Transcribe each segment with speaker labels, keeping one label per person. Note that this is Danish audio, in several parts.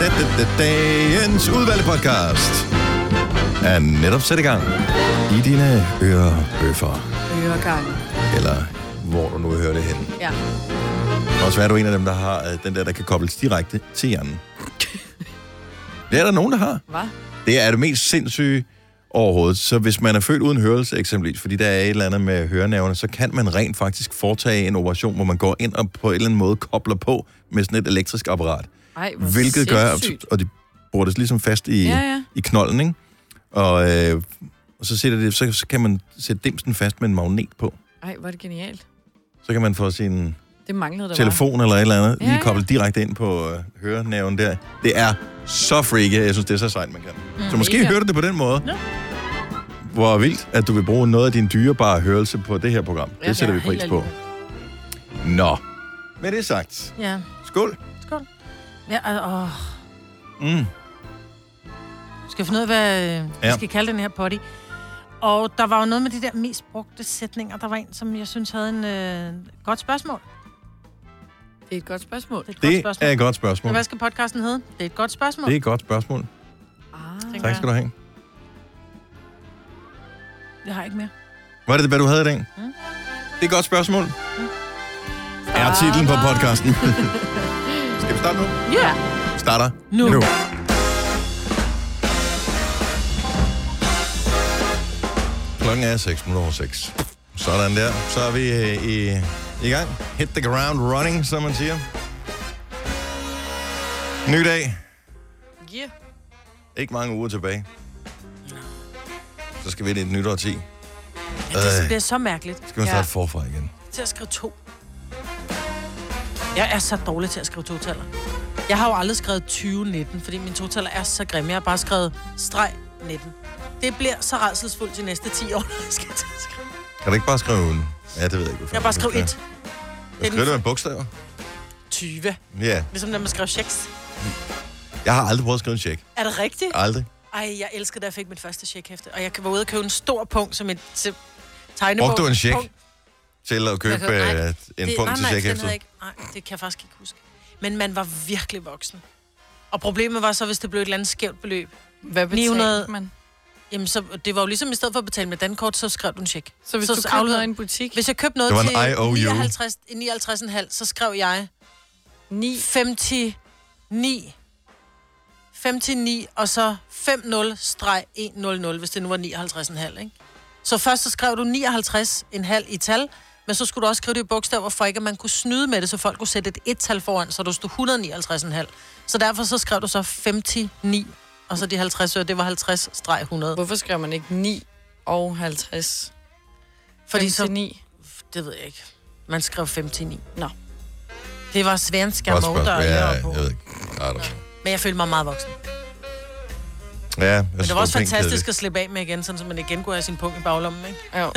Speaker 1: Da, da, da, dagens udvalgte podcast er netop sat i gang i dine ørebøffer,
Speaker 2: Øregang.
Speaker 1: eller hvor du nu hører det henne.
Speaker 2: Ja.
Speaker 1: Og så er du en af dem, der har øh, den der, der kan kobles direkte til hjernen. Det er der nogen, der har.
Speaker 2: Hvad?
Speaker 1: Det er det mest sindssyge overhovedet. Så hvis man er født uden hørelse eksempelvis, fordi der er et eller andet med hørenerverne, så kan man rent faktisk foretage en operation, hvor man går ind og på en eller anden måde kobler på med sådan et elektrisk apparat.
Speaker 2: Ej, hvor
Speaker 1: Hvilket gør,
Speaker 2: sindssygt.
Speaker 1: og de bruger det ligesom fast i,
Speaker 2: Ja, ja.
Speaker 1: i knolden, ikke? Og, øh, og så, sætter det, så, så kan man sætte dimsen fast med en magnet på.
Speaker 2: Ej, hvor er det genialt.
Speaker 1: Så kan man få sin
Speaker 2: Det manglede der
Speaker 1: telefon eller et eller andet,
Speaker 2: Ja,
Speaker 1: lige
Speaker 2: ja.
Speaker 1: koblet direkte ind på øh, hørenerven der. Det er så freaky, jeg synes, det er så sejt, man kan. Mm, så måske
Speaker 2: mega.
Speaker 1: hører du det på den måde. Ja. Hvor vildt, at du vil bruge noget af din dyrebare hørelse på det her program.
Speaker 2: Ja,
Speaker 1: det sætter
Speaker 2: ja,
Speaker 1: vi pris
Speaker 2: helt
Speaker 1: på. Nå, med det sagt.
Speaker 2: Var. Ja.
Speaker 1: Skål.
Speaker 2: Skål. Ja, og, åh.
Speaker 1: Mm.
Speaker 3: Skal jeg finde ud af, hvad ja. vi
Speaker 1: Ja.
Speaker 3: skal kalde den her potty. Og der var jo noget med de der mest brugte sætninger. Der var en, som jeg synes havde en øh, godt spørgsmål. Det
Speaker 2: Det er et godt spørgsmål.
Speaker 3: er et godt
Speaker 1: Det
Speaker 3: spørgsmål.
Speaker 1: er et godt
Speaker 3: Men
Speaker 1: spørgsmål.
Speaker 3: Hvad skal podcasten hedde? Det er et godt spørgsmål.
Speaker 1: Det er et godt spørgsmål.
Speaker 2: Ah.
Speaker 3: tænker
Speaker 1: Tak skal du have.
Speaker 3: jeg. Jeg har ikke mere.
Speaker 1: Var det, hvad du havde i dag? Mm. Det er et godt spørgsmål.
Speaker 3: Mm.
Speaker 1: Er titlen på podcasten. skal vi starte nu?
Speaker 3: Ja.
Speaker 1: Starter
Speaker 3: Nu.
Speaker 1: nu. Klokken er 6 minutter over 6. Sådan der. Så er vi øh, i, i gang. Hit the ground running, som man siger. Ny dag.
Speaker 2: Yeah.
Speaker 1: Ikke mange uger tilbage. Så skal vi ind i et nyt årti. Øh,
Speaker 3: Det bliver så mærkeligt.
Speaker 1: skal man starte forfra igen.
Speaker 3: Til at skrive to. Jeg er så dårlig til at skrive totaller. Jeg har jo aldrig skrevet 2019, fordi min totaller er så grim. Jeg har bare skrevet streg 19. Det bliver så redselsfuldt de næste 10 år, når jeg skal til at skrive.
Speaker 1: Kan du ikke bare skrive en? Ja, det ved jeg ikke. hvorfor.
Speaker 3: Jeg har bare skrevet
Speaker 1: Hvad
Speaker 3: 1.
Speaker 1: Hvad skriver du med bogstaver?
Speaker 3: 20.
Speaker 1: Ja.
Speaker 3: Ligesom når man skrev checks.
Speaker 1: Jeg har aldrig prøvet at skrive en check.
Speaker 3: Er det rigtigt?
Speaker 1: Aldrig.
Speaker 3: Ej, jeg elskede, da jeg fik mit første checkhæfte. Og jeg var ude og købe en stor punkt som et til tegnebog.
Speaker 1: Brugte du en check
Speaker 3: Punkt.
Speaker 1: til at købe
Speaker 3: Jeg kan-
Speaker 1: øh, en
Speaker 3: Det-
Speaker 1: punkt
Speaker 3: nej,
Speaker 1: til
Speaker 3: nej,
Speaker 1: check
Speaker 3: den havde jeg ikke. Nej, det kan jeg faktisk ikke huske. Men man var virkelig voksen. Og problemet var så, hvis det blev et eller andet skævt beløb.
Speaker 2: Hvad betalte
Speaker 3: 900
Speaker 2: man?
Speaker 3: Jamen, så, det var jo ligesom, i stedet for at betale med dankort, så skrev du en check.
Speaker 2: Så hvis
Speaker 3: så
Speaker 2: så du købte
Speaker 3: afleverede-
Speaker 2: noget i en butik,
Speaker 3: Hvis jeg købte noget
Speaker 1: Det var en IOU.
Speaker 3: til 59, 59,5, så skrev jeg
Speaker 2: 9,
Speaker 3: 59, 59 og så 50-100, hvis det nu var 59,5, ikke? Så først så skrev du 59,5 i tal, men så skulle du også skrive det i bogstaver, for ikke at man kunne snyde med det, så folk kunne sætte et et-tal foran, så du stod 159,5. Så derfor så skrev du så 59, og så de 50 øre, det var 50-100.
Speaker 2: hvorfor skriver man ikke 9 og 50?
Speaker 3: Fordi så,
Speaker 2: 9.
Speaker 3: det ved jeg ikke, man skrev 59.
Speaker 2: Nå.
Speaker 3: Det var svenske
Speaker 1: Godt
Speaker 3: mål, der
Speaker 1: spørgsmål. Ja,
Speaker 3: er
Speaker 1: jeg
Speaker 3: på.
Speaker 1: ved ikke. I don't know.
Speaker 3: Men jeg følte mig meget voksen.
Speaker 1: Ja, jeg
Speaker 3: Men
Speaker 1: synes,
Speaker 3: det var også
Speaker 1: pænt
Speaker 3: fantastisk
Speaker 1: kedeligt.
Speaker 3: at slippe af med igen, sådan, så man igen kunne have sin punkt i baglommen, ikke?
Speaker 2: Jo.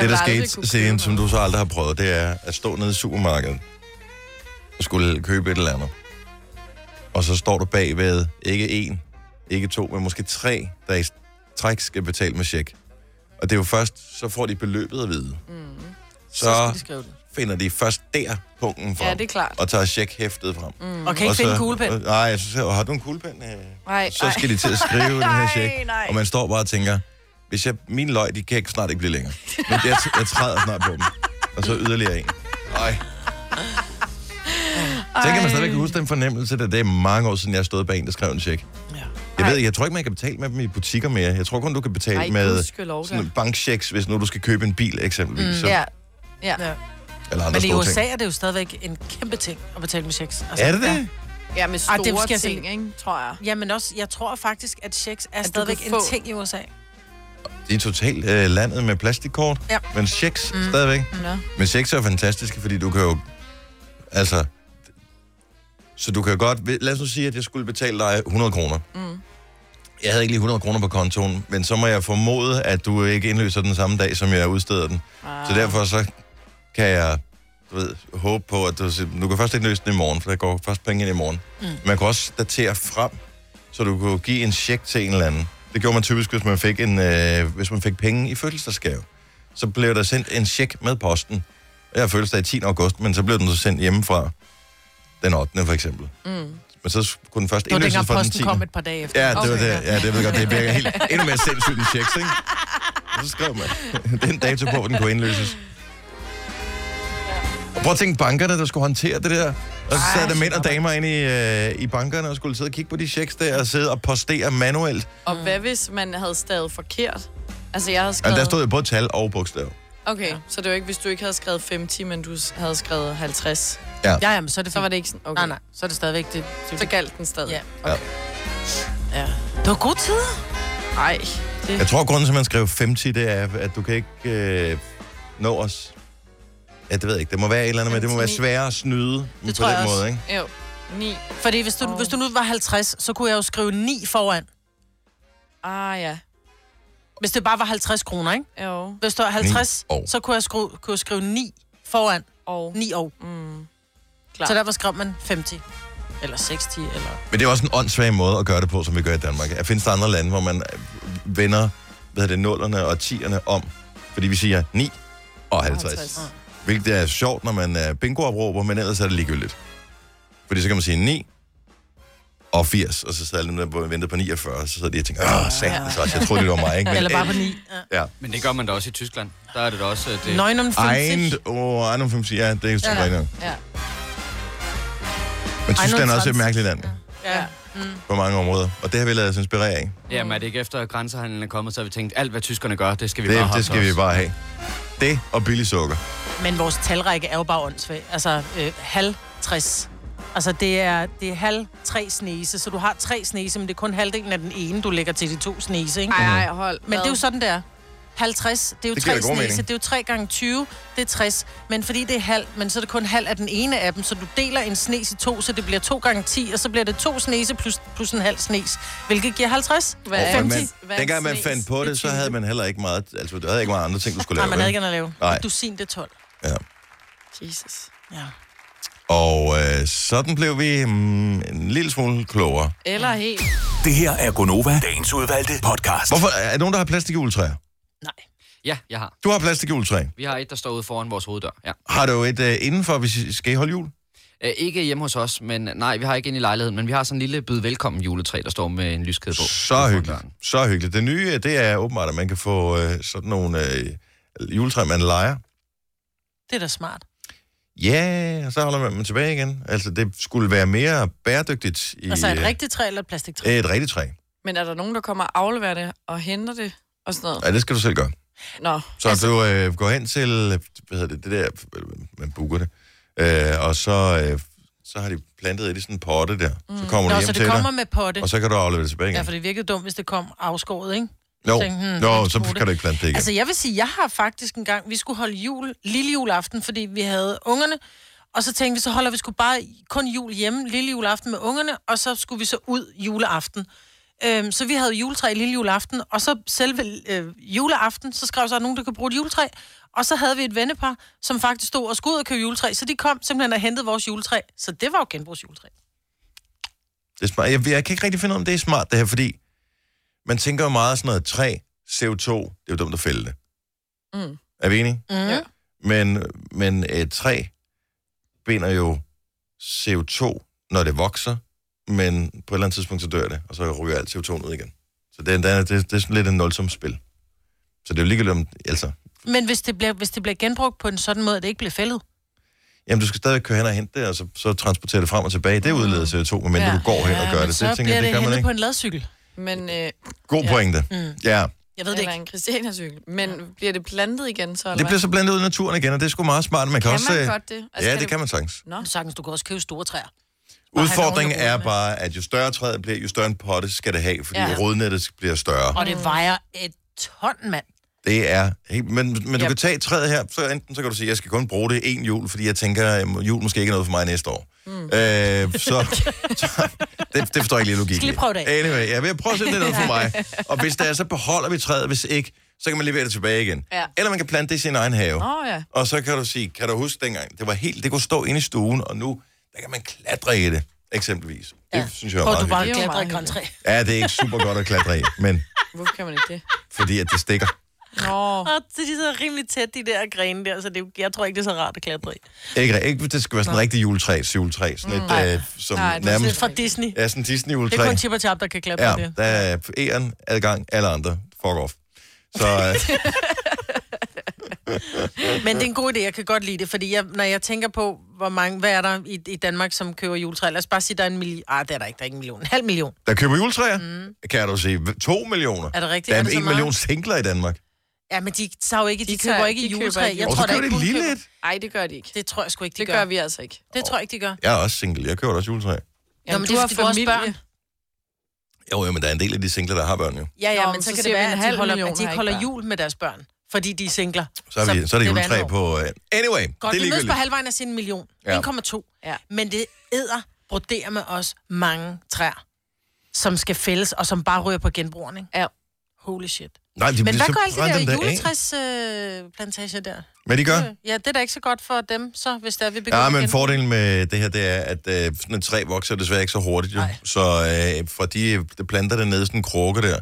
Speaker 1: Det, der skete siden, som du så aldrig har prøvet, det er at stå nede i supermarkedet og skulle købe et eller andet. Og så står du bagved ikke en, ikke to, men måske tre, der i træk skal betale med check. Og det er jo først, så får de beløbet at vide. Mm.
Speaker 3: Så, så
Speaker 1: Så
Speaker 3: skal de skrive det.
Speaker 1: finder de først der punkten frem.
Speaker 2: Ja, det er klart.
Speaker 1: Og tager checkhæftet frem. Mm.
Speaker 3: Og kan ikke finde en kuglepen.
Speaker 1: øh, Nej, jeg synes, har du en kuglepen? Øh,
Speaker 2: Nej,
Speaker 1: så skal de til at skrive den her check.
Speaker 2: Nej, nej.
Speaker 1: Og man står bare og tænker, hvis jeg, mine løg, de kan ikke snart ikke blive længere. Men jeg, jeg træder snart på dem. Og så yderligere en. Ej. Tænker man stadigvæk kan huske den fornemmelse, da det er mange år siden, jeg stod bag en, der skrev en check.
Speaker 3: Ja.
Speaker 1: Jeg ved, ikke, jeg tror ikke, man kan betale med dem i butikker mere. Jeg tror kun, du kan betale
Speaker 2: Ej,
Speaker 1: med
Speaker 2: gudskelov da.
Speaker 1: sådan bankchecks, hvis nu du skal købe en bil eksempelvis. Mm,
Speaker 2: Ja. Ja.
Speaker 3: ja.
Speaker 1: Eller andre
Speaker 3: Men i
Speaker 1: store
Speaker 3: USA
Speaker 1: ting.
Speaker 3: er det jo stadigvæk en kæmpe ting at betale med checks. Altså,
Speaker 1: Er det det?
Speaker 3: Ja.
Speaker 2: ja, med
Speaker 3: Ej,
Speaker 2: store
Speaker 3: det
Speaker 2: Ej,
Speaker 3: skal jeg
Speaker 2: ting, ikke, tror jeg.
Speaker 3: Ja, men også, jeg tror faktisk, at checks er
Speaker 2: du
Speaker 3: stadigvæk
Speaker 2: kan
Speaker 3: en
Speaker 2: få-
Speaker 3: ting i USA.
Speaker 1: Det er totalt øh, landet med plastikkort,
Speaker 3: Ja.
Speaker 1: men checks mm. stadigvæk.
Speaker 2: Nå.
Speaker 1: Men checks er fantastiske, fordi du kan jo... Altså... Så du kan godt... Lad os nu sige, at jeg skulle betale dig 100 kroner. Mm. Jeg havde ikke lige 100 kroner på kontoen, men så må jeg formode, at du ikke indløser den samme dag, som jeg udsteder den. Ah. Så derfor så kan jeg du ved, håbe på, at du, siger, du kan først ikke løse den i morgen, for der går først penge ind i morgen. Mm. Man kan også datere frem, så du kunne give en check til en eller anden. Det gjorde man typisk, hvis man fik, en, øh, hvis man fik penge i fødselsdagsgave. Så blev der sendt en check med posten. Jeg har fødselsdag i 10. august, men så blev den så sendt hjemmefra den 8. for eksempel.
Speaker 2: Mm.
Speaker 1: Men så kunne den først
Speaker 3: Det var
Speaker 1: indløses
Speaker 3: dengang
Speaker 1: fra den
Speaker 3: posten
Speaker 1: 10.
Speaker 3: kom et par dage efter.
Speaker 1: Ja, det okay, var
Speaker 2: Okay,
Speaker 1: det.
Speaker 2: ja.
Speaker 1: Ja, det ved jeg godt. Det virker helt endnu mere sindssygt end checks, ikke? Og så skrev man den dato på, hvor den kunne indløses. Og prøv at tænke bankerne, der skulle håndtere det der. Og så sad der mænd og damer inde i, øh, i bankerne og skulle sidde og kigge på de checks der og sidde og postere manuelt. Altså,
Speaker 2: Og hvad hvis man havde stavet forkert? Altså, jeg havde skrevet...
Speaker 1: Altså, der stod jo både tal og bogstav.
Speaker 2: Okay, ja. så det var ikke, hvis du ikke havde skrevet 50, men du s- havde skrevet 50.
Speaker 3: Ja, jamen, så er det
Speaker 2: Så var
Speaker 3: fint.
Speaker 2: det ikke sådan, okay.
Speaker 3: Nej, nej, så er det stadigvæk det. det,
Speaker 2: Så
Speaker 3: det.
Speaker 2: galt den stadig.
Speaker 3: Ja.
Speaker 1: Ja.
Speaker 3: Ja. Det var gode tider.
Speaker 2: Nej, det...
Speaker 1: Jeg tror, grunden til, at man skrev 50, det er, at du kan ikke øh, nå os. Ja, det ved jeg ikke. Det må være et eller andet, men det må være sværere at snyde det på
Speaker 3: tror
Speaker 1: den
Speaker 3: jeg også.
Speaker 1: måde, ikke?
Speaker 2: Jo, 9.
Speaker 3: Fordi hvis du,
Speaker 2: Åh.
Speaker 3: oh. hvis du nu var 50, så kunne jeg jo skrive 9 foran.
Speaker 2: Ah, ja.
Speaker 3: Hvis det bare var 50 kroner, ikke?
Speaker 2: Jo,
Speaker 3: Hvis det var 50,
Speaker 1: år.
Speaker 3: så kunne jeg, skrive, kunne jeg skrive 9 foran.
Speaker 2: og...
Speaker 3: 9 år.
Speaker 2: Mm.
Speaker 3: Klar.
Speaker 2: Klart.
Speaker 3: Så derfor skrev man 50. Eller 60, eller...
Speaker 1: Men det er også en åndssvag måde at gøre det på, som vi gør i Danmark. Er- Findes der andre lande, hvor man øh, vender hvad hedder det, nullerne og tierne om? Fordi vi siger 9 og 50. 50.
Speaker 2: 50.
Speaker 1: Hvilket er sjovt, når man er bingo-opråber, men ellers er det ligegyldigt. Fordi så kan man sige 9 og 80, og så sad alle dem der og ventede på 49, og så sad de og tænkte, åh, satans også, altså, jeg troede, det var mig, ikke? Men
Speaker 3: Eller bare på 9.
Speaker 1: Ja.
Speaker 4: Men det gør man da også i Tyskland. Der er det da også... øh, Det...
Speaker 3: Nøgen om 50.
Speaker 1: Ejend, åh, Ejendom 50, ja, det er jo
Speaker 3: Ja.
Speaker 1: super ja.
Speaker 2: Ja.
Speaker 1: Men Tyskland er også et
Speaker 3: 51.
Speaker 1: mærkeligt land
Speaker 3: Ja.
Speaker 2: Mm.
Speaker 1: på mange områder, og det har vi lavet os inspirere af.
Speaker 4: Jamen er det ikke efter at grænsehandlen er kommet, så har vi tænkt, alt hvad tyskerne gør, det skal vi bare
Speaker 1: Det,
Speaker 4: have
Speaker 1: det
Speaker 4: til
Speaker 1: skal vi
Speaker 4: os.
Speaker 1: bare have. Det og billig sukker.
Speaker 3: Men vores talrække er jo bare åndssvag. Altså, øh, halv 60. Altså, det er, det er halv tre snese, så du har tre snese, men det er kun halvdelen af den ene, du lægger til de to snese, ikke?
Speaker 2: Ej, ej, hold.
Speaker 3: Men det er jo sådan, der. 50, det er jo
Speaker 1: Det giver
Speaker 3: tre
Speaker 1: da god mening.
Speaker 3: snese, det er jo 3 gange 20, det er 60. Men fordi det er halv, men så er det kun halv af den ene af dem, så du deler en snes i to, så det bliver 2 gange 10, og så bliver det to snese plus, plus en halv snes, hvilket giver 50.
Speaker 2: Hvad
Speaker 1: Og
Speaker 2: er
Speaker 1: man-
Speaker 2: 50? Hvad er
Speaker 1: Dengang man
Speaker 2: snes?
Speaker 1: fandt på
Speaker 2: Det er
Speaker 1: det, så
Speaker 2: 20.
Speaker 1: havde man heller ikke meget, altså der havde ikke meget andre ting, du skulle
Speaker 3: Nej,
Speaker 1: lave.
Speaker 3: man havde ikke
Speaker 1: vel?
Speaker 3: andet at lave.
Speaker 1: Nej.
Speaker 3: Dusin, det er 12.
Speaker 1: Ja.
Speaker 2: Jesus.
Speaker 3: Ja.
Speaker 1: Og øh, sådan blev vi mm, en lille smule klogere.
Speaker 2: Eller helt.
Speaker 5: Det her er Gonova, dagens udvalgte podcast.
Speaker 1: Hvorfor er der nogen, der har plastikjuletræer?
Speaker 3: Nej.
Speaker 4: Ja, jeg har.
Speaker 1: Du har plastikjuletræ.
Speaker 4: Vi har et, der står ude foran vores hoveddør. Ja.
Speaker 1: Har du et øh, indenfor, hvis I skal I holde jul?
Speaker 4: Æ, ikke hjemme hos os, men nej, vi har ikke ind i lejligheden, men vi har sådan en lille byd velkommen juletræ, der står med en lyskæde på. ude
Speaker 1: Så
Speaker 4: foran
Speaker 1: hyggeligt.
Speaker 4: døren.
Speaker 1: Så hyggeligt. Det nye, øh, det er åbenbart, at man kan få øh, sådan nogle øh, juletræer, man leger.
Speaker 3: Det er da smart.
Speaker 1: Ja, og så holder man dem tilbage igen. Altså, det skulle være mere bæredygtigt i
Speaker 3: Altså et
Speaker 1: øh,
Speaker 3: rigtigt træ eller et plastiktræ?
Speaker 1: et rigtigt træ.
Speaker 2: Men er der nogen, der kommer og afleverer det og henter det og sådan noget?
Speaker 1: Ja, det skal du selv gøre.
Speaker 2: Nå,
Speaker 1: Så altså... du øh, går hen til, øh, hvad hedder det, det der, øh, man booker det, øh, og så, øh, så har de plantet et i sådan en potte der. Mm. Så kommer
Speaker 3: Nå,
Speaker 1: det
Speaker 3: så
Speaker 1: hjem til
Speaker 3: det kommer
Speaker 1: dig,
Speaker 3: med potte.
Speaker 1: og så kan du aflevere det tilbage
Speaker 3: Ja,
Speaker 1: igen.
Speaker 3: for det virkede dumt, hvis det kom afskåret, ikke?
Speaker 1: Jo,
Speaker 3: tænkte, hmm,
Speaker 1: jo
Speaker 3: en
Speaker 1: så
Speaker 3: potte.
Speaker 1: kan du ikke plante det igen.
Speaker 3: Altså, jeg vil sige, jeg har faktisk en gang, vi skulle holde jul, lille juleaften, fordi vi havde ungerne, og så tænkte vi, så holder vi sgu bare kun jul hjemme, lille juleaften med ungerne, og så skulle vi så ud juleaften. Øhm, så vi havde juletræ lille juleaften, og så selve øh, juleaften, så skrev så, at nogen, der kan bruge et juletræ, og så havde vi et vennepar, som faktisk stod og skulle ud og købe juletræ, så de kom simpelthen og hentede vores juletræ, så det var jo genbrugsjuletræ.
Speaker 1: Det er smart. Jeg, jeg kan ikke rigtig finde ud af, om det er smart, det her, fordi man tænker jo meget sådan noget, træ, CO2, det er jo dumt at fælde det.
Speaker 2: Mm.
Speaker 1: Er vi enige?
Speaker 3: Mm. Ja.
Speaker 1: Men, men et træ binder jo CO2, når det vokser, men på et eller andet tidspunkt, så dør det, og så ryger alt CO2 ud igen. Så det, det, er, det, det er sådan lidt en nulsomt spil. Så det er jo ligegyldigt om, altså,
Speaker 3: Men hvis det, bliver, hvis det bliver genbrugt på en sådan måde, at det ikke bliver fældet,
Speaker 1: jamen du skal stadig køre hen og hente det, og så, så transportere det frem og tilbage. Det udleder CO2, men
Speaker 2: Ja.
Speaker 1: ja. du går hen og gør
Speaker 3: men
Speaker 1: det.
Speaker 3: så
Speaker 1: Det, tænker,
Speaker 3: bliver
Speaker 1: jeg,
Speaker 3: det,
Speaker 1: det gør man
Speaker 3: hentet på
Speaker 1: ikke.
Speaker 3: en ladcykel.
Speaker 2: men... Øh,
Speaker 1: God
Speaker 2: Ja.
Speaker 1: pointe.
Speaker 3: Mm.
Speaker 1: Ja.
Speaker 3: Jeg ved det
Speaker 2: eller
Speaker 3: ikke.
Speaker 2: en Christiania-cykel. Men bliver det plantet igen, så? eller
Speaker 1: Det
Speaker 2: hvad?
Speaker 1: bliver så blandet ud i naturen igen, og det er sgu meget smart. Man kan,
Speaker 2: Kan
Speaker 1: også,
Speaker 2: man
Speaker 1: øh,
Speaker 2: godt det? Altså,
Speaker 1: Ja,
Speaker 2: kan
Speaker 1: det
Speaker 2: det-
Speaker 1: kan man sagtens.
Speaker 2: Nå.
Speaker 3: Men sagtens, du kan også købe store træer. have det
Speaker 1: Udfordringen
Speaker 3: ordentligt
Speaker 1: er
Speaker 3: rodnet.
Speaker 1: bare, at jo større træet bliver, jo større en potte skal det have, fordi ja.
Speaker 2: Ja.
Speaker 1: rodnettet bliver større.
Speaker 3: Og det vejer et ton, mand.
Speaker 1: Det er helt... Men, men du
Speaker 2: Ja.
Speaker 1: kan tage træet her, så enten så kan du sige, at jeg skal kun bruge det en jul, fordi jeg tænker, at jul måske ikke er noget for mig næste år. Mm. Øh, så, så det, det forstår jeg ikke lige logik.
Speaker 3: Skal lige prøve det af.
Speaker 1: Anyway, jeg vil prøve at se, om det er noget for mig. Og hvis det er, så beholder vi træet. Hvis ikke, så kan man levere det tilbage igen.
Speaker 2: Ja.
Speaker 1: Eller man kan plante det i sin egen have.
Speaker 2: Åh, oh, ja.
Speaker 1: Og så kan du sige, kan du huske dengang, det var helt, det kunne stå inde i stuen, og nu, der kan man klatre i det, eksempelvis. Ja. Det synes jeg er
Speaker 3: Prøv, du
Speaker 1: meget
Speaker 3: bare
Speaker 1: hyggeligt.
Speaker 2: hyggeligt.
Speaker 3: klatre i
Speaker 2: Det
Speaker 3: grøntræ.
Speaker 2: er jo
Speaker 1: Ja, det er ikke super godt at klatre i, men
Speaker 2: Hvorfor kan man ikke det?
Speaker 1: fordi at det stikker.
Speaker 2: Nå.
Speaker 3: Og de sidder rimelig tæt, de der grene der, så det, er jo- jeg tror ikke, det er så rart at klatre i.
Speaker 1: Ikke, ikke hvis det skal være sådan en rigtig juletræ, juletræ, sådan et,
Speaker 3: Mm, Nej.
Speaker 1: øh, som
Speaker 2: Nej, det er
Speaker 1: nærmest
Speaker 3: Lidt fra Disney.
Speaker 1: er sådan en
Speaker 3: Det er
Speaker 1: Disney-juletræ.
Speaker 3: kun Chip og Chap, der kan klatre ja.
Speaker 1: Ja,
Speaker 3: det.
Speaker 1: der er æren, adgang, alle andre. Fuck off. Så øh,
Speaker 3: Men det er en god idé, jeg kan godt lide det, fordi jeg, når jeg tænker på, hvor mange, hvad er der i, i Danmark, som køber juletræ? Lad os bare sige, der er en million. Ah, det er der ikke, der er ikke en million. En halv million.
Speaker 1: der køber juletræer, mm. kan du sige, to millioner.
Speaker 3: Er det rigtigt?
Speaker 1: Der
Speaker 3: Er
Speaker 1: er,
Speaker 3: det så
Speaker 1: en
Speaker 3: meget?
Speaker 1: million singler i Danmark.
Speaker 3: Ja, men de tager jo ikke, de, de køber
Speaker 2: tager-
Speaker 3: ikke
Speaker 2: de
Speaker 3: de
Speaker 2: køber
Speaker 3: juletræ.
Speaker 2: ikke
Speaker 3: Jeg
Speaker 1: Og
Speaker 3: tror
Speaker 1: så
Speaker 3: da
Speaker 1: køber
Speaker 3: ikke,
Speaker 1: det
Speaker 3: kun
Speaker 1: lille
Speaker 3: køber-
Speaker 1: et.
Speaker 2: Nej, det gør de ikke.
Speaker 3: Det tror jeg sgu ikke, de
Speaker 2: Det
Speaker 3: gør.
Speaker 2: gør vi altså ikke.
Speaker 3: Det tror jeg ikke, de gør.
Speaker 1: Jeg er også single, jeg køber da også juletræ.
Speaker 3: Nå, men det er fordi, vores børn-
Speaker 1: Jo, jo, men der er en del af de singler, der har børn jo.
Speaker 3: Ja, ja,
Speaker 2: Nå,
Speaker 3: men,
Speaker 2: men
Speaker 3: så,
Speaker 2: så
Speaker 3: kan det
Speaker 2: siger vi
Speaker 3: være,
Speaker 2: en
Speaker 3: at de
Speaker 2: halv
Speaker 3: holder,
Speaker 2: million
Speaker 3: at de ikke
Speaker 2: har ikke
Speaker 3: holder
Speaker 2: børn.
Speaker 3: jul med deres børn, fordi de er singler.
Speaker 1: Så er, vi, så er det
Speaker 3: hvert
Speaker 1: juletræ
Speaker 3: år.
Speaker 1: på... Øh, anyway,
Speaker 3: Godt,
Speaker 1: det er
Speaker 3: vi mødes på
Speaker 1: ligegyldigt.
Speaker 3: halvvejen af sin million.
Speaker 1: Ja.
Speaker 3: Ja. 1,2.
Speaker 2: Ja.
Speaker 3: Ja. Men det æder, broderer med os mange træer, som skal fældes, og som bare ryger på genbrugerne. ikke?
Speaker 2: Ja.
Speaker 3: Holy shit.
Speaker 1: Nej, de,
Speaker 3: Men
Speaker 1: de,
Speaker 3: hvad
Speaker 1: så
Speaker 3: gør alle
Speaker 1: brænder
Speaker 3: de
Speaker 1: dem
Speaker 3: der
Speaker 1: da af.
Speaker 3: juletræsplantager øh, plantager der?
Speaker 1: Hvad de gør?
Speaker 3: Ja, det er da ikke så godt for dem, så hvis der vi begynder
Speaker 1: Ja, men
Speaker 3: igen.
Speaker 1: fordelen med det her, det er, at øh, sådan et træ vokser desværre ikke så hurtigt. Jo.
Speaker 3: Nej.
Speaker 1: Så øh, fra de, øh, de planter det ned i sådan en krukke der,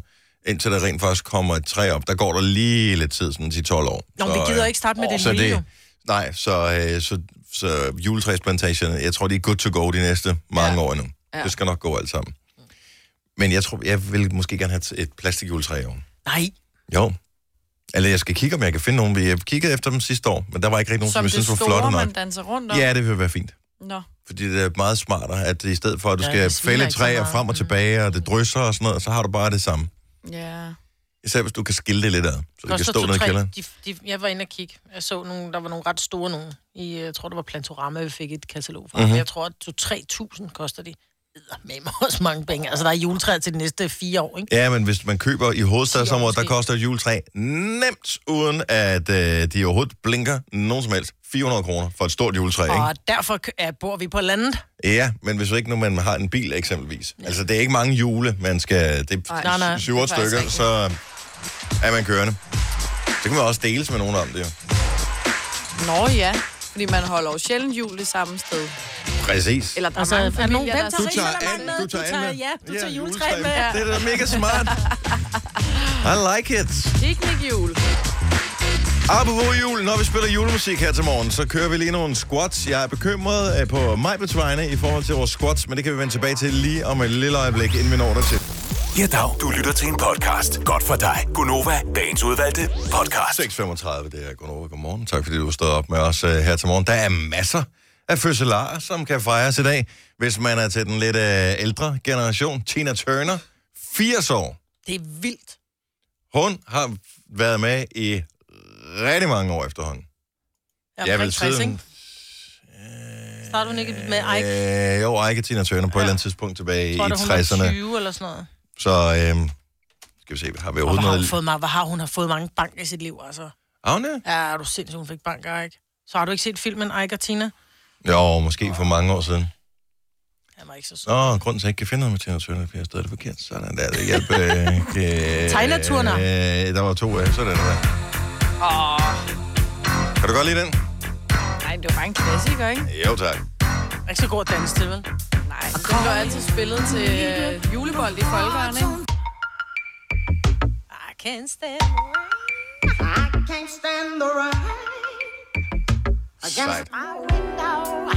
Speaker 1: indtil der rent faktisk kommer et træ op, der går der lige lidt tid, sådan 10-12 år.
Speaker 3: Nå, men vi gider ikke starte med det
Speaker 1: så
Speaker 3: nye, jo.
Speaker 1: Nej, så, øh, så, så juletræsplantagerne, jeg tror, de er good to go de næste mange ja. år endnu. Ja. Det skal nok gå alt sammen. Men jeg tror, jeg vil måske gerne have et plastikjuletræ i år.
Speaker 3: Nej,
Speaker 1: Jo. Eller jeg skal kigge, om jeg kan finde nogen. Jeg kiggede efter dem sidste år, men der var ikke rigtig nogen, som,
Speaker 2: Som
Speaker 1: jeg
Speaker 2: det
Speaker 1: synes var
Speaker 2: store,
Speaker 1: flotte nok.
Speaker 2: man danser rundt om.
Speaker 1: Ja, det vil være fint.
Speaker 2: Nå.
Speaker 1: Fordi det er meget smartere, at i stedet for, at du
Speaker 3: Ja,
Speaker 1: ja, skal
Speaker 3: det sviner
Speaker 1: fælde
Speaker 3: ikke så
Speaker 1: træer
Speaker 3: meget. Mm.
Speaker 1: frem og tilbage, og det drysser og sådan noget, så har du bare det samme.
Speaker 2: Ja.
Speaker 1: Især hvis du kan skille det lidt ad, så det kan
Speaker 3: koster
Speaker 1: stå nede i
Speaker 3: to-tre.
Speaker 1: kælderen.
Speaker 3: De, de, jeg var inde og kigge. Jeg så nogle, der var nogle ret store nogle. I, jeg tror, det var Plantorama, vi fik et katalog fra.
Speaker 1: Mhm.
Speaker 3: Mm-hmm. Jeg tror, at 2-3.000 koster de. med mig også mange penge. Altså, der er juletræer til de næste fire år, ikke?
Speaker 1: Ja, men hvis man køber i hovedstadsområdet, der
Speaker 3: måske.
Speaker 1: koster et juletræ nemt, uden at øh, de overhovedet blinker nogen som helst. 400 kroner for et stort juletræ, ikke?
Speaker 3: Og derfor kø- ja, bor vi på landet.
Speaker 1: Ja, men hvis ikke, når man har en bil eksempelvis. Altså, det er ikke mange jule, man skal... Det er
Speaker 3: Nej, nej,
Speaker 1: s- syv otte
Speaker 2: det er
Speaker 1: stykker,
Speaker 2: faktisk
Speaker 1: så er man kørende. Så kan man også deles med nogen om det, jo.
Speaker 2: Nå ja, fordi man holder jo sjældent jul det samme sted.
Speaker 1: Præcis.
Speaker 2: Eller der
Speaker 3: Altså,
Speaker 2: er mange
Speaker 3: er der nogen-
Speaker 2: familier,
Speaker 3: hvem
Speaker 2: der
Speaker 3: tager
Speaker 2: er sådan-
Speaker 3: Eller mange med. Du tager- ja, du tager juletræ
Speaker 1: Det er da mega smart. I like it.
Speaker 2: Picnic jul.
Speaker 1: Apropos jul, når vi spiller julemusik her til morgen, så kører vi lige nogle squats. Jeg er bekymret øh, på mig vegne i forhold til vores squats, men det kan vi vende tilbage til lige om et lille øjeblik, inden vi når dertil.
Speaker 5: Ja, dag. Du lytter til en podcast. Godt for dig. Gunova, dagens udvalgte podcast.
Speaker 1: 6.35, det er Gunova. Godmorgen. Tak fordi du stod op med os øh, her til morgen. Der er masser af fødselarer, som kan fejres i dag. Hvis man er til den lidt øh, ældre generation, Tina Turner, 80 år.
Speaker 3: Det er vildt.
Speaker 1: Hun har været med i rigtig mange år efterhånden.
Speaker 3: Jeg er omkring 60, ikke? Starter hun ikke med Ike?
Speaker 1: Øh, jo, Ike og Tina Turner på ja. et eller andet tidspunkt tilbage
Speaker 3: Jeg
Speaker 1: i
Speaker 3: tror, da, hun var
Speaker 1: 60'erne.
Speaker 3: 20 eller sådan noget.
Speaker 1: Så øh, skal vi se, har vi
Speaker 3: Og
Speaker 1: overhovedet
Speaker 3: hvor har hun,
Speaker 1: noget...
Speaker 3: fået, meget- hvor har hun har fået mange bank i sit liv, altså.
Speaker 1: Agne?
Speaker 3: Ja, er du sindssygt, hun fik bank af Ike. Så har du ikke set filmen Ike og Tina?
Speaker 1: Jo, måske for mange år siden.
Speaker 3: Han var ikke så sød.
Speaker 1: Nå, grunden til, at jeg ikke kan finde noget med Tina Turner, fordi jeg stadig det forkert. Sådan der, det hjælper. Øh,
Speaker 3: Tina Turner.
Speaker 1: Øh, der var to af, sådan der. Kan du godt lide den?
Speaker 2: Nej, det var bare en klassiker, ikke?
Speaker 1: Jo, tak.
Speaker 3: Ikke så god at danse til, vel?
Speaker 2: Nej, den blev altid spillet til øh, julebold i folkeren, ikke?
Speaker 3: I can't stand
Speaker 6: I can't stand the rain
Speaker 1: Sejt.
Speaker 6: against my window.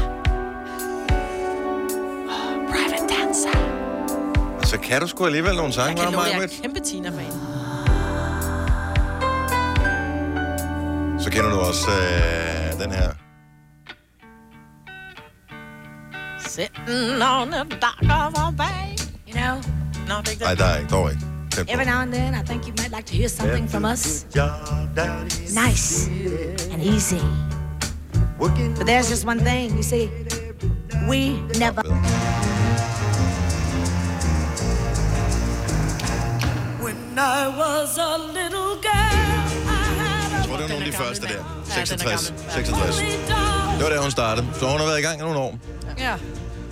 Speaker 6: Private dancer.
Speaker 1: Så kan du sgu alligevel nogle sange,
Speaker 3: Jeg
Speaker 1: var
Speaker 3: kan love, jeg er
Speaker 1: mig,
Speaker 3: kæmpe Tina-fan.
Speaker 1: Så kender du også øh, den her.
Speaker 3: Sitting on the dock of a bay.
Speaker 6: You know,
Speaker 3: Nå, det er ikke
Speaker 1: Nej,
Speaker 3: det.
Speaker 1: der er ikke. Dog ikke. Tæt på.
Speaker 6: every now and then I think you might like to hear something from us. Nice and easy. But there's just one thing, you see, we never,
Speaker 1: Jeg tror, det var nogle af de første der.
Speaker 2: Ja, den er
Speaker 1: 66.
Speaker 2: gammel.
Speaker 1: 66. Det var der, hun startede. Så hun har været i gang i nogle år.
Speaker 2: Ja.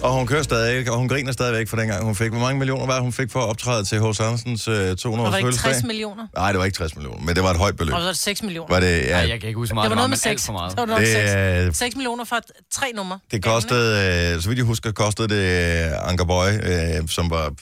Speaker 1: Og hun kører stadig, og hun griner stadigvæk for dengang, hun fik. Hvor mange millioner var det, hun fik for at optræde til H.C. Andersens øh, 200
Speaker 3: Var
Speaker 1: års
Speaker 3: det ikke
Speaker 1: fødselsdag?
Speaker 3: 60 millioner?
Speaker 1: Nej, det var ikke 60 millioner, men det var et højt beløb.
Speaker 3: Og så er det 6 millioner.
Speaker 1: Var det, ja,
Speaker 4: Ej, jeg kan ikke huske så meget,
Speaker 3: Det var noget med
Speaker 4: men alt
Speaker 3: 6.
Speaker 4: for meget.
Speaker 3: Det var noget
Speaker 1: Det
Speaker 3: med
Speaker 1: er-
Speaker 3: 6. 6 millioner for tre numre.
Speaker 1: det kostede, øh, så vidt jeg husker, kostede det øh, Anker Bøje, øh, som var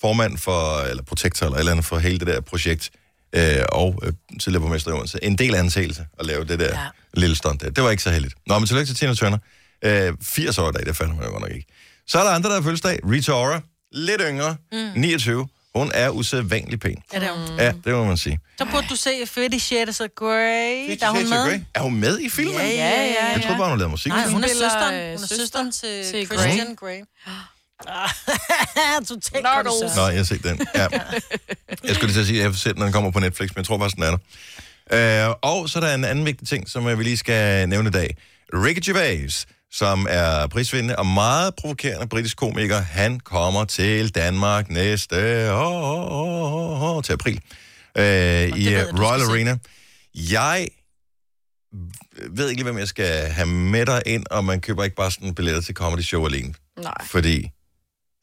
Speaker 1: formand for, eller protektor eller et eller andet for hele det der projekt, øh, og øh, tidligere borgmester i Odense, en del anseelse at lave det der ja. lille stunt der. Det var ikke så heldigt. Nå, men tillykke til Tina Turner. Øh, 80 år i dag, det fandt hun jo godt nok ikke. Så er der andre, der har fødselsdag. Rita Ora, lidt yngre, mm. 29. Hun er usædvanlig pæn.
Speaker 3: Er det hun?
Speaker 1: Mm. Ja, det må man sige.
Speaker 3: Så burde du se Fifty Shades of Grey. Der er hun
Speaker 1: Fifty Shades of
Speaker 3: med.
Speaker 1: Grey. Er hun med i filmen?
Speaker 3: Ja, ja, ja,
Speaker 1: Jeg troede bare, hun lavede musik.
Speaker 3: Nej, hun er
Speaker 2: Spiller,
Speaker 3: søsteren.
Speaker 2: øh,
Speaker 3: Hun er
Speaker 2: søster
Speaker 3: søsteren til,
Speaker 2: til Grey.
Speaker 3: Christian Grey. Ah, Totalt
Speaker 2: Nardos.
Speaker 1: Nå, jeg har set den. Ja. Jeg skulle lige til at sige, at jeg har set den, når den kommer på Netflix, men jeg tror faktisk, den er der. Øh, og så er der en anden vigtig ting, som jeg vil lige skal nævne i dag. Ricky Gervais, som er prisvindende og meget provokerende britisk komiker, han kommer til Danmark næste år, år, år til april øh, i
Speaker 3: ved jeg,
Speaker 1: øh,
Speaker 3: du
Speaker 1: Royal
Speaker 3: skal se.
Speaker 1: Arena. Jeg ved ikke, lige, hvem jeg skal have med dig ind, og man køber ikke bare sådan billetter til comedy show alene.
Speaker 2: Nej.
Speaker 1: Fordi,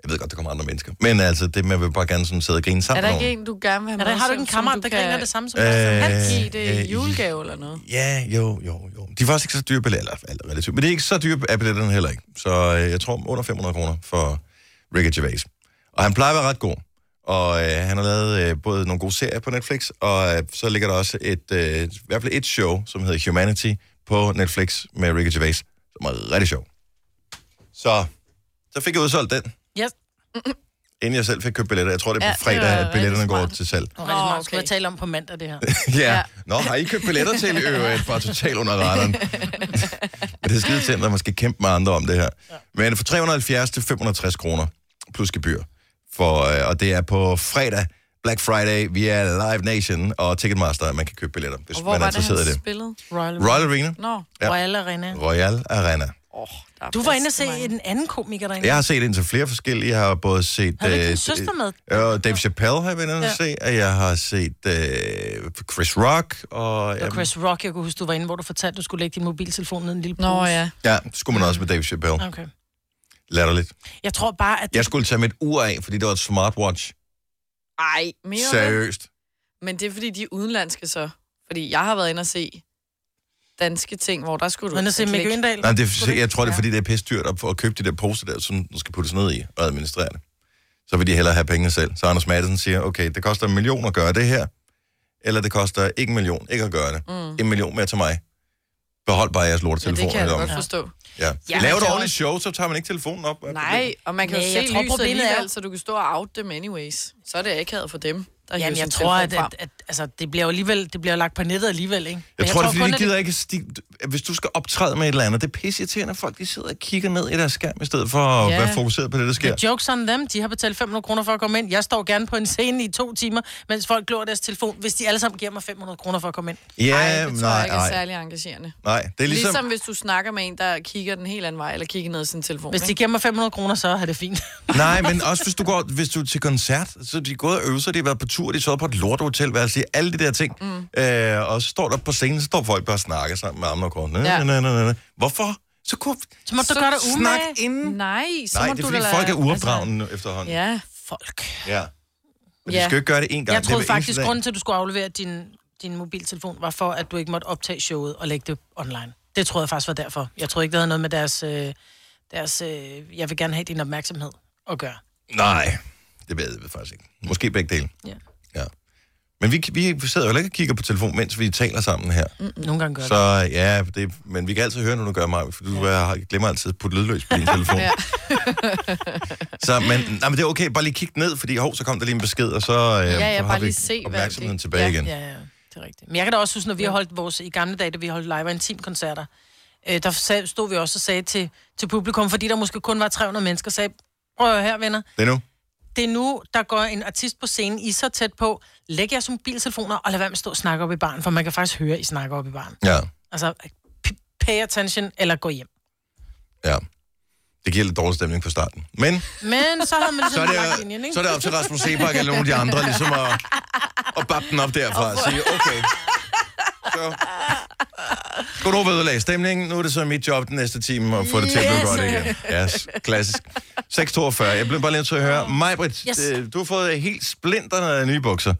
Speaker 1: jeg ved godt, der kommer andre mennesker. Men altså, det man vil bare gerne sådan sidde og grine
Speaker 2: Er
Speaker 1: sammen
Speaker 2: der
Speaker 1: med
Speaker 2: ikke
Speaker 1: nogen.
Speaker 2: en, du gerne vil have
Speaker 3: Er der,
Speaker 2: med,
Speaker 3: har du
Speaker 2: som-
Speaker 3: ikke en
Speaker 2: som
Speaker 3: kammerat,
Speaker 2: du
Speaker 3: der griner
Speaker 2: kan
Speaker 3: det samme som
Speaker 1: Øh,
Speaker 3: dig?
Speaker 2: Give
Speaker 1: Øh,
Speaker 2: det
Speaker 1: i-
Speaker 2: julegave eller noget.
Speaker 1: Ja, jo, jo, jo. De er faktisk ikke så dyre billetter, eller relativt. Men det er ikke så dyre er billetterne heller ikke. Så øh, jeg tror under 500 kroner for Ricky Gervais. Og han plejer at være ret god. Og øh, han har lavet øh, både nogle gode serier på Netflix, og øh, så ligger der også et, øh, i hvert fald et show, som hedder Humanity, på Netflix med Ricky Gervais, som er rigtig sjov. Så, så fik jeg udsolgt den.
Speaker 3: Yes.
Speaker 1: inden jeg selv fik købt billetter. Jeg tror, det er på
Speaker 2: Ja, det
Speaker 1: fredag,
Speaker 2: var
Speaker 1: at billetterne
Speaker 2: rigtig
Speaker 1: går
Speaker 2: smart.
Speaker 1: til salg.
Speaker 3: Nå, rigtig
Speaker 2: Nå,
Speaker 3: meget. Skulle
Speaker 2: okay.
Speaker 3: jeg tale om på mandag, det her?
Speaker 1: ja.
Speaker 2: Ja.
Speaker 1: Nå, har I købt billetter til øh, i øvrigt? Bare totalt under radaren. Men det er skide tændt, at man skal kæmpe med andre om det her. Men for 370 til 560 kroner plus gebyr. For, øh, og det er på fredag, Black Friday, via Live Nation og Ticketmaster, at man kan købe billetter, hvis
Speaker 2: Og
Speaker 1: man
Speaker 2: hvor
Speaker 1: er
Speaker 2: var det,
Speaker 1: interesseret i
Speaker 2: han
Speaker 1: det.
Speaker 2: spillede?
Speaker 3: Royal,
Speaker 1: Royal Arena.
Speaker 2: Nå.
Speaker 1: Ja.
Speaker 3: Royal Arena.
Speaker 1: Royal Arena.
Speaker 2: Oh, der er
Speaker 3: Du var inde og
Speaker 2: plads
Speaker 3: se
Speaker 2: til mange.
Speaker 3: en anden komiker derinde.
Speaker 1: Jeg har set indtil flere forskellige. Jeg har både set...
Speaker 3: Har du ikke
Speaker 1: øh,
Speaker 3: din søster med?
Speaker 1: Jo, Dave Chappelle har jeg været inde
Speaker 3: Ja.
Speaker 1: og se, og jeg har set øh, Chris Rock, og...
Speaker 3: Det var Chris Rock, jeg kunne huske, du var inde, hvor du fortalte, du skulle lægge din mobiltelefon ned i en lille pose.
Speaker 2: Nå ja.
Speaker 1: Ja, det skulle man også med Dave Chappelle.
Speaker 3: Okay.
Speaker 1: Latterligt.
Speaker 3: Jeg tror bare, at...
Speaker 1: Jeg skulle tage mit ur af, fordi det var et smartwatch.
Speaker 2: Ej, mere Seriø?
Speaker 1: Seriøst.
Speaker 2: Men det er fordi, de er udenlandske så. Fordi jeg har været inde og se danske ting, hvor der skulle du...
Speaker 3: Men at se
Speaker 2: klikke.
Speaker 3: Mikke Øndal.
Speaker 1: Nej, det, jeg tror, det er, fordi det er pisse dyrt at, at købe de der poster der, som du skal puttes ned i og administrere det. Så vil de hellere have pengene selv. Så Anders Madsen siger, okay, det koster en million at gøre det her, eller det koster ikke en million ikke at gøre det. Mm. En million mere til mig. Behold bare jeres
Speaker 2: Ja,
Speaker 1: lortetelefon.
Speaker 2: det kan jeg
Speaker 1: i
Speaker 2: da
Speaker 1: lommen.
Speaker 2: godt forstå.
Speaker 1: ja.
Speaker 3: Ja,
Speaker 1: ja. Lav
Speaker 3: men
Speaker 1: et
Speaker 3: det er
Speaker 1: ordentligt show, så tager man ikke telefonen op. Hvad er
Speaker 2: Nej,
Speaker 1: problemet?
Speaker 2: og man kan jo
Speaker 3: Nej,
Speaker 2: se
Speaker 3: jeg tror,
Speaker 2: lyset
Speaker 3: problemet er-
Speaker 2: alligevel, så du kan stå og out dem anyways. Så er det akavet for dem, der hiver
Speaker 3: Jamen,
Speaker 2: sin
Speaker 3: jeg tror, at,
Speaker 2: telefon frem.
Speaker 3: at, at altså, det bliver jo alligevel det bliver jo lagt på nettet alligevel, ikke? Men
Speaker 1: Jeg, tror, det er,
Speaker 3: kun,
Speaker 1: fordi de
Speaker 3: at
Speaker 1: gider ikke... Sti- hvis du skal optræde med et eller andet, det er pisseirriterende, at folk de sidder og kigger ned i deres skærm, i stedet for at
Speaker 2: Ja.
Speaker 1: være fokuseret på det, der sker.
Speaker 3: The jokes on them. De har betalt 500 kroner for at komme ind. Jeg står gerne på en scene i to timer, mens folk glor deres telefon, hvis de alle sammen giver mig 500 kroner for at komme ind.
Speaker 1: Ja,
Speaker 2: Ej, det tror jeg
Speaker 1: nej,
Speaker 2: ikke er
Speaker 1: nej,
Speaker 2: særlig engagerende.
Speaker 1: nej. Det
Speaker 2: Ligesom...
Speaker 1: er ligesom...
Speaker 2: ligesom hvis du snakker med en, der kigger den helt anden vej, eller kigger ned i sin telefon.
Speaker 3: Hvis de
Speaker 2: ikke?
Speaker 3: giver mig 500 kroner, så er det fint.
Speaker 1: Nej, men også hvis du, går, hvis du er til koncert, så er de er gået og øvet sig, de har været på tur, de har sovet på et lortehotelværelse, altså, de- alle de der ting. Mm. Øh, og så står der på scenen, så står folk bare og snakker sammen med armene og kortene.
Speaker 2: Ja.
Speaker 1: Ja. Hvorfor? Så kunne
Speaker 3: Så må du gøre dig
Speaker 1: snak
Speaker 3: umage.
Speaker 1: inden.
Speaker 2: Nej, så
Speaker 1: Nej,
Speaker 2: må
Speaker 1: det er
Speaker 2: du
Speaker 1: fordi
Speaker 2: da
Speaker 1: folk er
Speaker 2: lade-
Speaker 1: uopdragende altså, efterhånden. Ja.
Speaker 2: Ja.
Speaker 3: Folk.
Speaker 1: ja. Men de
Speaker 2: Ja.
Speaker 1: skal jo ikke gøre det én gang.
Speaker 3: Jeg troede
Speaker 1: det er hver eneste
Speaker 3: faktisk,
Speaker 1: dag.
Speaker 3: grunden til, at du skulle aflevere din, din mobiltelefon, var for, at du ikke måtte optage showet og lægge det online. Det troede jeg faktisk var derfor. Jeg troede ikke, det havde noget med deres, øh, deres øh, jeg vil gerne have din opmærksomhed at gøre.
Speaker 1: Nej, det ved jeg faktisk ikke. Måske begge dele.
Speaker 3: Ja.
Speaker 1: ja. Men vi, vi sidder jo heller ikke og kigger på telefon, mens vi taler sammen her.
Speaker 3: Nogle gange gør det.
Speaker 1: Så ja, det, men vi kan altid høre, når du gør mig, for du ja. glemmer altid at putte lydløs på din telefon. ja. så, men, nej, men det er okay, bare lige kig ned, fordi hov, så kom der lige en besked, og så, øh,
Speaker 2: ja,
Speaker 1: så har
Speaker 2: bare
Speaker 1: vi
Speaker 2: lige se, hvad
Speaker 1: opmærksomheden
Speaker 2: det-
Speaker 1: tilbage
Speaker 2: ja,
Speaker 1: igen.
Speaker 3: Ja, ja, det er rigtigt. Men jeg kan da også huske, når vi har holdt vores, i gamle dage, da vi holdt live og intimkoncerter, øh, der sag- stod vi også og sagde til, til publikum, fordi der måske kun var 300 mennesker, sagde, prøv at høre her, venner,
Speaker 1: Det er nu.
Speaker 3: det er nu, der går en artist på scenen, I er så tæt på, læg jeres mobiltelefoner, og lad være med at stå og snakke op i baren, for man kan faktisk høre, I snakker op i baren.
Speaker 1: Ja,
Speaker 3: Altså, p- pay attention, eller gå hjem.
Speaker 1: ja. Det giver lidt dårlig stemning på starten. Men
Speaker 3: Men så havde man ligesom
Speaker 1: så er
Speaker 3: sådan en lang linje,
Speaker 1: det,
Speaker 3: ikke?
Speaker 1: så er det op til Rasmus Sebak eller nogle af de andre, ligesom at, at bappe den op derfra og sige, okay, så skulle du ødelægge stemningen. Nu er det så mit job den næste time at få det til at blive
Speaker 3: Yes.
Speaker 1: godt igen. Yes, klassisk. 6.42. Jeg blev bare lige nødt til at høre. Majbrit,
Speaker 3: Yes.
Speaker 1: øh, du har fået helt splinterne nye bukser.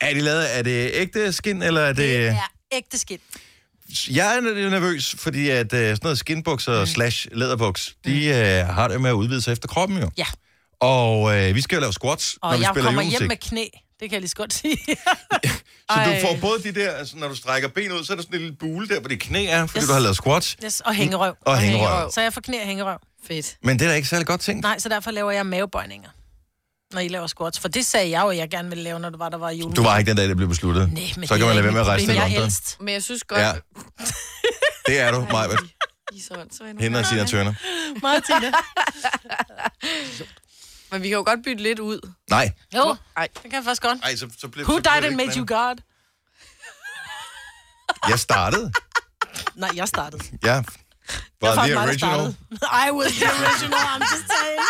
Speaker 3: Ja,
Speaker 1: Er de lavet, er det ægte skin, eller er det...
Speaker 3: det er ægte skidt.
Speaker 1: Jeg er lidt nervøs, fordi at øh, sådan noget skinbukser mm. slash læderbuks, de øh, har det med at udvide sig efter kroppen jo.
Speaker 3: Mm. Ja.
Speaker 1: Og øh, vi skal jo lave squats,
Speaker 3: Og
Speaker 1: når vi
Speaker 3: jeg
Speaker 1: spiller
Speaker 3: kommer
Speaker 1: julemusik.
Speaker 3: hjem med knæ. Det kan jeg lige så godt sige.
Speaker 1: Så Ej.
Speaker 2: Ej.
Speaker 1: du får både de der, altså når du strækker ben ud, så er der sådan en lille bule der, hvor dit knæ er, fordi yes. du har lavet squats
Speaker 3: yes, og hængerøv.
Speaker 1: og hængerøv.
Speaker 2: hængerøv.
Speaker 3: Så jeg får knæ og hængerøv.
Speaker 2: Fedt.
Speaker 1: Men det er da ikke særlig godt ting.
Speaker 3: Nej, så derfor laver jeg mavebøjninger, når I laver squats. For det sagde jeg jo, at jeg gerne ville lave, når det var, der var jule.
Speaker 1: Du var ikke den dag, det blev besluttet.
Speaker 3: Nej, men
Speaker 1: så
Speaker 3: det er
Speaker 1: kan man lade
Speaker 3: ikke
Speaker 1: være med at
Speaker 3: mit
Speaker 1: rejse til
Speaker 3: problem. Jeg er
Speaker 1: London.
Speaker 3: ældst.
Speaker 2: Men jeg synes godt...
Speaker 1: Ja.
Speaker 2: Ja.
Speaker 1: Det er du, Majbert.
Speaker 2: I er så åndssvage.
Speaker 1: Hende og Tina Turner.
Speaker 2: Martina. Men vi kan jo godt bytte lidt ud.
Speaker 1: Nej.
Speaker 3: Jo,
Speaker 2: Ej.
Speaker 3: det kan jeg faktisk godt.
Speaker 1: Ej, så, så blev,
Speaker 3: Who
Speaker 1: så blev
Speaker 3: died
Speaker 1: det
Speaker 3: and
Speaker 1: ikke
Speaker 3: made you
Speaker 1: sådan.
Speaker 3: God?
Speaker 1: Jeg startede.
Speaker 3: Nej, jeg startede.
Speaker 1: Ja.
Speaker 3: Det var
Speaker 1: Var
Speaker 3: faktisk mig, der
Speaker 1: the original.
Speaker 3: startede. I was the original, I'm just saying.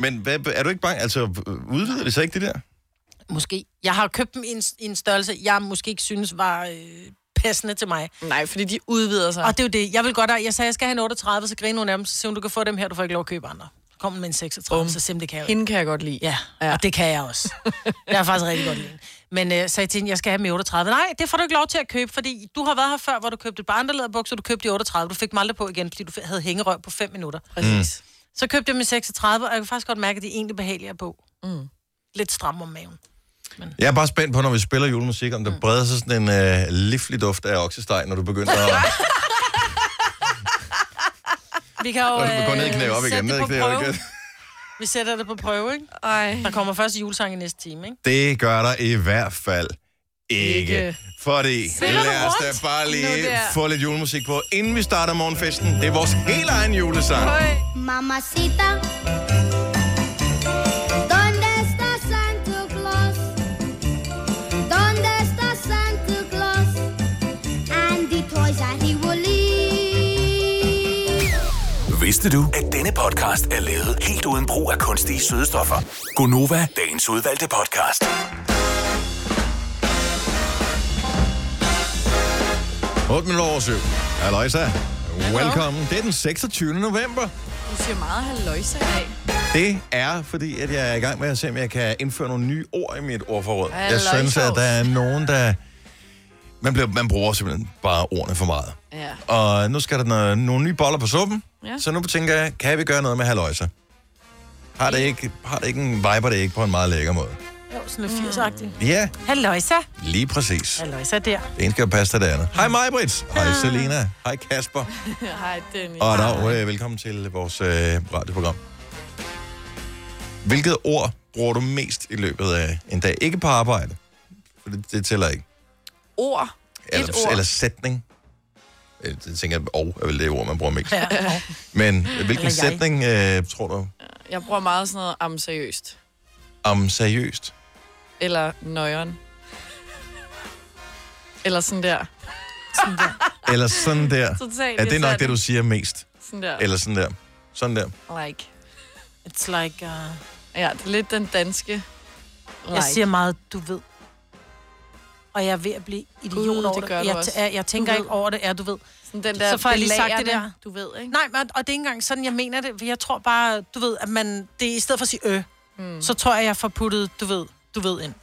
Speaker 1: Men hvad, er du ikke bange? Altså, udvider det så ikke det der?
Speaker 3: Måske. Jeg har købt dem i en, i en størrelse, jeg måske ikke synes var øh, passende til mig.
Speaker 2: Nej, fordi de udvider sig.
Speaker 3: Og det er jo det. Jeg vil godt have, jeg sagde, jeg skal have en 38, så griner hun af dem, så siger hun, du kan få dem her, du får ikke lov at købe andre. Så Kom hun med en 36, så simpelthen det kan jeg jo ikke.
Speaker 2: Hende kan jeg godt lide.
Speaker 3: Ja, ja, og det kan jeg også. Jeg er faktisk rigtig godt lide. hende. Men øh, sagde jeg til hende, jeg skal have dem i 38. Nej, det får du ikke lov til at købe, fordi du har været her før, hvor du købte et par andre læderbukser, du købte i 38, du fik dem aldrig på igen, fordi du f- havde hængerøv på 5 minutter.
Speaker 2: Præcis. Mm.
Speaker 3: Så købte jeg dem i 36, og jeg kan faktisk godt mærke, at de er egentlig behagelige på. Mm. Lidt stram om maven.
Speaker 1: Jeg er bare spændt på, når vi spiller julemusik, om der breder sig sådan en øh, livlig duft af oksesteg, når du begynder at...
Speaker 3: Vi kan jo
Speaker 1: Når du går ned i
Speaker 3: øh,
Speaker 1: knæ op
Speaker 3: sætte
Speaker 1: igen.
Speaker 3: det
Speaker 1: Ned i
Speaker 3: på
Speaker 1: knæ op
Speaker 3: prøve.
Speaker 1: igen.
Speaker 3: Vi sætter det på prøve, ikke?
Speaker 2: Ej.
Speaker 3: Der kommer først julesang i næste time, ikke?
Speaker 1: Det gør der i hvert fald ikke.
Speaker 2: Ikke.
Speaker 1: Fordi lad os da bare lige
Speaker 2: Nu der.
Speaker 1: få lidt julemusik på, inden vi starter morgenfesten. Det er vores helt egen julesang.
Speaker 2: Høj.
Speaker 7: Mamacita, ¿dónde está Santa Claus? ¿Dónde está Santa Claus? And the toys that he will leave.
Speaker 5: Vidste du, at denne podcast er lavet helt uden brug af kunstige sødestoffer? Gonova, dagens udvalgte podcast.
Speaker 1: Otte minutter over syv. Halløjsa. Velkommen. Det er den 26. november.
Speaker 2: Du siger meget halvøjse i dag.
Speaker 1: Det er, fordi at jeg er i gang med at se, om jeg kan indføre nogle nye ord i mit ordforråd. Jeg
Speaker 2: Halløjsa.
Speaker 1: synes, at der er nogen, der... Man, bliver, man bruger simpelthen bare ordene for meget.
Speaker 2: Ja.
Speaker 1: Og nu skal der noget, nogle nye boller på suppen. Ja.
Speaker 2: Ja.
Speaker 1: Så nu tænker jeg, kan vi gøre noget med haløjser? Har det ikke, har det ikke en viber det ikke på en meget lækker måde?
Speaker 3: Jo, sådan lidt 80-agtigt.
Speaker 1: Ja,
Speaker 3: Mm. Halløjsa.
Speaker 1: lige præcis.
Speaker 3: Halløjsa der.
Speaker 1: Det ene skal jo passe til det andet. Hej mig, Brits. Hej Selena. Hej Kasper.
Speaker 2: Hej, Dennis.
Speaker 1: Og dag, øh, velkommen til vores øh, radioprogram. Hvilket ord bruger du mest i løbet af en dag? Ikke på arbejde, for det, det tæller ikke.
Speaker 2: Ord.
Speaker 1: Eller,
Speaker 2: Et ord.
Speaker 1: eller sætning. Øh, Det tænker jeg, og er vel det ord, man bruger mest.
Speaker 3: Ja.
Speaker 1: Men hvilken
Speaker 3: jeg.
Speaker 1: sætning øh, tror du
Speaker 2: Jeg bruger meget sådan noget om seriøst.
Speaker 1: om seriøst?
Speaker 2: Eller nøjeren. Eller sådan der.
Speaker 1: Eller sådan der.
Speaker 2: Totalt.
Speaker 1: Er det nok det, du siger mest?
Speaker 2: Sådan der.
Speaker 1: Eller sådan der. Sådan der.
Speaker 2: Like.
Speaker 3: It's like... Uh,
Speaker 2: Ja, det er lidt den danske. Like.
Speaker 3: jeg siger meget, du ved. Og jeg er ved at blive idiot
Speaker 2: Gud,
Speaker 3: over
Speaker 2: det
Speaker 3: det.
Speaker 2: gør du
Speaker 3: jeg,
Speaker 2: også.
Speaker 3: jeg, jeg tænker
Speaker 2: Du ved.
Speaker 3: ikke over det, ja, du ved.
Speaker 2: sådan den der
Speaker 3: så får jeg lige sagt det
Speaker 2: belærende,
Speaker 3: der.
Speaker 2: Du ved, ikke?
Speaker 3: Nej, men, og det er ikke engang sådan, jeg mener det. for Jeg tror bare, du ved, at man... Det er i stedet for at sige ø,
Speaker 2: Hmm.
Speaker 3: mm. så tror jeg, jeg får puttet, du ved, du ved ind.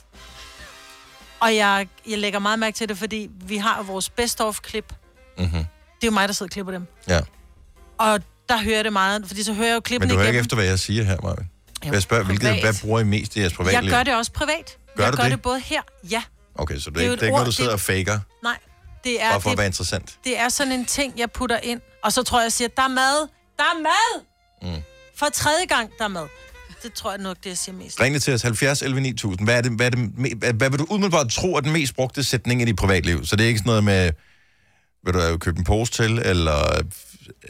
Speaker 3: Og jeg, jeg lægger meget mærke til det, fordi vi har jo vores best of klip. Mm-hmm. Det er jo mig, der sidder og klipper dem.
Speaker 1: Mhm. Ja.
Speaker 3: Og der hører jeg det meget, fordi så hører jeg jo klippene
Speaker 1: Men du hører ikke
Speaker 3: igennem.
Speaker 1: efter, hvad jeg siger her, Marvin. Jeg spørger, hvilket,
Speaker 2: privat.
Speaker 1: hvad bruger I mest i jeres
Speaker 3: Jeg
Speaker 1: privatliv?
Speaker 3: gør det også privat.
Speaker 1: Gør
Speaker 3: jeg
Speaker 1: du
Speaker 3: gør
Speaker 1: det?
Speaker 3: det? både her, ja.
Speaker 1: Okay, så det,
Speaker 3: Det
Speaker 1: er
Speaker 3: er jo
Speaker 1: ikke- det
Speaker 3: et
Speaker 1: er ikke noget, du
Speaker 3: ord,
Speaker 1: sidder
Speaker 3: det-
Speaker 1: og faker,
Speaker 3: Nej, det er,
Speaker 1: bare for at
Speaker 3: det,
Speaker 1: være interessant.
Speaker 3: det er sådan en ting, jeg putter ind. Og så tror jeg, jeg siger, der er mad, der er mad! Mm. For tredje gang, der er mad. Det tror jeg nok, det jeg siger mest.
Speaker 1: Ring lige til os 70 11 9000. Hvad, er det, hvad, er det, me- hvad, hvad vil du umiddelbart tro er den mest brugte sætning i dit privatliv? Så det er ikke sådan noget med, vil du øh, købe en pose til, eller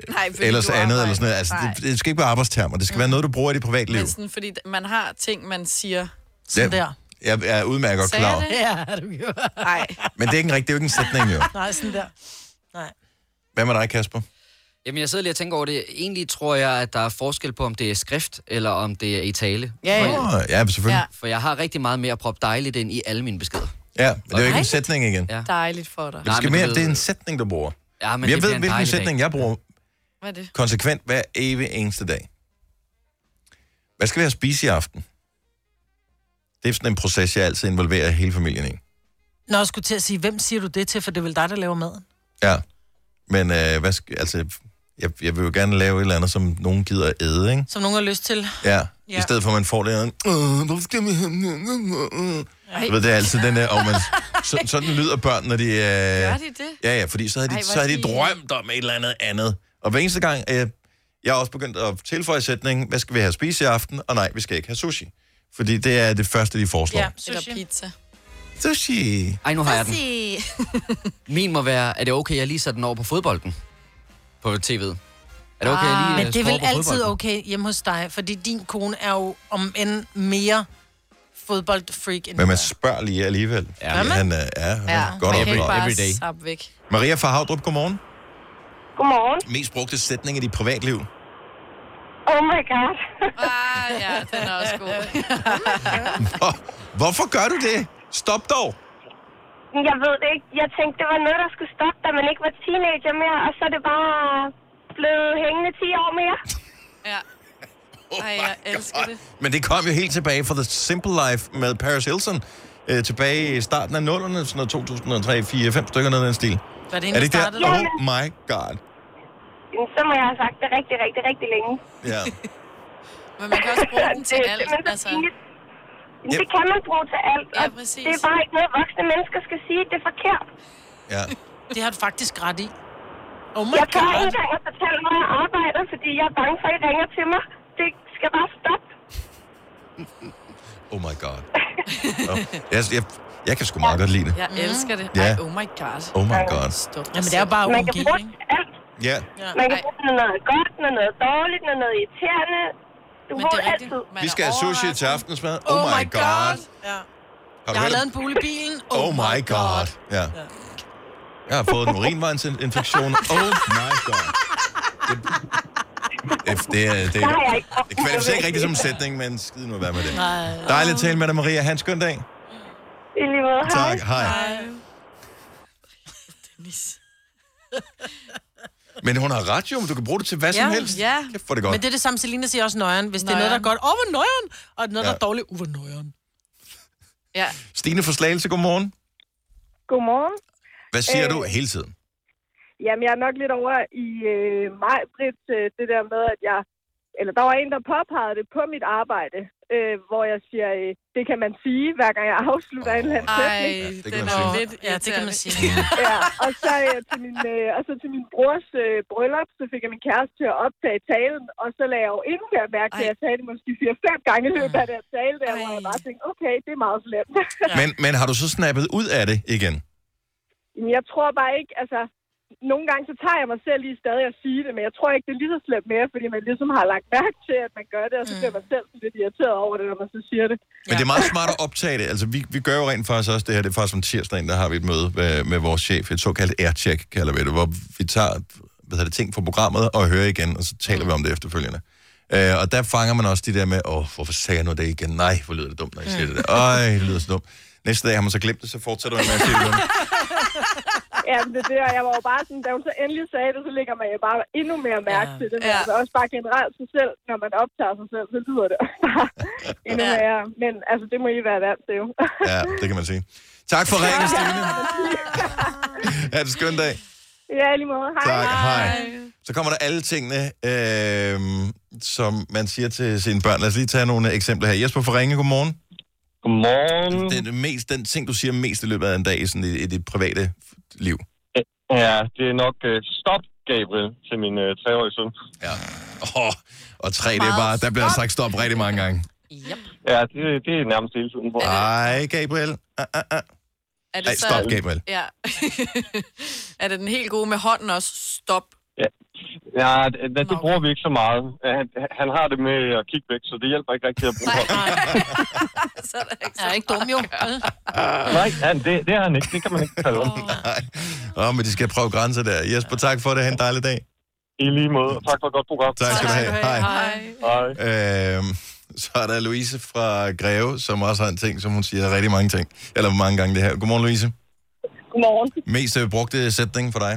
Speaker 2: Nej, fordi
Speaker 1: ellers
Speaker 2: du
Speaker 1: andet,
Speaker 2: arbejder.
Speaker 1: eller sådan noget. Altså,
Speaker 2: Nej.
Speaker 1: det, det skal ikke være arbejdstermer. Det skal være noget, du bruger i dit privatliv.
Speaker 2: Men sådan, fordi man har ting, man siger.
Speaker 3: Sådan
Speaker 1: Ja.
Speaker 3: der.
Speaker 1: Jeg, jeg er udmærket godt
Speaker 2: Sagde
Speaker 1: klar.
Speaker 2: jeg
Speaker 1: over.
Speaker 2: det?
Speaker 3: Ja, du gjorde.
Speaker 2: Nej.
Speaker 1: Men det er ikke en rigtig, det er jo ikke en sætning, jo.
Speaker 3: Nej, sådan der. Nej.
Speaker 1: Hvad med dig, Kasper?
Speaker 4: Jamen, jeg sidder lige og tænker over det. Egentlig tror jeg, at der er forskel på, om det er skrift, eller om det er i tale.
Speaker 2: Ja, ja.
Speaker 1: Oh, ja, selvfølgelig.
Speaker 4: For jeg har rigtig meget med at proppe dejligt ind i alle mine beskeder.
Speaker 1: Ja, men det er jo ikke en
Speaker 3: Dejligt.
Speaker 1: sætning igen.
Speaker 4: Ja.
Speaker 2: Dejligt for dig.
Speaker 1: Det, skal
Speaker 4: men du
Speaker 1: mere,
Speaker 4: ved-
Speaker 1: det er en sætning, du bruger.
Speaker 4: Ja, men
Speaker 1: jeg
Speaker 4: det
Speaker 1: ved,
Speaker 4: bliver en
Speaker 1: hvilken
Speaker 4: dejlig dag.
Speaker 1: sætning jeg bruger
Speaker 2: Hvad er det?
Speaker 1: konsekvent hver evig eneste dag. Hvad skal vi have at spise i aften? Det er sådan en proces, jeg altid involverer hele familien i.
Speaker 3: Nå, jeg skulle til at sige, hvem siger du det til, for det er vel dig, der laver maden.
Speaker 1: Ja. Men øh, hvad skal, altså, jeg, jeg vil jo gerne lave et eller andet, som nogen gider at æde, ikke?
Speaker 3: Som nogen har lyst til.
Speaker 1: Ja.
Speaker 3: Ja.
Speaker 1: I stedet for, at man får det her, "Øh, hvorfor skal vi have den her?" Du ved, det er altid den der, og man, så, sådan lyder børn, når de... Øh,
Speaker 2: Gør de det?
Speaker 1: Ja, ja, fordi så havde de,
Speaker 2: Ej, hvor
Speaker 1: så havde de
Speaker 2: fint.
Speaker 1: drømt om et eller andet andet. Og hver eneste gang, øh, jeg har også begyndt at tilføje sætningen, hvad skal vi have at spise i aften? Og nej, vi skal ikke have sushi. Fordi det er det første, de foreslår.
Speaker 3: Ja,
Speaker 1: Ja.
Speaker 2: Eller
Speaker 3: sushi.
Speaker 2: pizza.
Speaker 1: Sushi!
Speaker 4: Ej, nu har jeg den. Min må være, er det okay, jeg lige sætter den over på fodbolden? På tv'et. Er det okay, jeg
Speaker 3: Ah.
Speaker 4: lige
Speaker 3: Men
Speaker 4: øh,
Speaker 3: det er
Speaker 4: skruer
Speaker 3: vel
Speaker 4: på
Speaker 3: altid
Speaker 4: fodbolden?
Speaker 3: okay hjemme hos dig, fordi din kone er jo om end mere fodboldfreak end
Speaker 1: Men
Speaker 3: du
Speaker 1: man
Speaker 3: er.
Speaker 1: spørger lige alligevel.
Speaker 4: Ja.
Speaker 1: Fordi han øh, er, han er ja. godt
Speaker 2: man
Speaker 1: op.
Speaker 2: kan ikke
Speaker 1: Okay.
Speaker 2: bare
Speaker 4: Every day.
Speaker 2: sappe væk.
Speaker 1: Maria fra Havdrup, godmorgen.
Speaker 8: Godmorgen.
Speaker 1: Mest brugte sætning i dit privatliv.
Speaker 8: Oh my god.
Speaker 2: Ah, ja, den er også god.
Speaker 1: Hvor, hvorfor gør du det? Stop dog!
Speaker 8: Jeg ved det ikke. Jeg tænkte, det var noget, der skulle stoppe, da man ikke var teenager mere, og så er det bare blevet hængende 10 år mere.
Speaker 2: Ja. Ej, jeg elsker det.
Speaker 1: Men det kom jo helt tilbage fra The Simple Life med Paris Hilton. Øh, tilbage i starten af 0'erne, sådan noget 2003, 4, 5 stykker noget af den stil.
Speaker 3: Var det
Speaker 1: Er
Speaker 3: en,
Speaker 1: det
Speaker 3: der
Speaker 1: ikke
Speaker 3: startede?
Speaker 1: der?
Speaker 8: Ja,
Speaker 1: Oh
Speaker 8: ja.
Speaker 1: my god.
Speaker 8: Jamen, Så må jeg have sagt det rigtig, rigtig, rigtig længe.
Speaker 1: Ja.
Speaker 2: Men man kan også bruge den til
Speaker 8: det,
Speaker 2: alt.
Speaker 8: Men så
Speaker 2: Altså,
Speaker 8: pinligt. Jamen,
Speaker 1: Yep.
Speaker 8: Det kan man bruge til alt.
Speaker 2: Ja,
Speaker 8: og
Speaker 2: præcis.
Speaker 8: Det er bare ikke noget, voksne mennesker skal sige. Det er forkert.
Speaker 1: ja.
Speaker 3: Det har du faktisk ret i. Oh my
Speaker 8: Jeg tør ikke
Speaker 3: god.
Speaker 8: engang at fortælle, hvor jeg arbejder, fordi jeg er bange for, at I ringer til mig. Det skal bare stoppe.
Speaker 1: Oh my god. Oh. Jeg, jeg, jeg kan sgu meget godt lide det.
Speaker 2: jeg elsker det.
Speaker 1: Ja.
Speaker 2: Ej, oh my god.
Speaker 1: Oh my god.
Speaker 2: Stop.
Speaker 3: Mm.
Speaker 2: dig
Speaker 3: Jamen, det er jo bare
Speaker 8: Man
Speaker 3: OMG,
Speaker 8: kan bruge det
Speaker 3: ikke?
Speaker 8: til alt.
Speaker 1: Ja.
Speaker 3: Ja.
Speaker 8: Man kan
Speaker 2: Ej.
Speaker 8: bruge det til noget godt, noget, noget dårligt, noget, noget irriterende. Du
Speaker 2: Men
Speaker 8: bruger
Speaker 2: det
Speaker 8: det
Speaker 2: er rigtigt.
Speaker 8: altid.
Speaker 2: Man
Speaker 1: Vi
Speaker 2: er
Speaker 1: skal have sushi til
Speaker 2: overrasket.
Speaker 1: aftensmad. Oh my god.
Speaker 3: Ja.
Speaker 1: Har du
Speaker 3: Jeg har
Speaker 1: hørt
Speaker 3: lavet
Speaker 1: om-
Speaker 3: en bule i bilen.
Speaker 1: Oh my god. Ja. Jeg har fået en urinvejsinfektion. Oh my god. Det, det, det, er- det,
Speaker 8: Der har
Speaker 1: er-
Speaker 8: jeg ikke.
Speaker 1: det kvalificerer ikke rigtig som en sætning, men skid nu være med det. Dejligt at tale med dig, Maria. Ha' en skøn dag.
Speaker 8: I lige måde. Hej.
Speaker 1: Tak. Hej. Men hun har ret jo, men du kan bruge det til hvad som
Speaker 3: Ja,
Speaker 1: helst.
Speaker 2: ja.
Speaker 1: Kæft, hvor er det godt.
Speaker 3: Men det er det samme, Selina siger også nøjeren. Hvis det er
Speaker 2: Nøjeren.
Speaker 3: noget, der er godt, åh, hvor nøjeren, og noget, der er
Speaker 1: Ja.
Speaker 3: dårligt, uh, hvor nøjeren.
Speaker 2: Ja,
Speaker 1: Stine fra Slagelse, godmorgen.
Speaker 8: Godmorgen.
Speaker 1: Hvad siger
Speaker 8: Øh.
Speaker 1: du hele tiden?
Speaker 8: Jamen, jeg er nok lidt over i øh, mig, Britt, øh, det der med, at jeg... Eller der var en, der påpegede det på mit arbejde, øh, hvor jeg siger, øh, det kan man sige, hver gang jeg afslutter en eller anden
Speaker 2: ej,
Speaker 8: sætning.
Speaker 1: Ja, det kan
Speaker 2: den
Speaker 1: man
Speaker 2: er
Speaker 1: sige.
Speaker 2: lidt
Speaker 3: ja, det kan man
Speaker 2: irriterende.
Speaker 3: sige.
Speaker 8: Ja, og så, øh, til min, øh, og så til min brors øh, bryllup, så fik jeg min kæreste til at optage talen, og så lagde jeg jo endnu mere mærke til,
Speaker 3: Ej.
Speaker 8: at jeg sagde det måske 4-5 gange i løbet af den tale, der
Speaker 3: Ej.
Speaker 8: hvor jeg bare tænkte, okay, det er meget slemt.
Speaker 1: Men, men har du så snappet ud af det igen?
Speaker 8: Jamen, jeg tror bare ikke, altså... Nogle gange så tager jeg mig selv lige stadig at sige det, men jeg tror ikke, det er lige så slemt mere, fordi man ligesom har lagt mærke til, at man gør det, og så bliver man selv sådan lidt irriteret over det, når man så siger det.
Speaker 1: Men det er meget smart at optage det. Altså, vi, vi gør jo rent faktisk også det her. Det er faktisk om tirsdagen, der har vi et møde med, med vores chef. Et såkaldt aircheck, kalder vi det, hvor vi tager hvad hedder det, ting fra programmet og hører igen, og så taler mm. vi om det efterfølgende. Øh, og der fanger man også de der med, åh, hvorfor sagde jeg nu det igen? Nej, hvor lyder det dumt, når jeg siger det der. Øj, det lyder så dumt. Næste dag har man så glemt det, så fortsætter man med at sige det dumt.
Speaker 8: Ja, men det er det, og jeg var jo bare sådan, da hun så endelig sagde det, så lægger man jo bare endnu mere mærke
Speaker 3: Ja.
Speaker 8: ja. til det. Men
Speaker 2: Ja.
Speaker 8: ja. altså også bare generelt sig selv, når man optager sig selv, så lyder det også bare endnu
Speaker 2: Ja.
Speaker 8: mere. Men altså, det må I være vant til jo.
Speaker 1: Ja, det kan man sige. Tak for ringen, Stine. Ha' en skøn dag.
Speaker 8: ja, i lige måde. Hej.
Speaker 1: Tak, hej. Så kommer der alle tingene, øh, som man siger til sine børn. Lad os lige tage nogle eksempler her. Jesper fra Ringe, godmorgen.
Speaker 9: Godmorgen.
Speaker 1: Det er det mest, den ting, du siger mest i løbet af en dag i, sådan, i, i dit private liv.
Speaker 9: Ja, det er nok uh, stop, Gabriel, til min uh, treårige søn.
Speaker 1: Ja. Oh, og tre, det er bare, der bliver sagt stop rigtig mange gange.
Speaker 2: Yep.
Speaker 9: Ja, det, det er nærmest hele tiden på.
Speaker 1: Ej, Gabriel. Ah, ah, ah.
Speaker 2: Er det
Speaker 1: Ej,
Speaker 2: så...
Speaker 1: stop, Gabriel.
Speaker 2: Ja. er det den helt gode med hånden også? Stop.
Speaker 9: Ja, det, det, det bruger vi ikke så meget. Ja, Han, han har det med at kigge væk, så det hjælper ikke rigtig at bruge hånden.
Speaker 2: Så er der ikke
Speaker 3: Jeg er
Speaker 2: så...
Speaker 3: ikke dum, jo.
Speaker 9: Nej, ja, det, det er han ikke. Det kan man ikke kalde om.
Speaker 1: Nej. Åh, men de skal prøve grænser der. Jesper, tak for det. Ha' en dejlig dag.
Speaker 9: I lige måde. Tak for et godt program.
Speaker 1: Tak skal du have. Hej.
Speaker 2: Hej.
Speaker 9: Hej.
Speaker 1: Øhm, så er der Louise fra Greve, som også har en ting, som hun siger rigtig mange ting. Eller mange gange det her. Godmorgen, Louise.
Speaker 8: Godmorgen.
Speaker 1: Mest øh, brugte sætning for dig?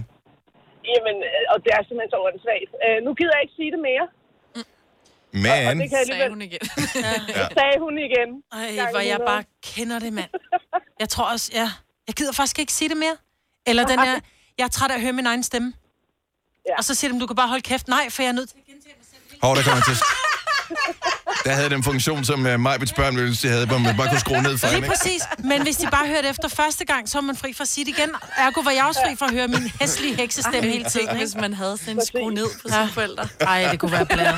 Speaker 8: Jamen, øh, og det er simpelthen så åndssvagt. Øh, nu gider jeg ikke sige det mere,
Speaker 1: Men,
Speaker 8: kan
Speaker 2: Sagde hun igen.
Speaker 8: sagde hun igen.
Speaker 3: Ej, hvor jeg bare kender det, mand. Jeg tror også, ja. Jeg gider faktisk ikke sige det mere. Eller den her, jeg er træt af at høre min egen stemme. Ja. Og så siger de, du kan bare holde kæft. Nej, for jeg er nødt til at gentage mig selv.
Speaker 1: Hov, der kommer til. Der havde den funktion, som uh, Majbets børn ville ønske, de havde, hvor man bare kunne skrue ned for hende.
Speaker 3: Lige præcis. Men hvis de bare hørte efter første gang, så er man fri for at sige det igen. Ergo var jeg også fri for at høre min hæslige heksestemme hele tiden.
Speaker 2: Hvis man havde sådan en skrue ned på sine forældre.
Speaker 3: Nej, det kunne være blæret.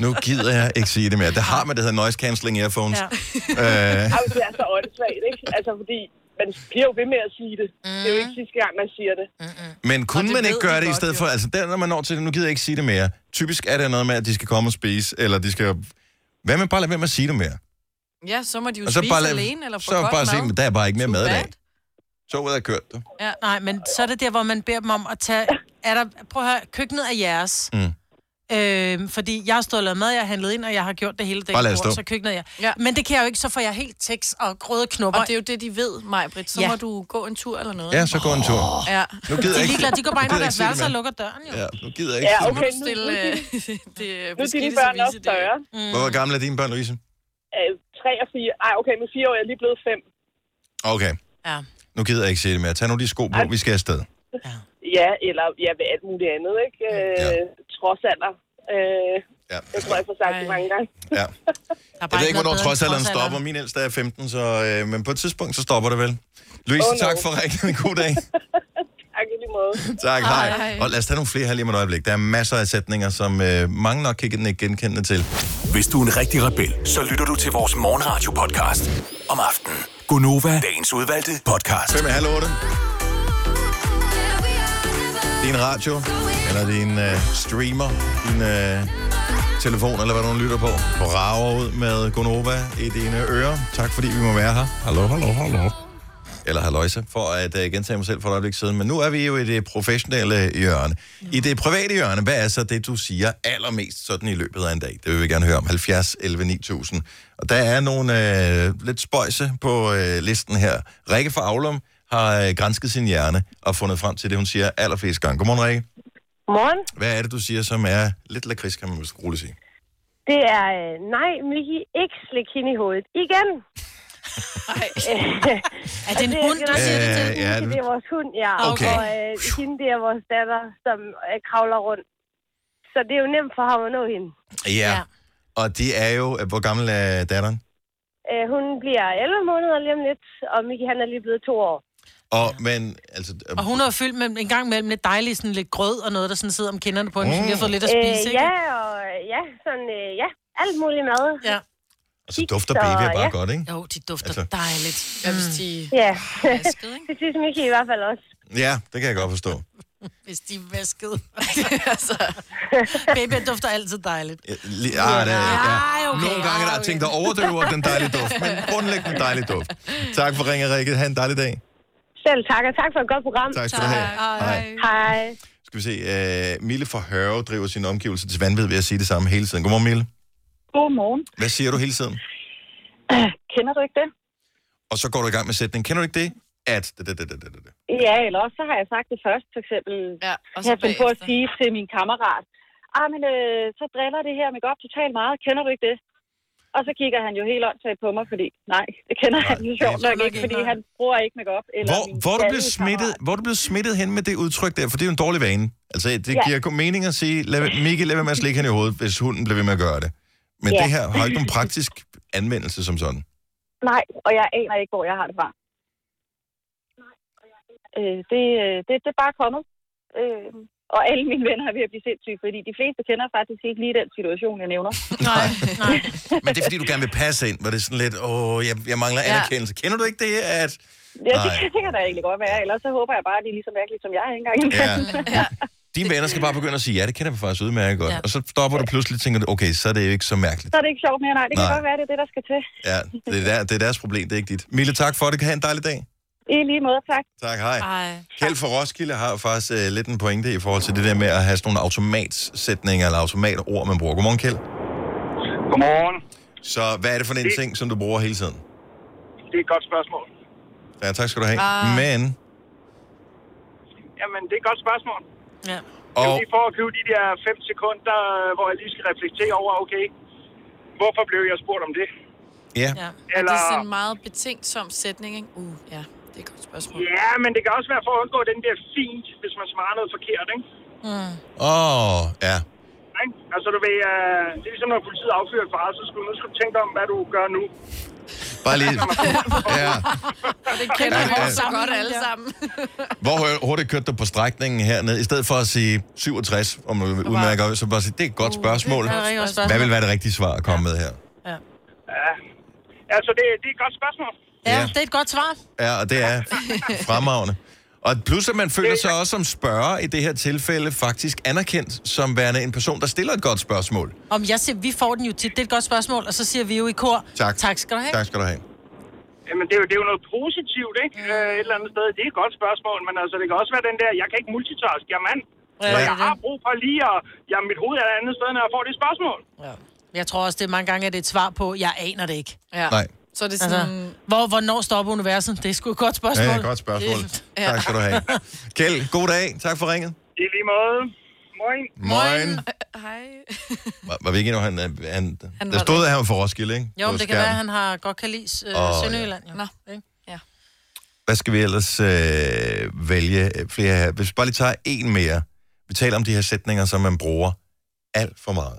Speaker 1: Nu gider jeg ikke sige det mere. Der har man det, der hedder noise cancelling earphones. Ja. Øh,
Speaker 8: Ej, men det er så åndssvagt, ikke? Altså, fordi man bliver jo ved med at sige det. Mm. Det er jo ikke sidste gang, man siger det. Mm-mm.
Speaker 1: men kunne
Speaker 8: det
Speaker 1: man
Speaker 8: ved
Speaker 1: ikke gøre
Speaker 8: de
Speaker 1: det i
Speaker 8: godt,
Speaker 1: stedet
Speaker 8: jo.
Speaker 1: for, altså der, når man når til det, nu gider jeg ikke sige det mere. Typisk er det noget med, at de skal komme og spise, eller de skal... Hvad med bare at lade være med at sige det mere?
Speaker 2: Ja, så må de jo
Speaker 1: Og
Speaker 2: så
Speaker 1: så
Speaker 2: spise
Speaker 1: bare lad-
Speaker 2: alene, eller få
Speaker 1: så
Speaker 2: godt
Speaker 1: bare
Speaker 2: mad.
Speaker 1: sige, "Men der er bare ikke mere mad i dag." Toget er kørt. du.
Speaker 3: Ja. Nej, men så er det der, hvor man beder dem om at tage... Er der, prøv at høre, køkkenet er jeres.
Speaker 1: Mm.
Speaker 3: Øhm, fordi jeg har stået og lavet mad, jeg har handlet ind, og jeg har gjort det hele dagen.
Speaker 1: Bare lad det
Speaker 3: hvor
Speaker 1: stå.
Speaker 3: Så køkkenet er jeg. Ja. Men det kan jeg jo ikke, så får jeg helt tekst og grøde knopper.
Speaker 2: Og det er jo det, de ved, Majbrit. Så
Speaker 3: Ja.
Speaker 2: må du gå en tur eller noget.
Speaker 1: Ja, så gå en tur.
Speaker 2: Ja.
Speaker 1: Nu gider
Speaker 3: de
Speaker 1: jeg
Speaker 3: er
Speaker 1: ikke-
Speaker 3: ligeglade, de går bare
Speaker 1: nu
Speaker 3: ind på
Speaker 1: gider jeg ikke
Speaker 3: deres
Speaker 1: se det
Speaker 3: værelse og
Speaker 1: mere.
Speaker 3: lukker døren. Jo.
Speaker 1: Ja, nu gider jeg ikke sige det
Speaker 2: Så
Speaker 1: mere.
Speaker 2: må du stille øh, det
Speaker 8: Nu er
Speaker 2: beskidte
Speaker 8: dine børn
Speaker 2: service
Speaker 8: også
Speaker 2: i dag.
Speaker 8: større.
Speaker 2: Mm.
Speaker 1: Hvor var gamle er dine børn, Louise?
Speaker 8: Øh, tre og fire. Ej, okay, med fire år er jeg lige blevet fem.
Speaker 1: Okay,
Speaker 3: Ja.
Speaker 1: nu gider jeg ikke sige det mere. Tag nu de sko på, vi skal afsted.
Speaker 8: Ja, eller ja, ved alt muligt andet, ikke? Øh, ja. Trods alder. Øh,
Speaker 1: ja.
Speaker 8: Det tror jeg, jeg får sagt det mange gange.
Speaker 1: Ja. Jeg ved ikke, hvornår
Speaker 8: trods
Speaker 1: trodsalderen stopper. Min ældste er 15, så, øh, men på et tidspunkt, så stopper det vel. Louise,
Speaker 8: Åh, no.
Speaker 1: oh, no. tak for ringen. God dag.
Speaker 8: Tak i lige måde.
Speaker 1: tak, hej. hej. Og lad os tage nogle flere her lige om et øjeblik. Der er masser af sætninger, som øh, mange nok kan gen- genkende til.
Speaker 5: Hvis du er en rigtig rebel, så lytter du til vores morgenradio-podcast om aftenen. Gunova, dagens udvalgte podcast.
Speaker 1: 5 halv 8. Din radio, eller din øh, streamer, din øh, telefon, eller hvad du nu lytter på. På rager ud med Gonova i dine ører. Tak fordi vi må være her. Hallo, hallo, hallo. Eller halløjse, for at øh, gentage mig selv for et øjeblik siden. Men nu er vi jo i det professionelle hjørne. I det private hjørne, hvad er så det, du siger allermest sådan i løbet af en dag? Det vil vi gerne høre om. 70, 11, 9000. Og der er nogle øh, lidt spøjse på øh, listen her. Rikke fra Aulum har øh, grænsket sin hjerne og fundet frem til det, hun siger allerflest gange. Godmorgen, Rikke.
Speaker 10: Morgen.
Speaker 1: Hvad er det, du siger, som er lidt lakrids, kan man måske roligt sige?
Speaker 10: Det er, øh, nej, Miki, ikke slik hende i hovedet. Igen.
Speaker 3: er det en hund,
Speaker 10: du
Speaker 1: siger det til?
Speaker 10: Ja,
Speaker 1: Ja, det-
Speaker 10: det er vores hund, ja.
Speaker 1: Okay.
Speaker 10: Og øh, hende, det er vores datter, som øh, kravler rundt. Så det er jo nemt for ham at nå hende.
Speaker 1: Ja. ja. Og det er jo... Hvor gammel er datteren?
Speaker 10: Øh, hun bliver 11 måneder lige om lidt, og Miki, han er lige blevet to år.
Speaker 1: Og, men, altså, øh,
Speaker 3: Og hun har jo fyldt med, en gang mellem lidt dejligt sådan lidt grød og noget, der sådan sidder om kinderne på hende, så hun lige har fået lidt at spise,
Speaker 10: øh,
Speaker 1: Mm.
Speaker 3: ikke?
Speaker 10: Ja, og øh, ja, sådan, øh, ja, alt muligt mad.
Speaker 3: Ja.
Speaker 1: Og så dufter babyer bare godt, ikke?
Speaker 3: Jo, de dufter
Speaker 1: Altså.
Speaker 3: altså. dejligt.
Speaker 2: Ja, hvis de...
Speaker 10: Ja, det synes Miki i hvert fald også.
Speaker 1: Ja, det kan jeg godt forstå.
Speaker 3: Hvis de er vasket. altså, babyer dufter altid dejligt.
Speaker 1: Ja, li- ah, det, ja.
Speaker 3: Ej, okay,
Speaker 1: Nogle gange er der ting, der overdøver den dejlige duft, men grundlæggende dejlig duft. Tak for ringet, Rikke. Ha' en dejlig dag.
Speaker 10: Selv tak, og tak for et godt program.
Speaker 1: Tak skal du have. Tak. Hej.
Speaker 10: Hej.
Speaker 1: Skal vi se. Uh, Mille fra Hørve driver sin omgivelse til vanvid ved at sige det samme hele tiden. Godmorgen, Mille.
Speaker 11: Godmorgen.
Speaker 1: Hvad siger du hele tiden?
Speaker 11: Kender du ikke det?
Speaker 1: Og så går du i gang med sætningen. Kender du ikke det? At... Da, da, da, da, da, da.
Speaker 11: Ja, eller også så har jeg sagt det først, for eksempel. Ja,
Speaker 2: og
Speaker 11: så jeg fandt på at sige til min kammerat, ah, men øh, så driller det her med godt totalt meget. Kender du ikke det? Og så kigger han jo helt åndssvagt på mig, fordi nej, det kender nej, han jo sjovt nok ikke, fordi han bruger ikke makeup eller
Speaker 1: Hvor,
Speaker 11: min
Speaker 1: hvor, er du blev
Speaker 11: skaldet-
Speaker 1: smittet, hvor er du blev smittet hen med det udtryk der? For det er jo en dårlig vane. Altså, det
Speaker 11: Ja.
Speaker 1: giver kun mening at sige, lad, Mikke, lad være med at slikke hende i hovedet, hvis hunden bliver ved med at gøre det. Men
Speaker 11: Ja.
Speaker 1: det her har ikke nogen praktisk anvendelse som sådan.
Speaker 11: Nej, og jeg aner ikke, hvor jeg har det fra. Øh, det, øh, det, det er bare kommet. Øh, og alle mine venner er ved at blive sindssyge, fordi de fleste kender faktisk ikke lige den situation, jeg nævner.
Speaker 1: Men det er, fordi du gerne vil passe ind, hvor det er sådan lidt, åh, jeg, jeg mangler
Speaker 11: Ja.
Speaker 1: anerkendelse. Kender du ikke det, at...
Speaker 11: Ja, det,
Speaker 1: Nej.
Speaker 11: kan- det kan da egentlig godt være. Ellers så håber jeg bare, at de er lige så mærkelige, som jeg er engang.
Speaker 1: Ja. Dine venner skal bare begynde at sige, ja, det kender vi faktisk udmærket godt.
Speaker 11: Ja.
Speaker 1: Ja. Og så stopper du pludselig og tænker, du, okay, så er det jo ikke så mærkeligt.
Speaker 11: Så er det ikke sjovt mere. Nej, det kan
Speaker 1: Nej.
Speaker 11: godt være, det er det, der skal til.
Speaker 1: Ja, det er, der, det er deres problem, det er ikke dit. Mille, tak for det. Ha' en dejlig dag.
Speaker 11: I lige måde, tak.
Speaker 1: Tak, hej. Kjeld fra Roskilde har faktisk øh, lidt en pointe i forhold til det der med at have sådan nogle automatsætninger eller automatord, man bruger. Godmorgen, Kjeld.
Speaker 12: Godmorgen.
Speaker 1: Så hvad er det for en ting, som du bruger hele tiden?
Speaker 12: Det er et godt spørgsmål.
Speaker 1: Ja, tak skal du have.
Speaker 12: Ah.
Speaker 1: Men,
Speaker 12: Jamen, det er et godt spørgsmål.
Speaker 3: Ja.
Speaker 12: Og...
Speaker 1: Og-
Speaker 12: Lige for at købe de der 5 sekunder, øh, hvor jeg lige skal reflektere over, okay, hvorfor blev jeg spurgt om det?
Speaker 1: ja.
Speaker 2: ja. Og
Speaker 12: Eller-
Speaker 2: det er sådan en meget betænksom sætning, ikke? Uh, ja, det er et godt spørgsmål.
Speaker 12: Ja, men det kan også være for at undgå den der fint, hvis man svarer noget forkert, ikke?
Speaker 3: Mm.
Speaker 1: Åh, oh, ja.
Speaker 12: Ikke? Altså, du ved, øh, det er ligesom, når politiet affyrer et far, så skulle du nu skal du tænke dig om, hvad du gør nu. Altså,
Speaker 1: Bare lige... Ja.
Speaker 2: Og det kender
Speaker 1: Ja,
Speaker 2: vi
Speaker 1: ja.
Speaker 2: ja, så godt alle sammen.
Speaker 1: Hvor hu- hurtigt kørte du på strækningen hernede? I stedet for at sige 67, om du udmærker, så bare sige, det er et godt spørgsmål.
Speaker 12: det er et rigtig godt spørgsmål.
Speaker 1: Hvad vil være det rigtige svar at komme med her?
Speaker 12: Ja. Altså, det, det er et godt spørgsmål.
Speaker 3: Ja, det er et godt svar.
Speaker 1: Ja, og det er fremragende. Og plus, at man føler sig også som spørger i det her tilfælde faktisk anerkendt som værende en person, der stiller et godt spørgsmål.
Speaker 3: Om jeg siger, vi får den jo tit, det er et godt spørgsmål, og så siger vi jo i kor,
Speaker 1: Tak.
Speaker 3: tak skal du have.
Speaker 1: Tak skal du have.
Speaker 12: Jamen, det er, jo, det er jo noget positivt, ikke? Øh, Et eller andet sted. Det er et godt spørgsmål, men altså, det kan også være den der, jeg kan ikke multitask, jeg er mand.
Speaker 3: Ja,
Speaker 12: så
Speaker 3: det er
Speaker 12: jeg
Speaker 3: det.
Speaker 12: har brug for lige at... Jamen, mit hoved er et andet sted, når jeg får det spørgsmål.
Speaker 3: Jeg tror også, det er mange gange, at det er et svar på, jeg aner det ikke.
Speaker 2: Ja.
Speaker 1: Nej.
Speaker 2: Så er det
Speaker 3: Altså, hvor, hvornår stopper universet? Det er sgu et godt spørgsmål.
Speaker 1: Ja, godt spørgsmål.
Speaker 3: Ja.
Speaker 1: Tak skal du have. Kjeld, god dag. Tak for ringet.
Speaker 12: I lige måde. Moin.
Speaker 1: Moin.
Speaker 2: Hej.
Speaker 1: Var, var vi ikke endnu, han, øh, han, han
Speaker 3: Han
Speaker 1: der
Speaker 3: var
Speaker 1: stod,
Speaker 3: der.
Speaker 1: at han var for Roskilde, ikke?
Speaker 3: Jo,
Speaker 1: På
Speaker 3: men det kan
Speaker 1: skærmen.
Speaker 3: være, at han har godt kan lide øh,
Speaker 1: Åh,
Speaker 3: oh,
Speaker 1: ja.
Speaker 3: Sønderjylland. Jo. Nå. Ja.
Speaker 1: Hvad skal vi ellers øh, vælge øh, flere her? Hvis vi bare lige tager en mere. Vi taler om de her sætninger, som man bruger alt for meget.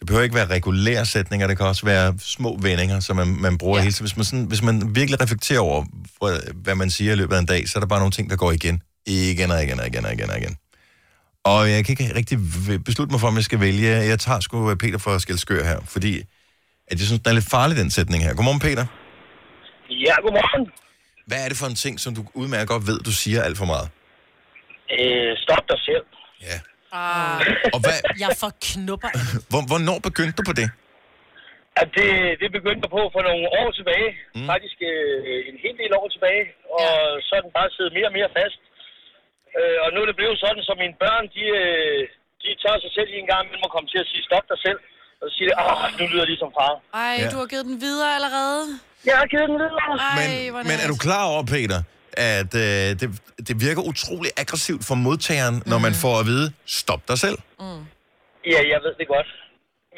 Speaker 1: Det behøver ikke være regulære sætninger, det kan også være små vendinger, som man, man bruger ja. hele tiden. Hvis man, sådan, hvis man virkelig reflekterer over, hvor- hvad man siger i løbet af en dag, så er der bare nogle ting, der går igen. Igen og igen og igen og igen og igen. Og jeg kan ikke rigtig v- beslutte mig for, om jeg skal vælge. Jeg tager sgu øh, Peter for Skælskør her, fordi at jeg synes, den er lidt farlig, den sætning her. Godmorgen, Peter.
Speaker 13: Ja, godmorgen.
Speaker 1: Hvad er det for en ting, som du udmærket godt ved, du siger alt for meget?
Speaker 13: Øh, stop dig selv.
Speaker 3: Ah.
Speaker 1: Og hvad-
Speaker 3: Jeg får knupper.
Speaker 1: Hvor, hvornår begyndte du på det?
Speaker 13: At det, det begyndte jeg på for nogle år tilbage. Mm. Faktisk øh, en hel del år tilbage. Og ja. så er den bare siddet mere og mere fast. Øh, og nu er det blevet sådan, så mine børn, de, øh, de tager sig selv i en gang, men må komme til at sige stop dig selv. Og så siger de, ah, nu lyder de som far.
Speaker 2: Ej,
Speaker 1: Ja.
Speaker 2: ja. du har givet den videre allerede.
Speaker 13: Jeg har givet den videre.
Speaker 2: Ej, hvor
Speaker 1: Men er du klar over, Peter, at øh, det, det virker utrolig aggressivt for modtageren, mm.
Speaker 2: Mhm.
Speaker 1: når man får at vide, stop dig selv?
Speaker 3: Mm.
Speaker 13: Ja, jeg ved det godt.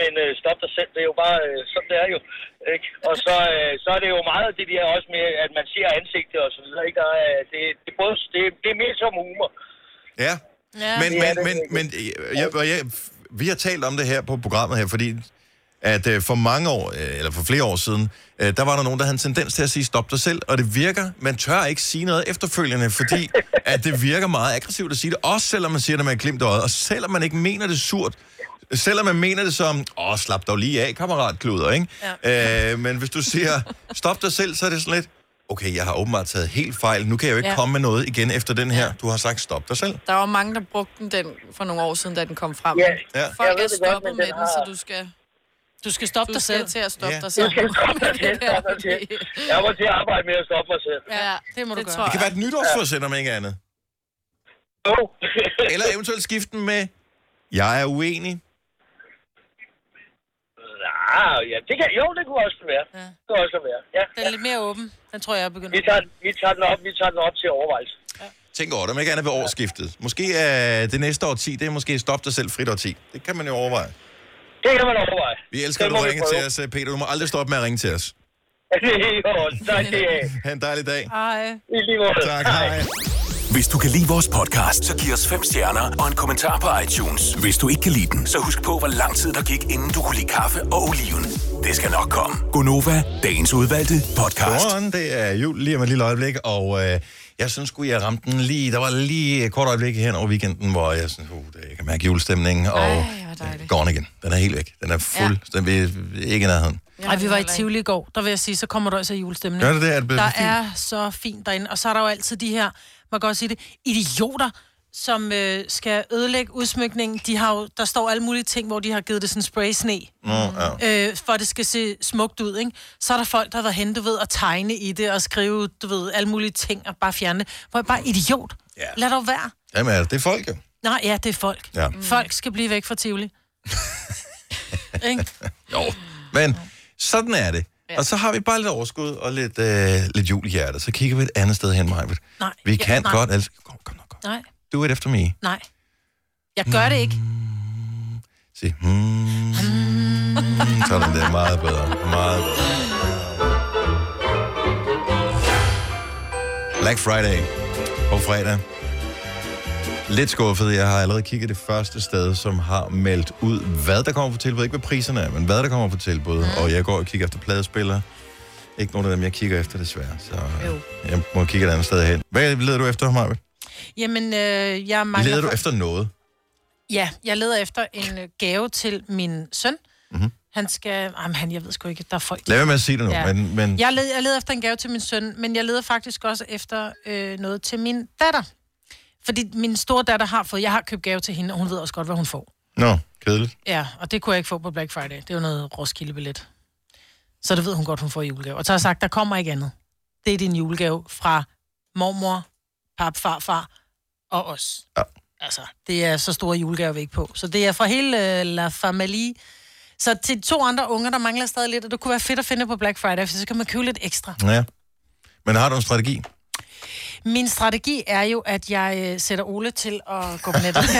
Speaker 13: Men øh, stop dig selv, det er jo bare, øh, sådan det er jo. Ikke? Og så, øh, så er det jo meget det der også med, at man ser ansigtet og så videre. Ikke? Der, er, det, det, er både, det, det er mere som humor.
Speaker 1: Ja.
Speaker 13: Ja.
Speaker 1: Men,
Speaker 13: Ja,
Speaker 1: men,
Speaker 13: det-
Speaker 1: men, men øh, jeg, og jeg, vi har talt om det her på programmet her, fordi at øh, for mange år, øh, eller for flere år siden, øh, der var der nogen, der havde en tendens til at sige stop dig selv, og det virker, man tør ikke sige noget efterfølgende, fordi at det virker meget aggressivt at sige det, også selvom man siger det med et glimt i øjet, og selvom man ikke mener det surt, selvom man mener det som, åh, slap dog lige af, kammerat kluder, ikke? Ja. Øh, men hvis du siger stop dig selv, så er det sådan lidt, okay, jeg har åbenbart taget helt fejl, nu kan jeg jo ikke ja.
Speaker 2: Ja.
Speaker 1: komme med noget igen efter den her, du har sagt stop dig selv.
Speaker 2: Der var mange, der brugte den, den for nogle år siden, da den kom frem.
Speaker 1: Ja, ja. Jeg
Speaker 2: Folk
Speaker 1: ved
Speaker 2: er
Speaker 1: det
Speaker 2: stoppet
Speaker 1: godt, men
Speaker 2: med
Speaker 1: den
Speaker 2: den, så
Speaker 1: har-
Speaker 2: du skal...
Speaker 3: Du skal stoppe
Speaker 2: dig selv. Du skal til at stoppe
Speaker 1: Ja.
Speaker 2: dig selv.
Speaker 1: Du skal
Speaker 13: stoppe dig selv, stoppe dig selv. Jeg må til at arbejde med at stoppe mig selv.
Speaker 2: Ja, det må du gøre.
Speaker 1: Det kan være et nytårsforsæt, om ikke andet.
Speaker 13: Jo.
Speaker 1: Eller eventuelt skifte den med, jeg er uenig.
Speaker 13: Ah, ja, det kan, jo, det kunne også være. Ja. Det kunne også være, ja.
Speaker 3: Den er lidt mere åben. Den tror jeg, jeg begynder.
Speaker 13: Vi tager, vi tager den op, vi tager den op til overvejelse.
Speaker 1: Tænk over det, om ikke andet ved årsskiftet. Måske er det næste årti, det er måske stop dig selv frit årti. Det kan man jo overveje.
Speaker 13: Det kan man overveje.
Speaker 1: Vi elsker, at
Speaker 13: Det
Speaker 1: du
Speaker 13: må vi
Speaker 1: ringer
Speaker 13: prøve.
Speaker 1: til os, eh, Peter. Du må aldrig stoppe med at ringe til os.
Speaker 13: jo, tak det er.
Speaker 1: Ha' en dejlig dag.
Speaker 3: Hej.
Speaker 13: I lige måde.
Speaker 1: Tak, hej.
Speaker 5: Hvis du kan lide vores podcast, så giv os fem stjerner og en kommentar på iTunes. Hvis du ikke kan lide den, så husk på, hvor lang tid der gik, inden du kunne lide kaffe og oliven. Det skal nok komme.
Speaker 1: Gonova,
Speaker 5: Dagens udvalgte podcast.
Speaker 1: Godmorgen, det er jul lige om et lille øjeblik, og øh, jeg synes sgu, jeg ramte den lige. Der var lige et kort øjeblik hen over weekenden, hvor jeg sådan, uh, det, jeg kan mærke julestemningen, og øh, går den igen. Den er helt væk. Den er fuld. Ja. Den er ikke i nærheden.
Speaker 3: Ej, vi var i Tivoli i går. Der vil jeg sige, så kommer der også julestemning.
Speaker 1: Gør det det? Er det blevet
Speaker 3: der
Speaker 1: fint?
Speaker 3: er så fint derinde. Og så er der jo altid de her, man kan godt sige det, idioter, som øh, skal ødelægge udsmykningen. De har jo, der står alle mulige ting, hvor de har givet det sådan spray sne.
Speaker 1: Nå, ja.
Speaker 3: øh, for at det skal se smukt ud, ikke? Så er der folk, der har været hen, du ved, at tegne i det og skrive, du ved, alle mulige ting og bare fjerne det. Hvor jeg bare, idiot,
Speaker 1: Ja.
Speaker 3: lad dog være.
Speaker 1: Jamen, altså, det er folk jo.
Speaker 3: Nej, ja, det er folk.
Speaker 1: Ja.
Speaker 3: Mm. Folk skal blive væk fra Tivoli. ikke?
Speaker 1: Jo, men sådan er det. Og så har vi bare lidt overskud og lidt, øh, lidt jul i hjertet. Så kigger vi et andet sted hen, Majbet.
Speaker 3: Nej.
Speaker 1: Vi
Speaker 3: Ja,
Speaker 1: kan
Speaker 3: nej.
Speaker 1: godt, altså,
Speaker 3: Nej,
Speaker 1: do it after me.
Speaker 3: nej. Jeg gør det
Speaker 1: Mm.
Speaker 3: ikke.
Speaker 1: Sig, hmm, hmm. Sådan der, meget bedre, meget bedre. Black Friday på fredag. lidt skuffet. Jeg har allerede kigget det første sted, som har meldt ud, hvad der kommer på tilbud. Ikke hvad priserne er, men hvad der kommer på tilbud. Mm. Og jeg går og kigger efter pladespillere. Ikke nogen af dem, jeg kigger efter, desværre. Så øh,
Speaker 3: Jo.
Speaker 1: jeg må kigge et andet sted hen. Hvad leder du efter, Maja?
Speaker 3: Jamen, øh, jeg mangler...
Speaker 1: Leder du efter noget?
Speaker 3: Ja, jeg leder efter en øh, gave til min søn.
Speaker 1: Mhm.
Speaker 3: Mm-hmm. Han skal... Jamen, han, jeg ved sgu ikke, der er folk...
Speaker 1: Lad være med at sige det nu, men- men-
Speaker 3: Jeg, leder, jeg leder efter en gave til min søn, men jeg leder faktisk også efter øh, noget til min datter. Fordi min store datter har fået... Jeg har købt gave til hende, og hun ved også godt, hvad hun får.
Speaker 1: Nå, kedeligt.
Speaker 3: Ja, og det kunne jeg ikke få på Black Friday. Det er jo noget Roskilde-billet. Så det ved hun godt, hun får i julegave. Og så har jeg sagt, der kommer ikke andet. Det er din julegave fra mormor, pap, farfar og os. Ja. Altså, det er så store julegaver, vi ikke på. Så det er fra hele øh, La Familie. Så til to andre unger, der mangler stadig lidt, og det kunne være fedt at finde på Black Friday, for så kan man købe lidt ekstra.
Speaker 1: Ja. Men har du en strategi?
Speaker 3: Min strategi er jo, at jeg øh, sætter Ole til at gå på nettet.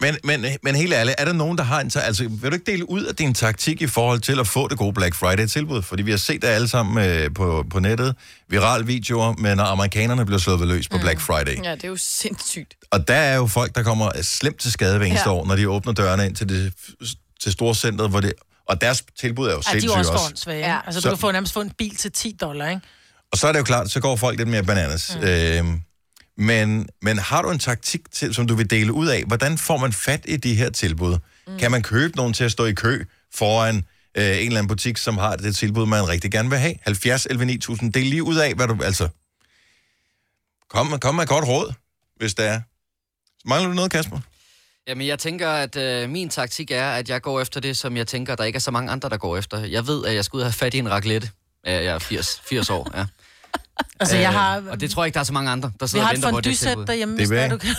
Speaker 1: Men, men, men helt ærligt, er der nogen, der har en... ta- Altså, vil du ikke dele ud af din taktik i forhold til at få det gode Black Friday-tilbud? Fordi vi har set det alle sammen øh, på, på nettet. Viral videoer, men når amerikanerne bliver slået ved løs på mm. Black Friday.
Speaker 2: Ja, det er jo sindssygt.
Speaker 1: Og der er jo folk, der kommer slemt til skade hver eneste
Speaker 2: Ja.
Speaker 1: ja. år, når de åbner dørene ind til, det, til storcentret, hvor det... Og deres tilbud er jo
Speaker 3: Ja, de er jo
Speaker 1: sindssygt
Speaker 3: også
Speaker 1: også.
Speaker 3: åndssvage. Ja. Altså, du
Speaker 1: Så-
Speaker 3: kan få, nærmest få en bil til 10 dollar, ikke?
Speaker 1: Og så er det jo klart, så går folk lidt mere bananas. Mm. Øhm, men, men har du en taktik, til, som du vil dele ud af? Hvordan får man fat i de her tilbud? Mm. Kan man købe nogen til at stå i kø foran øh, en eller anden butik, som har det tilbud, man rigtig gerne vil have? 70 11 9000, del lige ud af, hvad du... Altså, kom, kom med et godt råd, hvis der er. Mangler du noget, Kasper?
Speaker 4: Jamen, jeg tænker, at øh, min taktik er, at jeg går efter det, som jeg tænker, der ikke er så mange andre, der går efter. Jeg ved, at jeg skal ud og have fat i en raclette. Ja, jeg er 80, 80 år, ja. Øh,
Speaker 3: Altså, jeg har-
Speaker 4: Og det tror jeg ikke, der er så mange andre, der
Speaker 3: Vi
Speaker 4: sidder
Speaker 3: har
Speaker 4: og
Speaker 3: et
Speaker 4: venter på det
Speaker 3: fondue-sæt
Speaker 4: tilbud.
Speaker 3: derhjemme, hvis det er, du kan...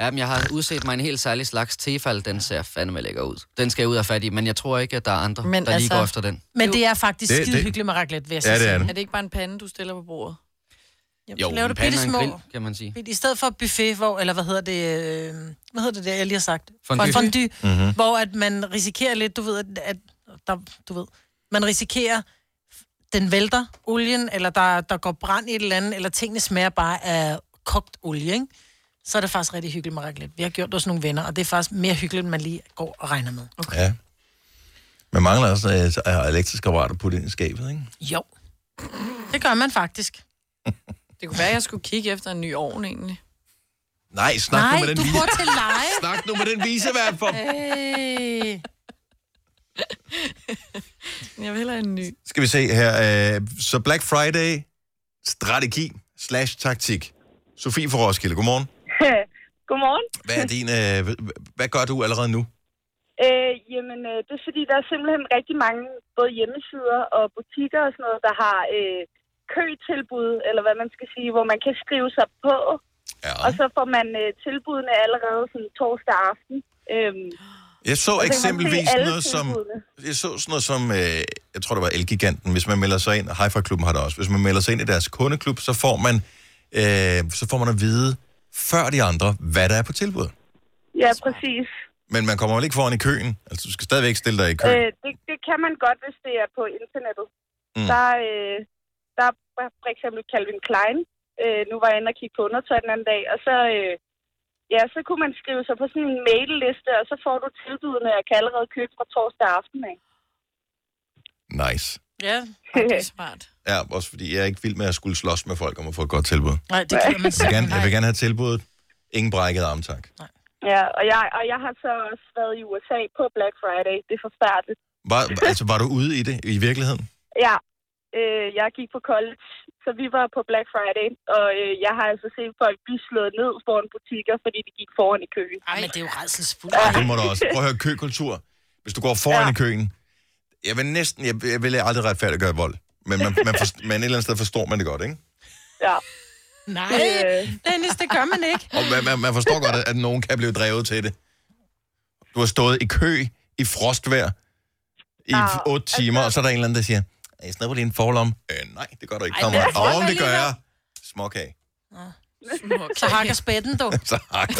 Speaker 4: Jamen, jeg har udset mig en helt særlig slags tefal. Den ser fandme lækker ud. Den skal jeg ud og have fat i, men jeg tror ikke, at der er andre, men der altså, lige går efter den.
Speaker 3: Men det er faktisk
Speaker 4: Det-
Speaker 3: det,
Speaker 4: det-
Speaker 3: skide hyggeligt med raclette, vil jeg så
Speaker 4: Ja, det er
Speaker 3: sige.
Speaker 4: det.
Speaker 2: Er det ikke bare en pande, du stiller på bordet?
Speaker 3: Jamen,
Speaker 4: Jo,
Speaker 3: så laver
Speaker 4: en
Speaker 3: du
Speaker 4: pande
Speaker 3: bitte
Speaker 4: og en
Speaker 3: små.
Speaker 4: grill, kan man sige.
Speaker 3: I stedet for buffet, hvor, eller hvad hedder det, øh, hvad hedder det der, jeg lige har sagt?
Speaker 4: Fondue.
Speaker 3: Fondue,
Speaker 4: Mhm.
Speaker 3: mm-hmm. hvor at man risikerer lidt, du ved, at, at der, du ved, man risikerer, den vælter olien, eller der, der går brand i et eller andet, eller tingene smager bare af kogt olie, ikke? så er det faktisk rigtig hyggeligt med raclette. Vi har gjort det hos nogle venner, og det er faktisk mere hyggeligt, end man lige går og regner med.
Speaker 1: Okay. Ja. Man mangler også øh, så- øh, elektriske apparater på det i skabet, ikke?
Speaker 3: Jo. Det gør man faktisk.
Speaker 2: Det kunne være, at jeg skulle kigge efter en ny ovn, egentlig.
Speaker 1: Nej, snak nu med den vise.
Speaker 3: til leje.
Speaker 1: Snak nu med den vise, hvert for...
Speaker 3: Hey.
Speaker 2: Jeg vil hellere en ny.
Speaker 1: Skal vi se her. Øh, så Black Friday, strategi slash taktik. Sofie fra Roskilde, godmorgen.
Speaker 11: Godmorgen.
Speaker 1: Hvad er din, øh, h- hvad gør du allerede nu?
Speaker 11: Øh, jamen, øh, det er fordi, der er simpelthen rigtig mange både hjemmesider og butikker og sådan noget, der har øh, køtilbud, eller hvad man skal sige, hvor man kan skrive sig på.
Speaker 1: Ja.
Speaker 11: Og så får man øh, tilbudene allerede sådan torsdag aften. Øhm,
Speaker 1: Jeg så
Speaker 11: Og så kan man se
Speaker 1: eksempelvis
Speaker 11: alle
Speaker 1: noget som,
Speaker 11: tilbudene.
Speaker 1: jeg så sådan noget som, øh, jeg tror det var Elgiganten, hvis man melder sig ind, og Hi-Fi Klubben har det også, hvis man melder sig ind i deres kundeklub, så får man, øh, så får man at vide, før de andre, hvad der er på tilbud.
Speaker 11: ja, præcis.
Speaker 1: Men man kommer vel ikke foran i køen, altså du skal stadigvæk stille dig i kø.
Speaker 11: Øh, det, det kan man godt, hvis det er på internettet.
Speaker 1: Mm.
Speaker 11: Mm. Der, øh, der er for- for eksempel Calvin Klein. Øh, nu var jeg inde og kigge på undertøj den anden dag, og så, øh, ja, så kunne man skrive sig på sådan en mailliste, og så får du tilbudene, og kan allerede købe fra torsdag aften. Ikke?
Speaker 1: Nice.
Speaker 3: Ja,
Speaker 11: det
Speaker 2: er smart.
Speaker 1: Ja, også fordi jeg er ikke vild med at skulle slås med folk om at få et godt tilbud.
Speaker 3: Nej, det gider man
Speaker 1: Jeg vil
Speaker 3: simpelthen
Speaker 1: gerne, jeg vil gerne have tilbuddet. Ingen brækket arm, tak.
Speaker 11: Ja, og jeg, og jeg har så også været i USA på Black Friday. Det er forfærdeligt.
Speaker 1: Var, altså, var du ude i det i virkeligheden?
Speaker 11: Ja, øh, jeg gik på college, så vi var på Black Friday, og øh, jeg har altså set folk blive slået ned foran butikker, fordi de gik foran i køen.
Speaker 3: Ej, men det er jo redselsfuldt.
Speaker 1: Ja. Altså, Det må du også. Prøv at høre køkultur. Hvis du går foran ja. i køen, jeg vil næsten, jeg, jeg vil aldrig retfærdiggøre vold. Men, man, man forst, men et eller andet sted forstår man det godt, ikke?
Speaker 11: Ja.
Speaker 3: Nej, Dennis, det gør man ikke.
Speaker 1: Og man, man, man forstår godt, at, at nogen kan blive drevet til det. Du har stået i kø i frostvejr i
Speaker 5: Nå,
Speaker 1: 8 timer, altså... og så er der en eller anden, der siger, jeg snapper lige en forlom. Øh, nej, det gør du ikke,
Speaker 3: Ej,
Speaker 1: kammerat.
Speaker 3: men-
Speaker 1: Åh, det gør jeg. Småkage.
Speaker 3: Så hakker spætten, du.
Speaker 1: Så hakker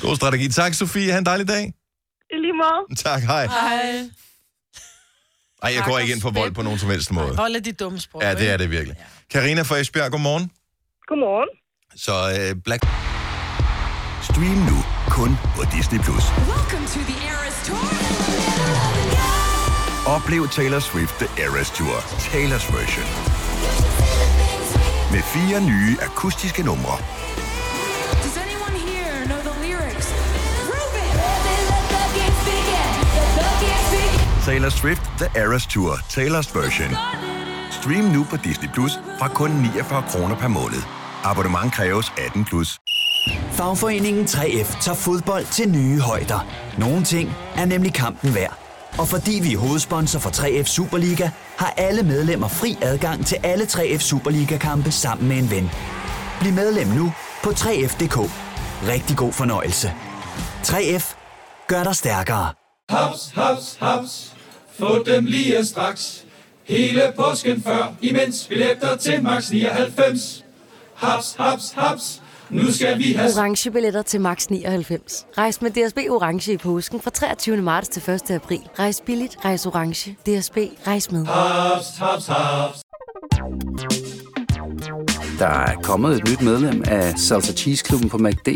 Speaker 1: God strategi. Tak, Sofie. Ha' en dejlig dag.
Speaker 11: I lige måde.
Speaker 1: Tak, hej.
Speaker 3: Hej.
Speaker 1: Ej, jeg går ikke ind for vold på nogen som helst måde.
Speaker 3: Hold af de dumme sprog.
Speaker 1: Ja, det er det virkelig. Karina fra Esbjerg, godmorgen.
Speaker 14: Godmorgen.
Speaker 1: Så øh, Black...
Speaker 15: Stream nu kun på Disney+. Plus.
Speaker 6: Welcome to the Eras Tour.
Speaker 15: Oplev Taylor Swift The Eras Tour, Taylor's version. Med fire nye akustiske numre.
Speaker 6: Does anyone here know the lyrics?
Speaker 15: Taylor Swift The Eras Tour, Taylor's version. Stream nu på Disney Plus fra kun 49 kroner per måned. Abonnement kræves 18 plus.
Speaker 16: Fagforeningen 3F tager fodbold til nye højder. Nogle ting er nemlig kampen værd. Og fordi vi er hovedsponsor for 3F Superliga, har alle medlemmer fri adgang til alle 3F Superliga-kampe sammen med en ven. Bliv medlem nu på 3F.dk. Rigtig god fornøjelse. 3F gør dig stærkere.
Speaker 17: Haps, haps, haps. Få dem lige straks. Hele påsken før, imens billetter til max 99. Haps, haps, haps. Nu skal vi have...
Speaker 18: orange billetter til max 99. Rejs med DSB orange i påsken fra 23. marts til 1. april. Rejs billigt, rejs orange. DSB rejs med.
Speaker 17: Haps, haps, haps.
Speaker 19: Der er kommet et nyt medlem af Salsa Cheese Klubben på MACD.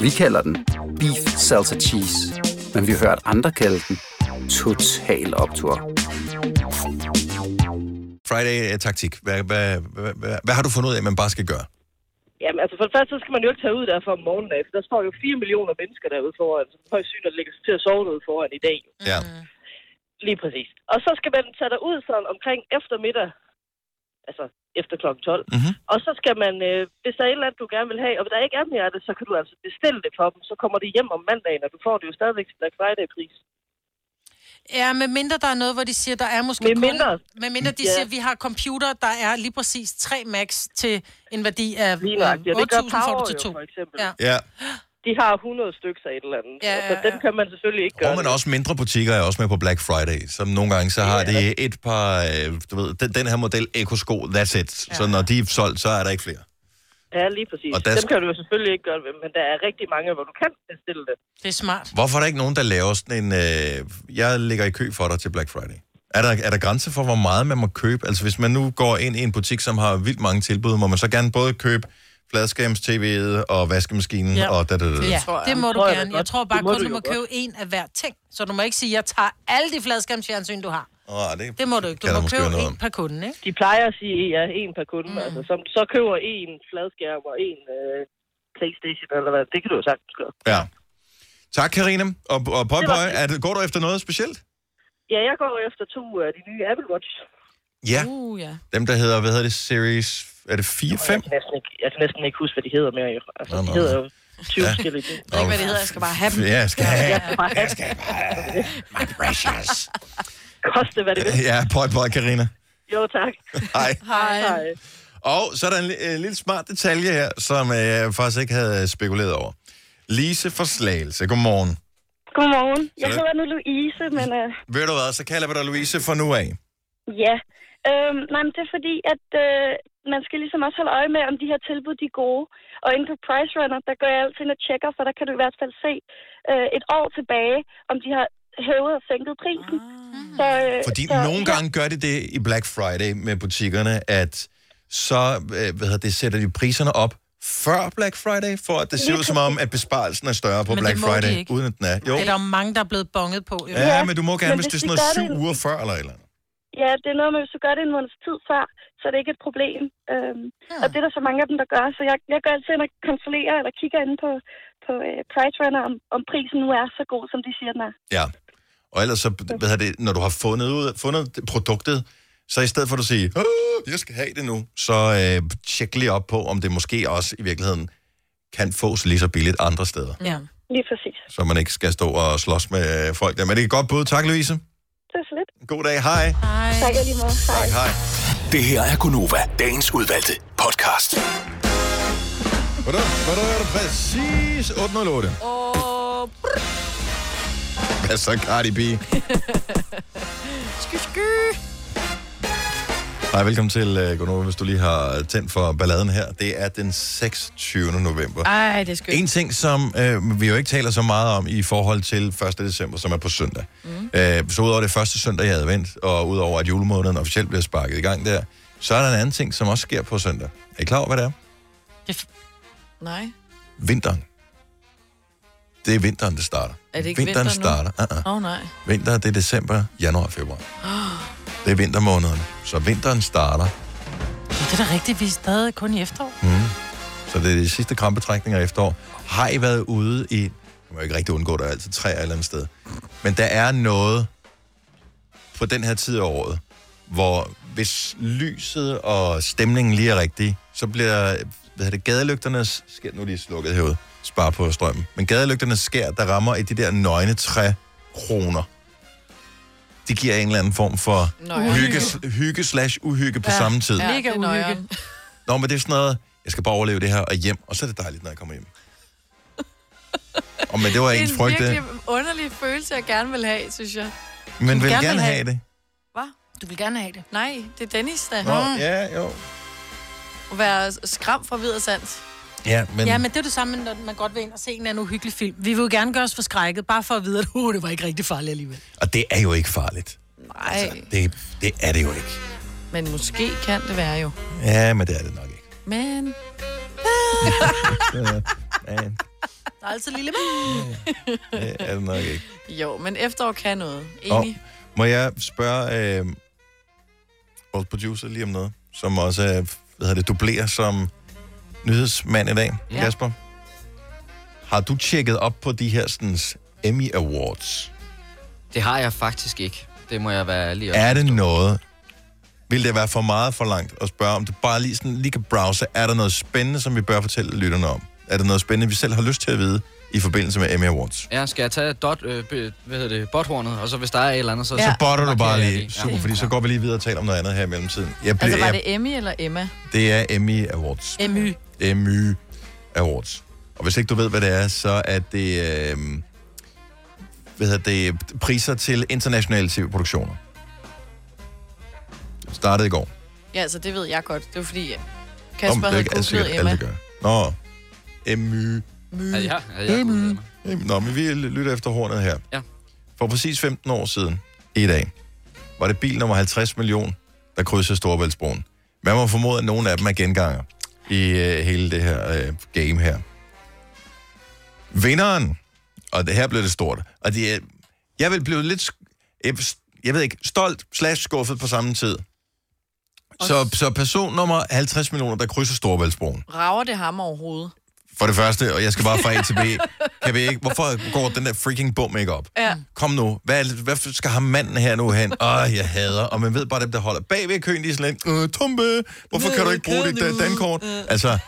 Speaker 19: Vi kalder den Beef Salsa Cheese, men vi har hørt andre kalde den Total Optor.
Speaker 1: Friday er taktik. Hvad, hvad, hvad, hvad, hvad har du fundet ud af, man bare skal gøre?
Speaker 14: Jamen, altså for det første, så skal man jo ikke tage ud derfra om morgenen af, for der står jo 4 millioner mennesker derude foran, som højst synligt ligger til at sove derude foran i dag.
Speaker 1: Ja.
Speaker 14: Lige præcis. Og så skal man tage derud sådan omkring eftermiddag, altså efter kl. 12.
Speaker 1: Mhm.
Speaker 14: Mm-hmm. Og så skal man, øh, hvis der er et eller andet, du gerne vil have, og hvis der ikke er mere af det, så kan du altså bestille det for dem. Så kommer det hjem om mandagen, og du får det jo stadigvæk til Black Friday-pris.
Speaker 3: Ja, med mindre der er noget, hvor de siger, der er måske
Speaker 14: Med
Speaker 3: kun-
Speaker 14: mindre.
Speaker 3: Med mindre de
Speaker 14: Ja.
Speaker 3: siger, vi har computer, der er lige præcis 3 max til en værdi af øh, 8.000
Speaker 14: nøjagtigt, og det gør
Speaker 3: får
Speaker 14: Power
Speaker 3: du til
Speaker 14: jo,
Speaker 3: 2.
Speaker 14: for eksempel.
Speaker 3: Ja.
Speaker 1: Ja.
Speaker 14: De har 100 stykker af et eller andet,
Speaker 3: Ja,
Speaker 14: ja,
Speaker 3: ja,
Speaker 14: ja, så den kan man selvfølgelig ikke gøre.
Speaker 1: Og man også mindre butikker er også med på Black Friday, som nogle gange så har det et par, øh, du ved, den, den her model Eko-sko, that's it. Så når de er solgt, så er der ikke flere.
Speaker 14: Ja, lige præcis.
Speaker 1: Og
Speaker 14: Og
Speaker 1: der
Speaker 14: Dem
Speaker 1: skal-
Speaker 14: kan du jo selvfølgelig ikke gøre ved, men der er rigtig mange, hvor du kan bestille det.
Speaker 3: Det er smart.
Speaker 1: Hvorfor er der ikke nogen, der laver sådan en... Øh, jeg ligger i kø for dig til Black Friday. Er der, er der grænse for, hvor meget man må købe? Altså hvis man nu går ind i en butik, som har vildt mange tilbud, må man så gerne både købe fladskærms tv'et og vaskemaskinen ja. og da, da, da, da.
Speaker 3: Ja, det må du
Speaker 14: Tror jeg da
Speaker 3: gerne. Jeg
Speaker 14: godt.
Speaker 3: tror bare
Speaker 14: Det må
Speaker 3: kun,
Speaker 14: du
Speaker 3: du
Speaker 14: jo
Speaker 3: må
Speaker 14: godt.
Speaker 3: købe en af hver ting. Så du må ikke sige, jeg tager alle de fladskærmsfjernsyn, du har.
Speaker 1: Oh, det,
Speaker 3: Det må du ikke.
Speaker 1: kan
Speaker 3: Du
Speaker 1: der
Speaker 3: må
Speaker 1: måske
Speaker 3: købe
Speaker 1: være noget
Speaker 3: en per kunde, ikke?
Speaker 14: De plejer at sige, ja, en per kunde. Mm. Altså, som, så køber en fladskærm og en øh, Playstation eller hvad. Det kan du jo sagtens gøre.
Speaker 1: Ja. Tak, Karina. Og, og pøj,
Speaker 14: Det var
Speaker 1: pøj,
Speaker 14: fint.
Speaker 1: er det, går du efter noget specielt?
Speaker 14: Ja, jeg går efter to af de nye Apple Watch.
Speaker 1: Ja.
Speaker 14: Uh, ja.
Speaker 1: Dem, der hedder, hvad hedder det, Series... Er det 4, 5?
Speaker 14: Næsten ikke, jeg kan næsten ikke huske, hvad de hedder mere. Jo. Altså,
Speaker 1: Nå,
Speaker 14: de
Speaker 1: nå.
Speaker 14: hedder jo 20
Speaker 1: Ja.
Speaker 14: forskellige ting.
Speaker 1: Jeg ved ikke, hvad de hedder. Jeg
Speaker 7: skal bare have dem.
Speaker 1: Ja, jeg skal have.
Speaker 14: Jeg skal bare have dem.
Speaker 1: My precious.
Speaker 14: Koste, hvad det vil.
Speaker 1: Ja, pøj, pøj, Karina.
Speaker 14: Jo, tak.
Speaker 1: Hej.
Speaker 14: Hej. Hej.
Speaker 1: Og så er der en, li- en lille smart detalje her, som øh, jeg faktisk ikke havde spekuleret over. Lise fra Slagelse, godmorgen.
Speaker 11: Godmorgen. Jeg
Speaker 1: Sådan.
Speaker 11: hedder nu Louise, men øh,
Speaker 1: Ved du hvad, så kalder vi dig Louise fra nu af.
Speaker 11: ja. Øhm, nej, men det er fordi, at øh, man skal ligesom også holde øje med, om de her tilbud de er gode. Og inde på Price Runner, der går jeg altid ind og tjekker, for der kan du i hvert fald se øh, et år tilbage, om de har hævet og sænket prisen. Ah. Så, øh,
Speaker 1: Fordi øh, nogle gange gør de det i Black Friday med butikkerne, at så øh, hvad hedder det, sætter de priserne op før Black Friday, for at det ser
Speaker 3: Lige
Speaker 1: ud som om, at besparelsen er større på
Speaker 3: Men
Speaker 1: Black
Speaker 3: det må de
Speaker 1: Friday,
Speaker 3: ikke.
Speaker 1: uden at den er.
Speaker 3: Jo.
Speaker 1: Jo.
Speaker 3: Det er der jo mange, der er blevet bonget på. Jo.
Speaker 1: Ja, men du må gerne,
Speaker 11: men
Speaker 1: hvis det er sådan
Speaker 11: hvis de
Speaker 1: noget
Speaker 11: gør
Speaker 1: syv
Speaker 11: det-
Speaker 1: uger før eller et eller andet.
Speaker 11: Ja, det er noget med, hvis du gør det en måneds tid før, så er det ikke et problem. Øhm, Og det er der så mange af dem, der gør. Så jeg, jeg går altid ind og kontrollerer eller kigger inde på, på øh, Price Runner, om, om prisen nu er så god, som de siger, den er.
Speaker 1: Ja. Og ellers så, hvad hedder det, når du har fundet, ud, fundet det- produktet, så i stedet for at du siger, "Åh, jeg skal have det nu, så øh, tjek lige op på, om det måske også i virkeligheden kan fås lige så billigt andre steder,
Speaker 11: Ja. Lige præcis.
Speaker 1: så man ikke skal stå og slås med øh, folk der. Men det er et godt bud. Tak, Louise.
Speaker 11: Det er så lidt.
Speaker 1: God dag. Hej.
Speaker 11: Hej. Tak og i lige måde. Hej.
Speaker 1: Hej.
Speaker 15: Det her er Gunova, dagens udvalgte podcast.
Speaker 1: Hvordan, hvordan er det præcis 808?
Speaker 7: Og...
Speaker 1: Hvad så, Cardi B?
Speaker 7: Sky, sky.
Speaker 1: Hej, velkommen til uh, Gunova, hvis du lige har tændt for balladen her. Det er den 26. november.
Speaker 7: Ej, det er skønt.
Speaker 1: En ting, som øh, vi jo ikke taler så meget om i forhold til 1. december, som er på søndag. Mm. Øh, så udover det første søndag i advent, og udover at julemåneden officielt bliver sparket i gang der, Så er der en anden ting, som også sker på søndag. Er I klar over, hvad det er?
Speaker 2: Nej.
Speaker 1: Vinteren. Det er vinteren, det starter.
Speaker 2: Er det ikke
Speaker 1: vinteren
Speaker 2: vinter nu?
Speaker 1: starter. Uh-uh.
Speaker 2: Åh, oh, nej.
Speaker 1: Vinter, det er december, januar og februar.
Speaker 2: Oh,
Speaker 1: Det er vintermånederne. Så vinteren starter.
Speaker 3: Det er da rigtigt, vi er stadig kun i efterår.
Speaker 1: Mm. Så det er de sidste krampetrækninger i efterår. Har I været ude i... Jeg må ikke rigtig undgå, der er altid træer et eller andet sted. Men der er noget på den her tid af året, hvor hvis lyset og stemningen lige er rigtig, så bliver hvad hedder det, gadelygternes... Skal nu er de slukket herude. Spar på strømmen. Men gadelygternes skær, der rammer i de der nøgne træ kroner. Det giver en eller anden form for
Speaker 2: Nøje.
Speaker 1: hygge, hygge slash uhygge på samme tid.
Speaker 2: Ja, Mega uhyggeligt.
Speaker 1: Nå, men det er sådan noget, jeg skal bare overleve det her og hjem, og så er det dejligt, når jeg kommer hjem. og men det var
Speaker 2: Det er
Speaker 1: ens
Speaker 2: en
Speaker 1: frygt, det.
Speaker 2: virkelig underlig følelse, jeg gerne vil have, synes jeg.
Speaker 1: Men
Speaker 2: du
Speaker 1: vil
Speaker 2: gerne
Speaker 1: gerne,
Speaker 2: vil
Speaker 1: gerne
Speaker 2: have.
Speaker 1: have det.
Speaker 2: Hvad?
Speaker 3: Du vil gerne have det.
Speaker 2: Nej, det er Dennis, der.
Speaker 1: Nå, ja, jo.
Speaker 2: At være skram fra videre sands.
Speaker 1: Ja, men...
Speaker 3: Men... Ja, men det er det samme, når man godt vil ind og se en eller anden uhyggelig film. Vi vil jo gerne gøre os forskrækket, bare for at vide, at uh, det var ikke rigtig farligt alligevel.
Speaker 1: Og det er jo ikke farligt.
Speaker 2: Nej, altså.
Speaker 1: Det, det er det jo ikke.
Speaker 2: men måske kan det være jo.
Speaker 1: Ja, men det er det nok ikke.
Speaker 2: Men...
Speaker 1: Så, ja,
Speaker 3: Der er altid lille men.
Speaker 1: det er det nok ikke.
Speaker 2: jo, men efterår kan noget.
Speaker 1: Og
Speaker 2: Enig.
Speaker 1: må jeg spørge øh, vores producer lige om noget, som også øh, hvad hedder det, dublerer som nyhedsmand i dag,
Speaker 2: Ja.
Speaker 1: ja. Kasper? Har du tjekket op på de her sådan, Emmy Awards?
Speaker 4: Det har jeg faktisk ikke. Det må jeg være ærlig om.
Speaker 1: Er det noget, vil det være for meget for langt at spørge, om du bare lige, sådan, lige kan browse, er der noget spændende, som vi bør fortælle lytterne om? Er der noget spændende, vi selv har lyst til at vide i forbindelse med Emmy Awards?
Speaker 4: Ja, skal jeg tage dot, øh, be- hvad hedder det, bothornet, og så hvis der er et eller andet, så...
Speaker 1: Ja. Så botter du bare
Speaker 4: markerer jeg
Speaker 1: lige.
Speaker 4: det.
Speaker 1: Super, fordi så går vi lige videre og taler om noget andet her i mellemtiden. Jeg blev,
Speaker 2: Altså, var
Speaker 1: jeg,
Speaker 2: det Emmy eller Emma?
Speaker 1: det er Emmy Awards.
Speaker 2: Emmy.
Speaker 1: Emmy Awards. Og hvis ikke du ved, hvad det er, så er det, øh, hvad hedder det priser til internationale tv-produktioner. Startede i går.
Speaker 2: Ja, altså, det ved jeg godt. Det var fordi, øh,
Speaker 1: Nå, men
Speaker 2: Kasper
Speaker 1: det er
Speaker 2: havde
Speaker 1: ikke alle sikkert
Speaker 2: googlet
Speaker 1: alle,
Speaker 2: Emma.
Speaker 1: der gør. Nå, Emmy.
Speaker 4: Ja, ja, ja, ja.
Speaker 1: Emmy. Emmy. Nå, men vi lytter efter hornet her.
Speaker 4: Ja.
Speaker 1: For præcis 15 år siden, i dag, var det bil nummer 50 million, der krydsede Storebæltsbroen. Man må formode, at nogle af dem er genganger i øh, hele det her øh, game her. Vinderen, og det her blev det stort, og det, er- jeg vil blive lidt, sk- jeg, jeg ved ikke, stolt slash skuffet på samme tid. Så, så person nummer 50 millioner, der krydser Storebæltsbroen.
Speaker 2: Rager det ham overhovedet?
Speaker 1: For det første, og jeg skal bare fra A til B. Kan vi ikke? Hvorfor går den der freaking bum ikke op?
Speaker 2: Ja.
Speaker 1: Kom nu, hvad, hvad skal ham manden her nu hen? Åh, oh, jeg hader. Og man ved bare, dem der holder bag ved køen, de er sådan lidt, øh, tumpe, hvorfor kan du ikke bruge dit øh, dankort? Altså,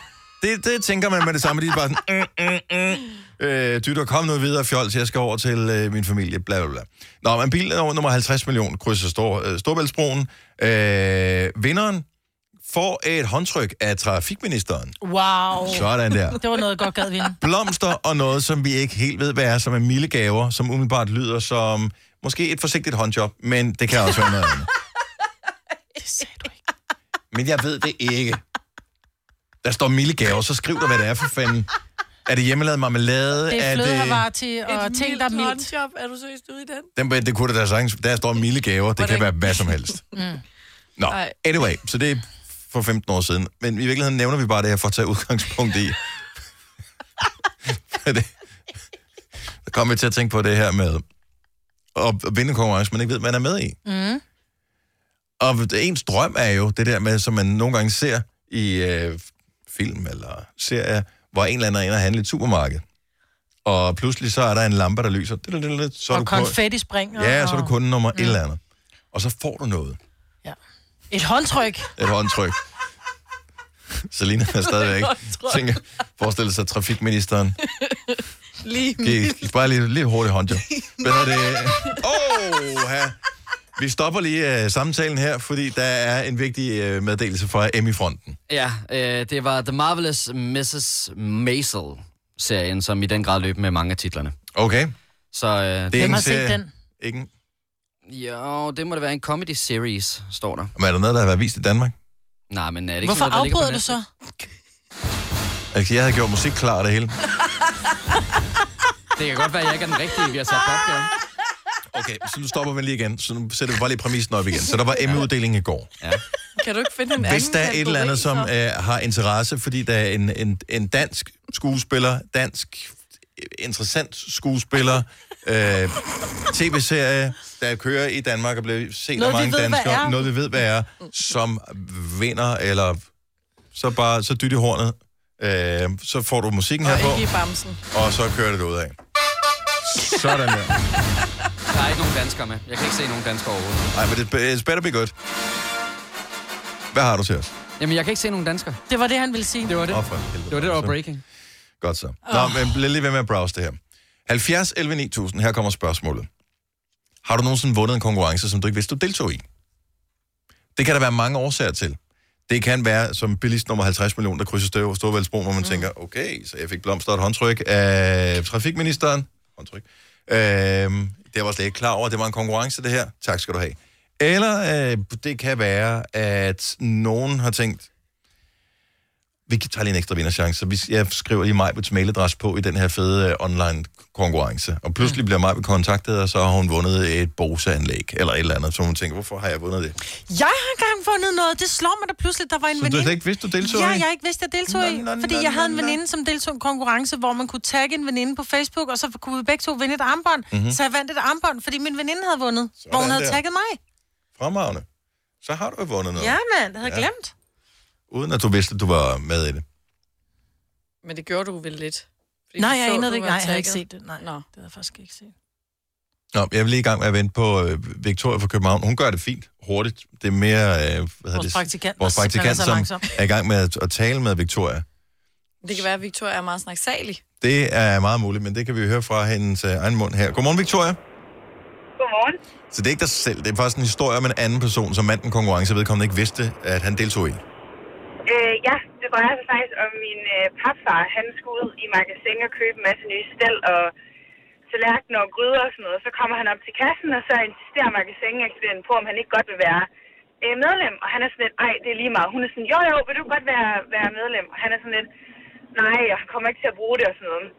Speaker 1: det, det tænker man med det samme. De er bare sådan, mm, mm, mm. Øh, dytter, kom nu videre, fjols, jeg skal over til øh, min familie, bla bla bla. Nå, men bilen over nummer 50 million krydser Stor, øh, Storbæltsbroen. Øh, vinderen får et håndtryk af trafikministeren.
Speaker 3: Wow.
Speaker 1: Sådan der.
Speaker 3: Det var noget, jeg godt gad vinde.
Speaker 1: blomster og noget, som vi ikke helt ved, hvad er, som er milde gaver, som umiddelbart lyder som måske et forsigtigt håndjob, men det kan også være noget andet.
Speaker 3: Det sagde du ikke.
Speaker 1: Men jeg ved det ikke. Der står milde gaver, så skriv dig, hvad det er for fanden. Er det hjemmelavet marmelade?
Speaker 3: Det er
Speaker 1: det...
Speaker 3: flødehavarti og ting, der er mildt.
Speaker 2: Håndjob, er du seriøst ude i den?
Speaker 1: Den, det kunne da sagtens... Der står milde gaver, det kan være hvad som helst.
Speaker 2: Mm.
Speaker 1: Nå,
Speaker 2: Ej.
Speaker 1: anyway, så det er for 15 år siden. Men i virkeligheden nævner vi bare det her for at tage udgangspunkt i. Hvad er det? Der kommer vi til at tænke på det her med at vinde en konkurrence, man ikke ved, man er med i.
Speaker 3: Mm.
Speaker 1: Og ens drøm er jo det der med, som man nogle gange ser i øh, film eller serier, hvor en eller anden er inde og handle i et supermarked. Og pludselig så er der en lampe, der lyser. Så er
Speaker 3: Og
Speaker 1: du kun-
Speaker 3: konfetti springer.
Speaker 1: Ja, så er du
Speaker 3: og
Speaker 1: kunde nummer et eller andet. Og så får du noget.
Speaker 3: Et håndtryk.
Speaker 1: et håndtryk. Selina er stadigvæk,
Speaker 3: Et håndtryk.
Speaker 1: tænker, forestiller sig trafikministeren.
Speaker 2: Lige
Speaker 1: Giv, giv bare lige, lige hurtigt håndjob. Hvad er det? Åh, oh, Vi stopper lige uh, samtalen her, fordi der er en vigtig uh, meddelelse fra Emmy-fronten.
Speaker 4: Ja, øh, det var The Marvelous Mrs. Maisel-serien, som i den grad løb med mange af titlerne.
Speaker 1: Okay.
Speaker 4: Så øh, det
Speaker 1: Hvem en har set serie- den? Ikke?
Speaker 4: Jo, det må det være en comedy series, står der.
Speaker 1: Men er der noget, der har været vist i Danmark?
Speaker 4: Nej, men er det ikke
Speaker 3: Hvorfor
Speaker 4: sådan noget, der ligger på
Speaker 3: afbryder du
Speaker 4: Netflix?
Speaker 3: så?
Speaker 1: Altså, jeg havde gjort musik klar og det hele.
Speaker 4: Det kan godt være, at jeg ikke er den rigtige, vi har sat op, ja.
Speaker 1: Okay, så nu stopper vi lige igen. Så nu sætter vi bare lige præmissen op igen. Så der var emneuddeling i går. Ja.
Speaker 2: Kan du ikke finde en anden
Speaker 1: Hvis der er et eller andet, som øh, har interesse, fordi der er en, en, en dansk skuespiller, dansk øh, interessant skuespiller, øh, tv-serie, der kører i Danmark og bliver set
Speaker 3: Noget,
Speaker 1: af
Speaker 3: vi
Speaker 1: mange
Speaker 3: ved, hvad
Speaker 1: danskere,
Speaker 3: er.
Speaker 1: noget vi ved, hvad er, som vinder, eller så bare, så dyt i hornet, øh, så får du musikken her
Speaker 2: Og
Speaker 1: på,
Speaker 2: ikke i bamsen.
Speaker 1: og så kører det ud af. Sådan der.
Speaker 4: Der er ikke nogen danskere med. Jeg kan ikke se nogen danskere overhovedet.
Speaker 1: Ej, men det it's better be good. Hvad har du til os?
Speaker 4: Jamen, jeg kan ikke se nogen danskere.
Speaker 3: Det var det, han ville sige.
Speaker 4: Det var det.
Speaker 1: Åh, for helvede.
Speaker 4: Det var det, der var breaking.
Speaker 1: Godt så. Nå, men bliv lige ved med at browse det her. 70 11 9000, her kommer spørgsmålet. Har du nogensinde vundet en konkurrence, som du ikke vidste, du deltog i? Det kan der være mange årsager til. Det kan være som bilist nummer 50 millioner, der krydser støv og Storvældsbro, hvor man mm. tænker, okay, så jeg fik blomster og et håndtryk af trafikministeren. Håndtryk. Øhm, det var jeg slet ikke klar over, det var en konkurrence, det her. Tak skal du have. Eller øh, det kan være, at nogen har tænkt, vi kan tage lige en ekstra vinderchance. Så vi- Jeg skriver lige Majbets mailadresse på i den her fede øh, online konkurrence. Og pludselig bliver Majbet kontaktet, og så har hun vundet et Bose-anlæg eller et eller andet. Så hun tænker, hvorfor har jeg vundet det?
Speaker 3: Jeg har engang fundet noget. Det slår mig da pludselig, der var en
Speaker 1: Så du
Speaker 3: veninde.
Speaker 1: slet ikke vidste, du deltog
Speaker 3: Ja,
Speaker 1: i?
Speaker 3: jeg ikke vidste, jeg deltog i.
Speaker 1: Nå, nå,
Speaker 3: Fordi
Speaker 1: nå,
Speaker 3: jeg havde en
Speaker 1: nå, nå.
Speaker 3: veninde, som deltog i en konkurrence, hvor man kunne tagge en veninde på Facebook, og så kunne vi begge to vinde et armbånd.
Speaker 1: Mhm.
Speaker 3: Mm-hmm. Så jeg vandt et armbånd, fordi min veninde havde vundet, Sådan hvor hun havde
Speaker 1: der.
Speaker 3: der. tagget mig.
Speaker 1: Fremragende. Så har du jo vundet noget,
Speaker 3: Ja, mand, jeg havde
Speaker 1: Ja.
Speaker 3: ja. glemt.
Speaker 1: uden at du vidste, du var med i det.
Speaker 2: Men det gjorde du vel lidt.
Speaker 3: Nej,
Speaker 2: du
Speaker 3: jeg
Speaker 2: så,
Speaker 3: anede
Speaker 2: du
Speaker 3: det ikke.
Speaker 2: var
Speaker 3: Nej, jeg havde ikke set
Speaker 2: tagget.
Speaker 3: det. Nej, Nå. det havde jeg faktisk ikke set.
Speaker 1: Nå, jeg vil lige i gang med at vente på øh, Victoria fra København. Hun gør det fint, hurtigt. Det er mere... Øh, hvad hedder
Speaker 3: Vores
Speaker 1: det?
Speaker 3: praktikant,
Speaker 1: Vores
Speaker 3: der simpelthen
Speaker 1: praktikant,
Speaker 3: er så
Speaker 1: som
Speaker 3: langsom.
Speaker 1: er i gang med at, at tale med Victoria.
Speaker 2: Det kan være, at Victoria er meget snaksalig.
Speaker 1: Det er meget muligt, men det kan vi jo høre fra hendes øh, egen mund her. Godmorgen, Victoria.
Speaker 20: Godmorgen.
Speaker 1: Så det er ikke dig selv, det er faktisk en historie om en anden person, som vandt en konkurrence, vedkommende ikke vidste, at han deltog i.
Speaker 20: Øh, ja, det drejer sig faktisk om min øh, papfar. Han skulle ud i magasin og købe en masse nye stel og tallerkener og gryder og sådan noget. Så kommer han op til kassen, og så insisterer magasinekspedienten på, om han ikke godt vil være øh, medlem. Og han er sådan lidt, ej, det er lige meget. Hun er sådan, jo jo, vil du godt være, være medlem? Og han er sådan lidt, nej, jeg kommer ikke til at bruge det og sådan noget.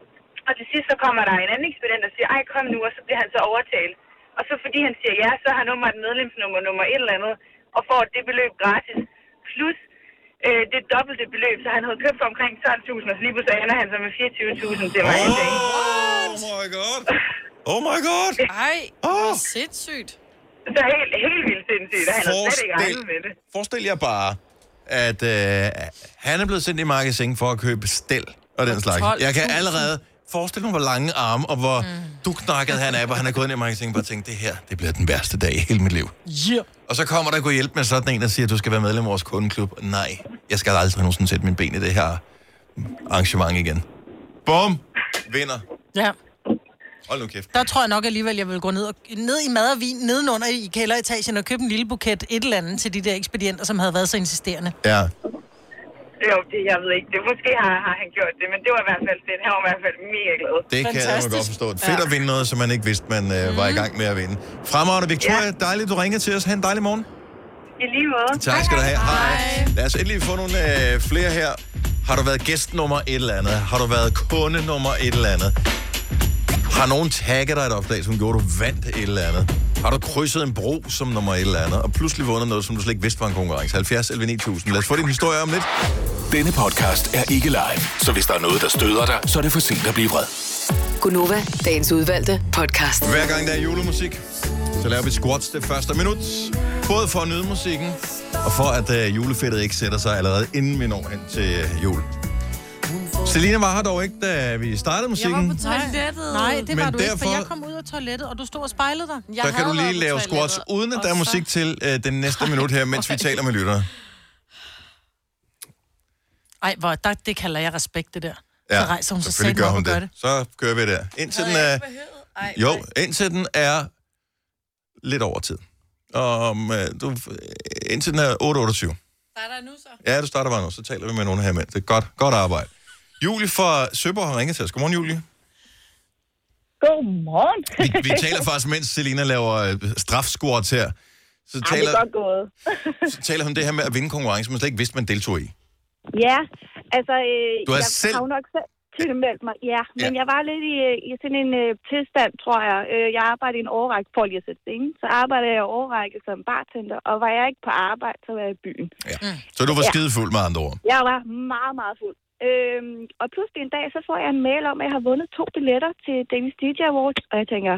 Speaker 20: Og til sidst så kommer der en anden ekspedient og siger, ej, kom nu, og så bliver han så overtalt. Og så fordi han siger ja, så har nummer et medlemsnummer nummer et eller andet, og får det beløb gratis. Plus øh, det dobbelte beløb, så han havde købt for omkring 12.000, og så lige pludselig ender han så med 24.000 til mig. Oh,
Speaker 1: oh my god! Oh my god!
Speaker 2: Ej, hvor sindssygt.
Speaker 20: Så helt, helt vildt sindssygt, og han havde slet ikke regnet med det.
Speaker 1: Forestil jer bare, at øh, han er blevet sendt i magasin for at købe stel og den slags. Jeg kan
Speaker 5: 12.000.
Speaker 1: allerede forestille mig, hvor lange arme og hvor mm. du knakket han er, hvor han er gået ind i magasin og bare tænkt, det her, det bliver den værste dag i hele mit liv.
Speaker 3: Yeah.
Speaker 1: Og så kommer der kunne hjælpe med sådan en, der siger, at du skal være medlem af vores kundeklub. Nej, jeg skal aldrig nogensinde sætte mine ben i det her arrangement igen. Bum! Vinder.
Speaker 3: Ja.
Speaker 1: Hold nu kæft.
Speaker 3: Der tror jeg nok alligevel, jeg vil gå ned, og, ned i mad og vin nedenunder i kælderetagen og købe en lille buket et eller andet til de der ekspedienter, som havde været så insisterende.
Speaker 1: Ja.
Speaker 20: Jo, det, jeg ved ikke, det måske har, har han gjort det, men det var i hvert fald fedt. Han var i hvert fald mega glad.
Speaker 1: Det kan jeg da godt forstå. Fedt at vinde noget, som man ikke vidste, man øh, var i gang med at vinde. Fremragende Victoria, dejligt, du ringer til os. Ha' en dejlig morgen.
Speaker 20: I lige måde.
Speaker 1: Tak skal du have. Hej. Lad os endelig få nogle øh, flere her. Har du været gæst nummer et eller andet? Har du været kunde nummer et eller andet? Har nogen tagget dig et opslag, som gjorde, du vandt et eller andet? Har du krydset en bro som nummer et eller andet, og pludselig vundet noget, som du slet ikke vidste var en konkurrence? 70 11 9000. Lad os få din historie om lidt.
Speaker 5: Denne podcast er ikke live, så hvis der er noget, der støder dig, så er det for sent at blive vred.
Speaker 6: Gunova, dagens udvalgte podcast.
Speaker 1: Hver gang der er julemusik, så laver vi squats det første minut. Både for at nyde musikken, og for at øh, julefedtet ikke sætter sig allerede, inden vi når hen til øh, jul. Selina var her dog ikke, da vi startede musikken.
Speaker 3: toilettet. Nej, det var Men
Speaker 1: Men
Speaker 3: du derfor... ikke,
Speaker 1: derfor-
Speaker 3: for jeg kom ud af toilettet, og du stod og spejlede dig. Jeg
Speaker 1: så kan du lige lave squats, uden at der er musik til øh, den næste minut her, mens vi taler med lytterne.
Speaker 3: Ej, hvor, der, det kalder jeg respekt, det der.
Speaker 1: Ja,
Speaker 3: Ja, så rejser hun sig
Speaker 1: selvfølgelig
Speaker 3: selv
Speaker 1: gør
Speaker 3: op
Speaker 1: hun
Speaker 3: og gør
Speaker 1: det.
Speaker 3: det.
Speaker 1: Så kører vi der. Indtil den er... Jo, indtil den er lidt over tid. Og om, øh, du, indtil den er 8.28.
Speaker 2: Starter jeg nu så?
Speaker 1: Ja, du starter bare nu, så taler vi med nogen her med. Det er godt, godt arbejde. Julie fra Søborg har ringet til os. Godmorgen, Julie.
Speaker 7: Godmorgen.
Speaker 1: Vi, vi taler faktisk, mens Selina laver øh, strafsquats her. Så
Speaker 7: Ej, det
Speaker 1: taler,
Speaker 7: er godt gået.
Speaker 1: så taler hun om det her med at vinde konkurrence, man slet ikke vidste, man deltog i.
Speaker 7: ja, altså... Øh,
Speaker 1: Du har
Speaker 7: jeg
Speaker 1: selv-
Speaker 7: Har jo nok selv
Speaker 11: tilmeldt mig, ja. Men jeg var lidt i, øh, i sådan en øh, tilstand, tror jeg. Øh, jeg arbejdede i en årrække, for lige at sætte det, ikke? Så arbejdede jeg i en årrække som bartender, og var jeg ikke på arbejde, så var jeg i byen.
Speaker 1: Ja. Så du var
Speaker 11: Ja.
Speaker 1: skidefuld med andre ord.
Speaker 11: Jeg var meget, meget fuld. Øhm, og pludselig en dag, så får jeg en mail om, at jeg har vundet to billetter til Danish DJ Awards, og jeg tænker,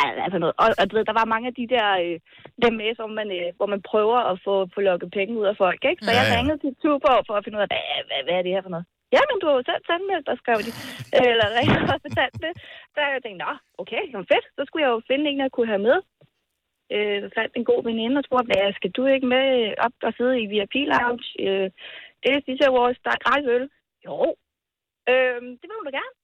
Speaker 11: "Ej, hvad
Speaker 8: altså
Speaker 11: for noget? Og, og du ved, der var mange af de der, øh, dem med, som man, øh, hvor man prøver at få, få lukket penge ud af folk, ikke? Så
Speaker 7: Ja,
Speaker 11: ja, jeg
Speaker 7: ja.
Speaker 11: ringede til Tuborg for at finde ud af, hvad, hvad, hvad er det her for noget? Jamen, du har jo selv tandmeldt dig, skrev de. Eller ringede og fortalte det. Så jeg tænkte, nå, okay, jamen fedt. Så skulle jeg jo finde en, jeg kunne have med. Øh, jeg fandt en god veninde og spurgte, hvad skal du ikke med op og sidde i VIP Lounge? Øh, det er Disse Awards, der er gratis øl. Jo. Øh,
Speaker 8: Øhm,
Speaker 11: det vil hun da gerne.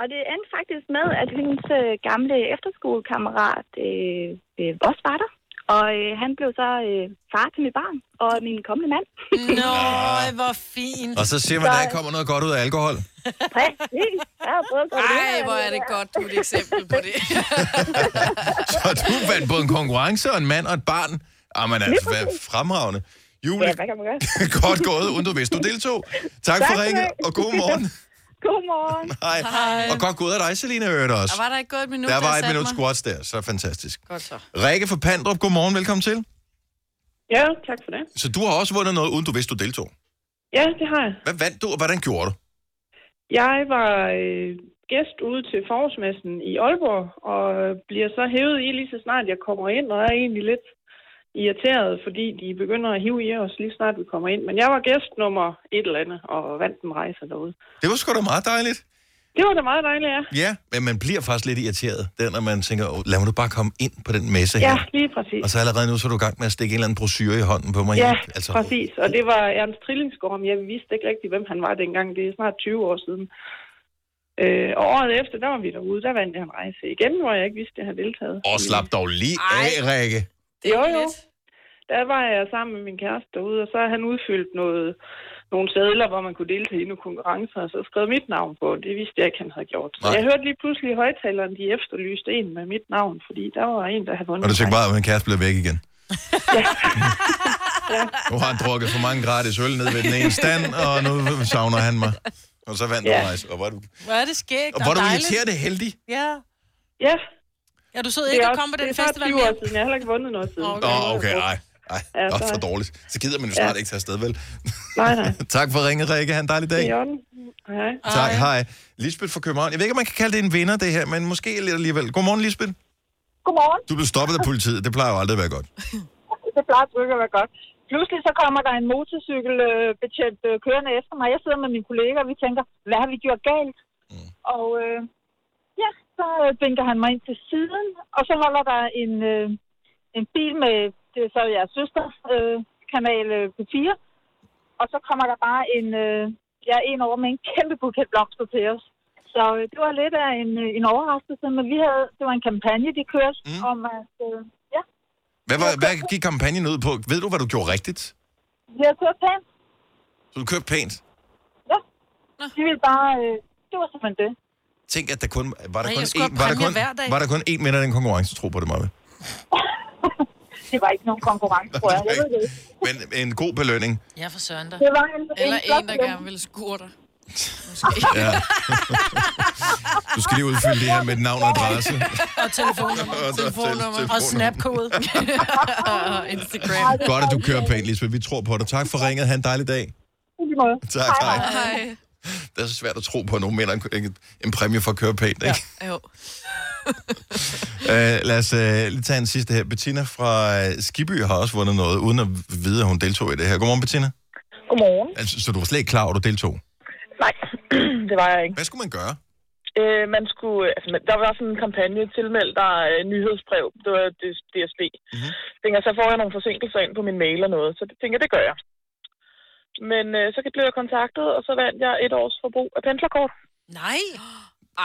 Speaker 11: Og det endte faktisk med, at hendes øh, gamle efterskolekammerat øh, øh, også var der. Og øh, han blev så øh, far til mit barn og min kommende mand.
Speaker 3: Nå, hvor fint.
Speaker 1: Og så siger man, at der ikke kommer noget godt ud af alkohol.
Speaker 11: Præcis. Jeg har prøvet at gå
Speaker 2: Ej, hvor er det godt, du er et eksempel på det.
Speaker 1: Så du vandt både en konkurrence og en mand og et barn. Jamen
Speaker 2: Lige
Speaker 1: altså, hvad
Speaker 2: præcis.
Speaker 1: fremragende. Julie,
Speaker 11: Ja, hvad kan man gøre?
Speaker 1: godt gået, uden du vidste, du deltog. Tak, for ringet, og god morgen.
Speaker 11: Godmorgen.
Speaker 1: Hej.
Speaker 2: Hej.
Speaker 1: Og godt gået af dig, Selina, hørte også.
Speaker 2: Og var der ikke gået et minut,
Speaker 1: der
Speaker 2: da jeg
Speaker 1: var et
Speaker 2: satte
Speaker 1: minut
Speaker 2: mig?
Speaker 1: squats der, så fantastisk.
Speaker 2: Godt så.
Speaker 1: Rikke fra Pandrup, godmorgen, velkommen til.
Speaker 9: Ja, tak for det.
Speaker 1: Så du har også vundet noget, uden du vidste, du deltog.
Speaker 9: Ja, det har jeg.
Speaker 1: Hvad vandt du, og hvordan gjorde du?
Speaker 9: Jeg var øh, gæst ude til forårsmessen i Aalborg, og bliver så hævet i lige så snart jeg kommer ind, og er egentlig lidt irriteret, fordi de begynder at hive i os lige snart vi kommer ind. Men jeg var gæst nummer et eller andet, og vandt en rejse derude.
Speaker 1: Det var sgu da meget dejligt.
Speaker 9: Det var da meget dejligt, ja.
Speaker 1: Ja, men man bliver faktisk lidt irriteret, der, når man tænker, "Åh, lad mig nu bare komme ind på den messe
Speaker 9: Ja,
Speaker 1: her.
Speaker 9: lige præcis.
Speaker 1: Og så allerede nu, så er du i gang med at stikke en eller anden brochure i hånden på mig.
Speaker 9: Ja,
Speaker 1: Jeg-
Speaker 9: altså... præcis. Og det var Ernst Trillingsgård, men jeg vidste ikke rigtig, hvem han var dengang. Det er snart 20 år siden. Øh, og året efter, der var vi derude, der vandt jeg en rejse igen, hvor jeg ikke vidste, at jeg havde deltaget.
Speaker 1: Åh, slap dog lige af, Rikke.
Speaker 9: Det jo, jo. Der var jeg sammen med min kæreste derude, og så har han udfyldt noget, nogle sædler, hvor man kunne deltage i nogle konkurrencer, og så skrev mit navn på. Det vidste jeg ikke, han havde gjort. Så
Speaker 1: Nej.
Speaker 9: jeg hørte lige pludselig i højtaleren, de efterlyste en med mit navn, fordi der var en, der havde vundet.
Speaker 1: Og du tænkte
Speaker 9: en
Speaker 1: bare, at min kæreste blev væk igen. Nu har han drukket for mange gratis øl ned ved den ene stand, og nu savner han mig. Og så vandt
Speaker 3: Ja.
Speaker 1: du rejse. Og var du...
Speaker 3: Hvor er det skægt
Speaker 1: Og hvor er du
Speaker 3: dejligt.
Speaker 1: irriterende heldig.
Speaker 3: Ja.
Speaker 9: Ja.
Speaker 3: Ja, du sidder
Speaker 9: Det er
Speaker 3: ikke og
Speaker 9: også-
Speaker 3: kommer på den
Speaker 9: det er snart
Speaker 3: festival
Speaker 9: 20
Speaker 3: mere.
Speaker 9: år siden. Jeg har heller ikke vundet noget siden.
Speaker 1: Åh, okay. okay, ej. Ej,
Speaker 9: Ja,
Speaker 1: det er
Speaker 9: så-
Speaker 1: for dårligt. Så gider man jo
Speaker 9: Ja.
Speaker 1: snart ikke tage afsted, vel?
Speaker 9: Nej, nej.
Speaker 1: tak for ringet, Rikke. Ha' en dejlig dag.
Speaker 9: Det er i orden. Hej.
Speaker 1: Tak, hej. Lisbeth fra København. Jeg ved ikke, om man kan kalde det en vinder, det her, men måske lidt alligevel. Godmorgen, Lisbeth.
Speaker 21: Godmorgen.
Speaker 1: Du blev stoppet af politiet. Det plejer jo aldrig at være godt.
Speaker 21: Det plejer at trykke at være godt. Pludselig så kommer der en motorcykelbetjent øh, kørende efter mig. Jeg sidder med mine kolleger, og vi tænker, hvad har vi gjort galt? Mm. Og øh, ja, så øh, vinker han mig ind til siden, og så holder der en, øh, en bil med, det er så jeres søster, øh, kanal øh, P4, og så kommer der bare en, øh, ja, en over med en kæmpe buket blomster til os. Så øh, det var lidt af en, øh, en overraskelse, men vi havde, det var en kampagne, de kørte mm. om, at øh, ja,
Speaker 1: Hvad, var, hvad gik kampagnen ud på? Ved du, hvad du gjorde rigtigt?
Speaker 21: vi havde kørt pænt.
Speaker 1: Så du kørte pænt.
Speaker 21: Ja. De ville bare... Øh, det var simpelthen det.
Speaker 1: Tænk, at der kun var der
Speaker 21: Ej,
Speaker 1: kun
Speaker 21: jeg skulle
Speaker 1: én,
Speaker 21: have
Speaker 1: var der
Speaker 21: præmier
Speaker 1: kun,
Speaker 21: hver dag.
Speaker 1: var der kun én vinder af den konkurrence, tro på det, Marve.
Speaker 21: Det var ikke nogen konkurrence, tror jeg. Jeg ved det ikke.
Speaker 1: Men en god belønning.
Speaker 3: Ja, for søren da.
Speaker 21: Det var en,
Speaker 2: Eller
Speaker 21: flot
Speaker 2: en, der
Speaker 21: belønning.
Speaker 2: gerne ville skure dig.
Speaker 1: Ja. Du skal lige udfylde det her med et navn og adresse.
Speaker 3: Og telefonnummer.
Speaker 1: Og så-
Speaker 3: telefonnummer.
Speaker 1: telefonnummer.
Speaker 3: Og snapkode.
Speaker 2: og Instagram.
Speaker 1: Godt, at du kører pænt, Lisbeth. Vi tror på dig. Tak for ringet. Ha' en dejlig dag. Tak, hej.
Speaker 2: Hej.
Speaker 1: Det er så svært at tro på, at nogen mener en, en præmie for at køre pænt, ikke?
Speaker 2: Jo.
Speaker 1: Uh, lad os uh, lige tage en sidste her. Bettina fra øh, Skibby har også vundet noget, uden at vide, at hun deltog i det her. Godmorgen, Bettina.
Speaker 21: Godmorgen.
Speaker 1: Altså, så du var slet ikke klar over, at du deltog?
Speaker 21: Nej, det var jeg ikke.
Speaker 1: Hvad skulle man gøre?
Speaker 21: Øh, man skulle, altså, man- der var sådan en kampagne tilmeldt der øh, nyhedsbrev. Det var D- DSB.
Speaker 1: Mhm.
Speaker 21: Mm-hmm. Tænker, så får jeg nogle forsinkelser ind på min mail og noget. Så det tænker jeg, det gør jeg. Men øh, så blev jeg kontaktet, og så vandt jeg et års forbrug af pendlerkort.
Speaker 3: Nej.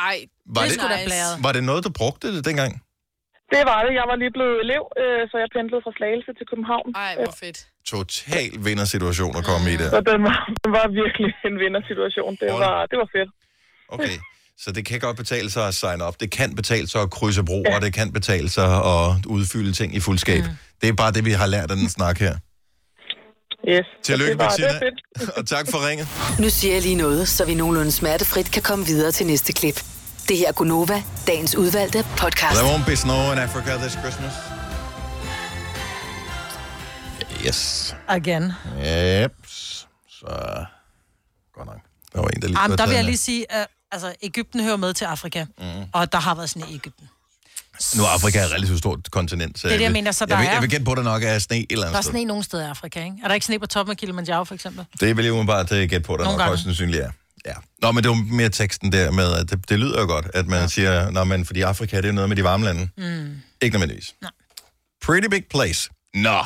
Speaker 2: Ej,
Speaker 1: Var var det noget, du brugte det dengang?
Speaker 21: Det var det. Jeg var lige blevet elev, øh, så jeg pendlede fra Slagelse til København. Øh,
Speaker 2: Ej, hvor fedt.
Speaker 1: Total vindersituation at komme i
Speaker 21: Så
Speaker 1: der.
Speaker 8: Ah.
Speaker 21: den var, den var virkelig en vindersituation. Det var, det var fedt.
Speaker 1: Okay. Så det kan godt betale sig at sign op. Det kan betale sig at krydse broer. Det kan betale sig at udfylde ting i fuldskab. Det er bare det, vi har lært af den snak her. Yes. Tillykke,
Speaker 6: Det var- det var
Speaker 1: Bettina. Og tak for ringet.
Speaker 6: Nu siger jeg lige noget, så vi nogenlunde smertefrit kan komme videre til næste klip. Det her er Gunova, dagens udvalgte podcast.
Speaker 1: There won't be snow in Africa this Christmas. Yes.
Speaker 3: Again.
Speaker 1: Yep. Så... Godt nok. Der var en, der lige...
Speaker 3: Jamen, der
Speaker 1: var
Speaker 3: vil jeg
Speaker 1: taget
Speaker 3: lige sige, at altså, Ægypten hører med til Afrika, mm. og der har været sne i Ægypten.
Speaker 1: med. Nu er Afrika et relativt stort kontinent, så...
Speaker 3: Det er det, jeg
Speaker 1: vil-
Speaker 3: mener, så
Speaker 1: jeg
Speaker 3: der
Speaker 1: vil,
Speaker 3: er-
Speaker 1: Jeg vil gætte på, at der nok er sne et eller
Speaker 3: Der er
Speaker 1: andet sted.
Speaker 3: sne nogen steder i Afrika, ikke? Er der ikke sne på toppen af Kilimanjaro, for eksempel?
Speaker 1: Det vil jeg umiddelbart øh, gætte på, at der
Speaker 3: Nogle
Speaker 1: nok
Speaker 3: gange.
Speaker 1: højst sandsynligt er. Ja. Nå, men det var mere teksten der med, at det, det lyder jo godt, at man ja. siger, Nå, men fordi Afrika, det er jo noget med de varme lande.
Speaker 3: Mm.
Speaker 1: Ikke nødvendigvis. Nej. Pretty big place. Nå.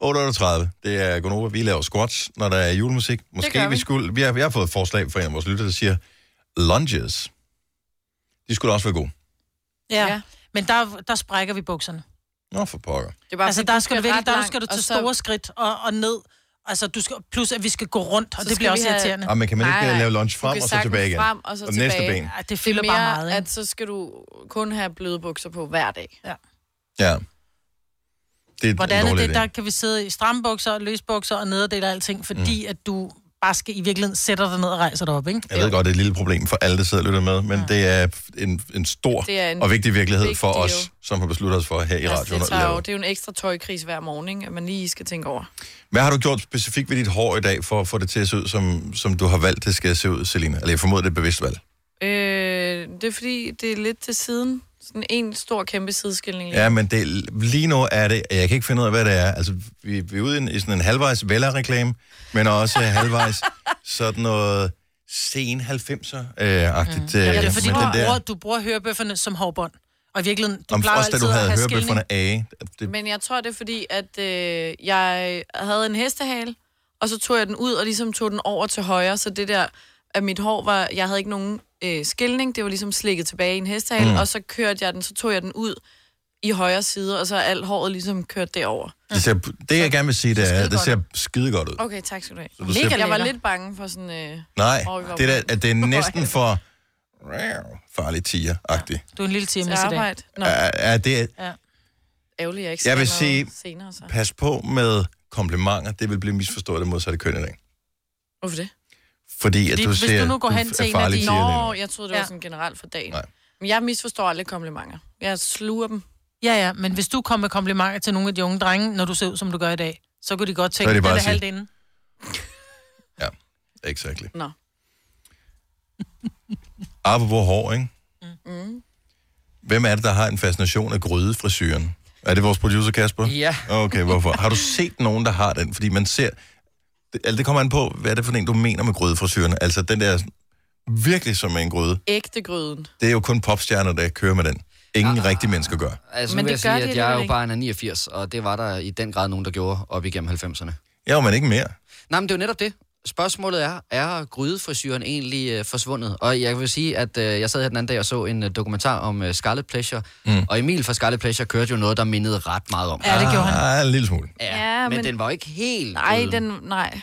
Speaker 1: 38. Det er Gonova. Vi laver squats, når der er julemusik. Måske
Speaker 5: gør
Speaker 1: vi.
Speaker 5: vi.
Speaker 1: skulle... Vi har, vi har fået et forslag fra en af vores lytter, der siger lunges. De skulle også være gode.
Speaker 3: Ja. ja. Men der, der sprækker vi bukserne.
Speaker 1: Nå, for pokker.
Speaker 2: Det er
Speaker 3: Bare, altså, der
Speaker 2: fordi,
Speaker 3: skal, du
Speaker 2: ret
Speaker 3: virkelig, der
Speaker 2: langt,
Speaker 3: skal du
Speaker 2: og
Speaker 3: til
Speaker 2: så-
Speaker 3: store skridt og, og ned. Altså, du skal, plus at vi skal gå rundt, og
Speaker 2: Så
Speaker 3: det bliver
Speaker 2: skal
Speaker 3: også
Speaker 2: vi have-
Speaker 3: irriterende.
Speaker 1: Ah, men kan man ikke, øh, lave lunge
Speaker 2: Du
Speaker 1: frem
Speaker 2: kan
Speaker 1: og så
Speaker 2: sagtens
Speaker 1: tilbage igen?
Speaker 2: Frem og så
Speaker 1: Og
Speaker 2: tilbage.
Speaker 1: næste ben. Ja,
Speaker 3: det fylder
Speaker 2: er
Speaker 3: bare
Speaker 2: mere,
Speaker 3: meget, ikke?
Speaker 2: at så skal du kun have bløde bukser på hver dag.
Speaker 3: Ja.
Speaker 1: Ja. Det er
Speaker 3: Hvordan
Speaker 1: en
Speaker 3: er
Speaker 1: dårlig
Speaker 3: det,
Speaker 1: idé.
Speaker 3: der kan vi sidde i stramme bukser, løse bukser og nederdel og alting, fordi mm. at du bare skal i virkeligheden sætter dig ned og rejser dig op, ikke? Mm.
Speaker 1: Jeg ved godt, det er et lille problem for alle, der sidder og lytter med, men ja. det er en, en stor
Speaker 2: Det er en
Speaker 1: og vigtig virkelighed vigtig for
Speaker 2: vigtig
Speaker 1: os, som har besluttet os for her i
Speaker 2: Altså,
Speaker 1: radioen.
Speaker 2: det,
Speaker 1: at
Speaker 2: tager jo,
Speaker 1: lave.
Speaker 2: det er jo en ekstra tøjkris hver morgen, ikke? at man lige skal tænke over.
Speaker 1: Hvad har du gjort specifikt ved dit hår i dag, for at få det til at se ud, som, som du har valgt, det skal se ud, Selina? Eller jeg formoder, det er et bevidst valg.
Speaker 2: Øh, det er fordi, det er lidt til siden. Sådan en stor, kæmpe sideskilling. lige.
Speaker 1: Ja, men det, lige nu er det, jeg kan ikke finde ud af, hvad det er. Altså, vi, vi er ude i en- i sådan en halvvejs Vella-reklame, men også øh, halvvejs sådan noget sen 90'er-agtigt. Mm.
Speaker 3: Ja, det er fordi, du bruger, du bruger hørebøfferne som hårbånd. Og i virkeligheden, du
Speaker 1: om,
Speaker 3: plejer
Speaker 1: også da
Speaker 3: altid
Speaker 1: du
Speaker 3: at
Speaker 1: havde
Speaker 3: have
Speaker 1: hørebøfferne
Speaker 3: skilning.
Speaker 1: af. Det,
Speaker 2: Men jeg tror, det er fordi, at øh, jeg havde en hestehale, og så tog jeg den ud og ligesom tog den over til højre, så det der, at mit hår var, jeg havde ikke nogen øh, skilning, det var ligesom slikket tilbage i en hestehale,
Speaker 1: Mm.
Speaker 2: mm. og så kørte jeg den, så tog jeg den ud i højre side, og så er alt håret ligesom kørt derover.
Speaker 1: det, ser, det, jeg gerne vil sige, det er, det ser skide godt ud.
Speaker 2: Okay, tak skal du have.
Speaker 1: Så du ser- Mega
Speaker 2: jeg var
Speaker 1: lækker.
Speaker 2: lidt bange for sådan... Øh,
Speaker 1: Nej,
Speaker 2: åh, vi var
Speaker 1: det, der,
Speaker 2: ude
Speaker 1: at det er næsten for farlig tiger-agtig.
Speaker 3: Du er en lille
Speaker 2: til
Speaker 3: tiger i dag.
Speaker 2: arbejde. Nå,
Speaker 1: Er, er det,
Speaker 3: Ja.
Speaker 2: ærgerligt, jeg ikke
Speaker 1: jeg
Speaker 2: skal
Speaker 1: vil
Speaker 2: noget
Speaker 1: sige,
Speaker 2: senere. Så.
Speaker 1: pas på med komplimenter. Det vil blive misforstået af det modsatte køn i dag.
Speaker 2: Hvorfor det?
Speaker 1: Fordi, at
Speaker 2: Fordi
Speaker 1: du
Speaker 2: hvis
Speaker 1: ser,
Speaker 2: du nu går hen
Speaker 1: er
Speaker 2: til en af
Speaker 1: farlig
Speaker 2: de...
Speaker 1: tiger lige nu.
Speaker 2: Nå, jeg troede, det var
Speaker 3: Ja.
Speaker 2: sådan generelt for dagen. Nej. Men jeg misforstår alle komplimenter. Jeg sluger dem.
Speaker 3: Ja, ja, men hvis du kommer med komplimenter til nogle af de unge drenge, når du ser ud, som du gør i dag, så kunne de godt tænke,
Speaker 1: Så er
Speaker 3: at
Speaker 1: det
Speaker 3: det
Speaker 1: bare
Speaker 3: er
Speaker 1: at sige-
Speaker 3: halvt inden.
Speaker 1: Exactly.
Speaker 2: Nå.
Speaker 1: Apropos hår, ikke?
Speaker 2: Mm.
Speaker 1: Hvem er det, der har en fascination af grydefrisyren? Er det vores producer, Kasper?
Speaker 4: Ja.
Speaker 1: Okay, hvorfor? Har du set nogen, der har den? Fordi man ser... Det, altså, det kommer an på, hvad er det for en, du mener med grydefrisyren? Altså, den der virkelig som er en gryde.
Speaker 2: Ægte gryden.
Speaker 1: Det er jo kun popstjerner, der kører med den. Ingen ah, rigtige mennesker gør.
Speaker 4: Altså,
Speaker 2: Men
Speaker 4: Men nu vil
Speaker 2: det
Speaker 4: jeg
Speaker 2: gør
Speaker 4: sige,
Speaker 2: de
Speaker 4: at jeg er jo
Speaker 2: alligevel
Speaker 4: bare en af 89, og det var der i den grad nogen, der gjorde op igennem 90'erne.
Speaker 1: Ja, men ikke mere.
Speaker 4: Nej, men det er jo netop det. Spørgsmålet er, er grydefrisyren egentlig øh, forsvundet? Og jeg vil sige, at øh, jeg sad her den anden dag og så en øh, dokumentar om øh, Scarlet Pleasure, mm. og Emil fra Scarlet Pleasure kørte jo noget, der mindede ret meget om.
Speaker 3: Ja, det gjorde han.
Speaker 1: Ah, en lille smule.
Speaker 4: Ja, men, men den var jo ikke helt...
Speaker 2: Nej,
Speaker 4: gryden.
Speaker 2: den... Nej.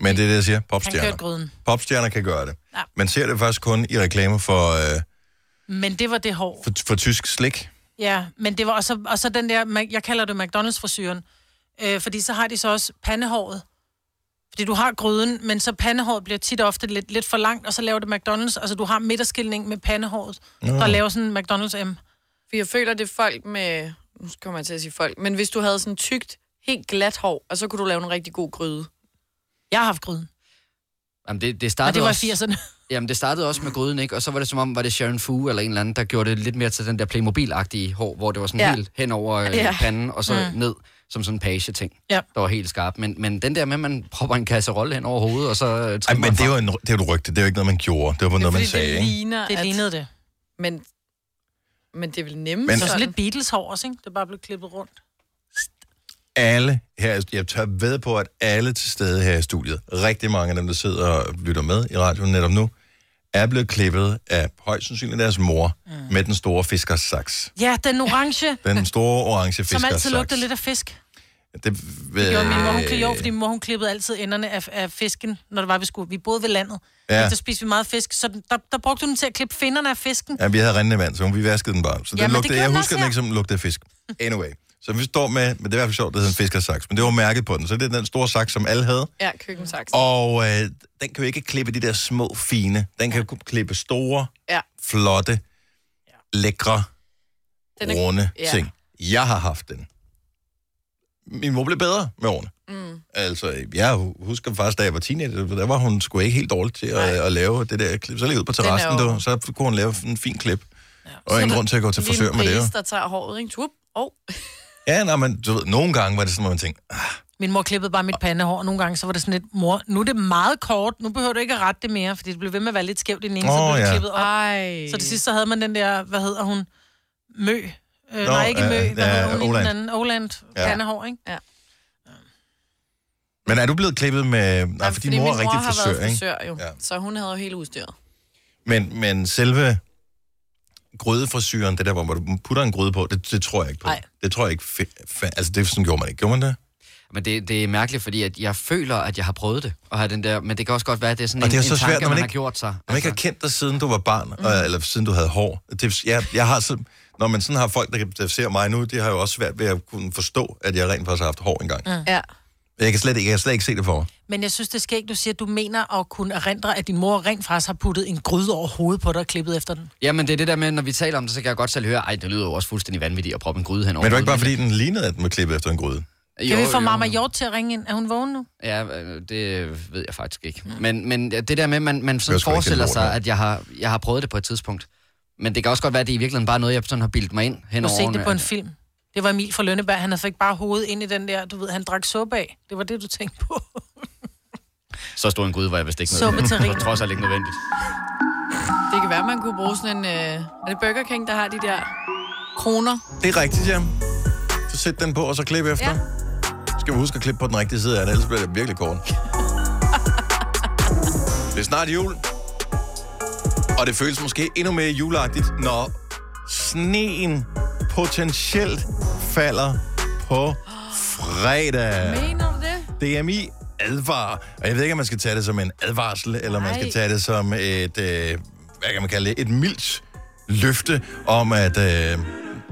Speaker 1: Men det er det, jeg siger.
Speaker 3: Han kørte
Speaker 1: Popstjerner.
Speaker 3: gryden.
Speaker 1: Popstjerner kan gøre det.
Speaker 3: Ja.
Speaker 1: Man ser det faktisk kun i reklamer for, øh,
Speaker 3: Men det var det hår.
Speaker 1: for, for tysk slik.
Speaker 3: Ja, men det var også, og så den der, Mac- jeg kalder det McDonald's-frisyren, øh, fordi så har de så også pandehåret. Fordi du har gryden, men så pandehåret bliver tit og ofte lidt, lidt for langt, og så laver det McDonald's. Altså, du har midterskilning med pandehåret,
Speaker 2: Nå.
Speaker 3: der laver sådan en McDonald's M.
Speaker 2: For jeg føler, det er folk med... Nu kommer jeg til at sige folk. Men hvis du havde sådan tykt, helt glat hår, og så kunne du lave en rigtig god gryde.
Speaker 3: Jeg har haft gryden.
Speaker 4: Jamen, det, det
Speaker 3: Og
Speaker 4: startede
Speaker 3: det var i
Speaker 4: også-
Speaker 3: 80'erne.
Speaker 4: Jamen, det startede også med gryden, ikke? Og så var det som om, var det Sharon Fu eller en eller anden, der gjorde det lidt mere til den der Playmobil-agtige hår, hvor det var sådan
Speaker 3: Ja.
Speaker 4: ja. helt hen over øh,
Speaker 3: Ja.
Speaker 4: ja. panden, og så
Speaker 3: Mm.
Speaker 4: mm. ned som sådan en page-ting,
Speaker 3: Ja.
Speaker 4: der var helt skarp. Men, men den der med, at man propper en kasserolle hen over hovedet, og så... øh, Ej,
Speaker 1: Ej, men det er jo en, det er jo et rygte. Det er jo ikke noget, man gjorde. Det var noget, man sagde,
Speaker 2: det
Speaker 1: ikke?
Speaker 2: ligner,
Speaker 3: Det
Speaker 2: at...
Speaker 3: lignede det.
Speaker 2: Men, men det er vel nemme
Speaker 1: Men-
Speaker 2: men...
Speaker 3: Det var sådan
Speaker 2: sådan.
Speaker 3: lidt Beatles-hår også, ikke? Det er bare blevet klippet rundt.
Speaker 1: Alle her, jeg tør ved på, at alle til stede her i studiet, rigtig mange af dem, der sidder og lytter med i radioen netop nu, er blevet klippet af højst sandsynligt deres mor mm. med den store fiskersaks.
Speaker 3: Ja, den orange,
Speaker 1: Den store orange
Speaker 3: som altid
Speaker 1: fiskersaks.
Speaker 3: lugtede lidt af fisk.
Speaker 1: Det
Speaker 3: Det gjorde min mor, hun,
Speaker 1: ved...
Speaker 3: jo, fordi min mor, hun klippede altid enderne af, af fisken, når det var, vi skulle. Vi boede ved landet,
Speaker 1: Ja.
Speaker 3: ja. og der spiste vi meget fisk, så den- der, der brugte hun den til at klippe finderne af fisken.
Speaker 1: Ja, vi havde rendende vand, så vi vaskede den bare. Så den
Speaker 3: Jamen, det
Speaker 1: lugtede,
Speaker 3: gjorde
Speaker 1: jeg
Speaker 3: den
Speaker 1: husker
Speaker 3: også
Speaker 1: den
Speaker 3: her.
Speaker 1: ikke som lugtede af fisk. Anyway, som vi står med, men det er i hvert fald sjovt, det hedder en fiskersaks, men det var mærket på den, så det er den store saks, som alle havde.
Speaker 2: Ja, køkkensaks.
Speaker 1: Og øh, den kan jo ikke klippe de der små, fine. Den kan jo kun klippe store,
Speaker 2: Ja.
Speaker 1: flotte, lækre,
Speaker 2: Den
Speaker 1: den
Speaker 2: er-
Speaker 1: runde
Speaker 2: ja.
Speaker 1: ting. Jeg har haft den. Min mor blev bedre med årene. Mm. Altså, jeg husker faktisk, da jeg var teenager, der var hun sgu ikke helt dårlig til at, at lave det der klip. Så lige ud på
Speaker 2: Den er
Speaker 1: terrassen,
Speaker 2: jo-
Speaker 1: du, så kunne hun lave en fin klip. Ja. Og ingen grund til at gå til
Speaker 2: Lige en
Speaker 1: frisør med det. jo.
Speaker 2: brise, der tager håret, ikke? Tup. Oh.
Speaker 1: Ja, nej, men du ved, nogle gange var det sådan, at man tænkte, "Ah,
Speaker 3: Min mor klippede bare mit pandehår, og nogle gange så var det sådan lidt, mor, nu er det meget kort, nu behøver du ikke at rette det mere, fordi det blev ved med at være lidt skævt i den ene, oh, så
Speaker 1: Åh,
Speaker 3: blev det
Speaker 1: ja.
Speaker 3: klippet op. Ej. Så til sidst så havde man den der, hvad hedder hun, Mø. Øh,
Speaker 1: Nå,
Speaker 3: nej, ikke
Speaker 1: ja,
Speaker 3: Mø, hvad
Speaker 1: ja,
Speaker 3: hedder hun i
Speaker 1: Oland.
Speaker 3: den anden? Oland
Speaker 1: Ja.
Speaker 3: ja. pandehår, ikke? Ja.
Speaker 1: Men er du blevet klippet med... Nej, fordi, fordi mor er
Speaker 2: min mor
Speaker 1: rigtig
Speaker 2: har
Speaker 1: frisør,
Speaker 2: været
Speaker 1: ikke?
Speaker 2: frisør, jo. Ja. Så hun havde jo hele udstyret.
Speaker 1: Men, men selve grødefrisyren, det der, hvor du putter en grøde på, det, det tror jeg ikke på.
Speaker 2: Nej.
Speaker 1: Det tror jeg ikke... Fe- fa- altså, det sådan gjorde man ikke. Gjorde man det?
Speaker 4: Men det, det er mærkeligt, fordi at jeg føler, at jeg har prøvet det. Og have den der, men det kan også godt være, at det er sådan
Speaker 1: Og
Speaker 4: en,
Speaker 1: det er jo så
Speaker 4: en
Speaker 1: svært,
Speaker 4: tanke,
Speaker 1: når man
Speaker 4: man har
Speaker 1: ikke-
Speaker 4: gjort sig.
Speaker 1: Man ikke har kendt dig, siden du var barn, mm. eller siden du havde hår. Det, jeg, jeg har så, når man sådan har folk, der, kan- der ser mig nu, de har jo også svært ved at kunne forstå, at jeg rent faktisk har haft hår engang.
Speaker 3: Mm. ja.
Speaker 1: Jeg kan slet ikke, jeg kan slet ikke se det for mig.
Speaker 3: Men jeg synes, det skal ikke, du siger, at du mener at kunne erindre, at din mor rent faktisk har puttet en gryde over hovedet på dig og klippet efter den.
Speaker 4: Jamen, det er det der med, når vi taler om det, så kan jeg godt selv høre, ej, det lyder jo også fuldstændig vanvittigt at proppe en gryde
Speaker 1: Men
Speaker 4: henover.
Speaker 1: det var ikke bare,
Speaker 4: hovedet."
Speaker 1: fordi den lignede, at den var klippet efter en gryde.
Speaker 3: kan vi få Mama Hjort til at ringe ind? Er hun vågen nu?
Speaker 4: Ja, øh, det ved jeg faktisk ikke. Men, men det der med, at man, man sådan
Speaker 1: sgu ikke
Speaker 4: forestiller
Speaker 1: helt
Speaker 4: sig,
Speaker 1: lort,
Speaker 4: at jeg har, jeg har prøvet det på et tidspunkt. Men det kan også godt være, at det i virkeligheden bare er noget, jeg sådan har bildt mig ind
Speaker 3: Du
Speaker 4: hen
Speaker 3: har
Speaker 4: over
Speaker 3: set det
Speaker 4: årene,
Speaker 3: på en
Speaker 4: at-
Speaker 3: film. Det var Emil fra Lønneberg. Han havde fik bare hovedet ind i den der, du ved, han drak suppe af. Det var det, du tænkte på.
Speaker 4: Så stor en gryde var jeg vist ikke
Speaker 3: Suppe til
Speaker 4: nødvendigt.
Speaker 3: rim.
Speaker 4: Så trods alt ikke nødvendigt.
Speaker 2: Det kan være, man kunne bruge sådan en... Øh, er det Burger King, der har de der kroner?
Speaker 1: Det er rigtigt, ja. Så sæt den på, og så klip efter. Ja. Skal vi huske at klippe på den rigtige side af den, ellers bliver det virkelig kort. det er snart jul. Og det føles måske endnu mere juleagtigt, når sneen potentielt falder på fredag.
Speaker 2: Mener du det?
Speaker 1: DMI advarer. Og jeg ved ikke, om man skal tage det som en advarsel, eller om man
Speaker 2: Nej.
Speaker 1: skal tage det som et, øh, hvad kan man kalde det, et mildt løfte om, at øh,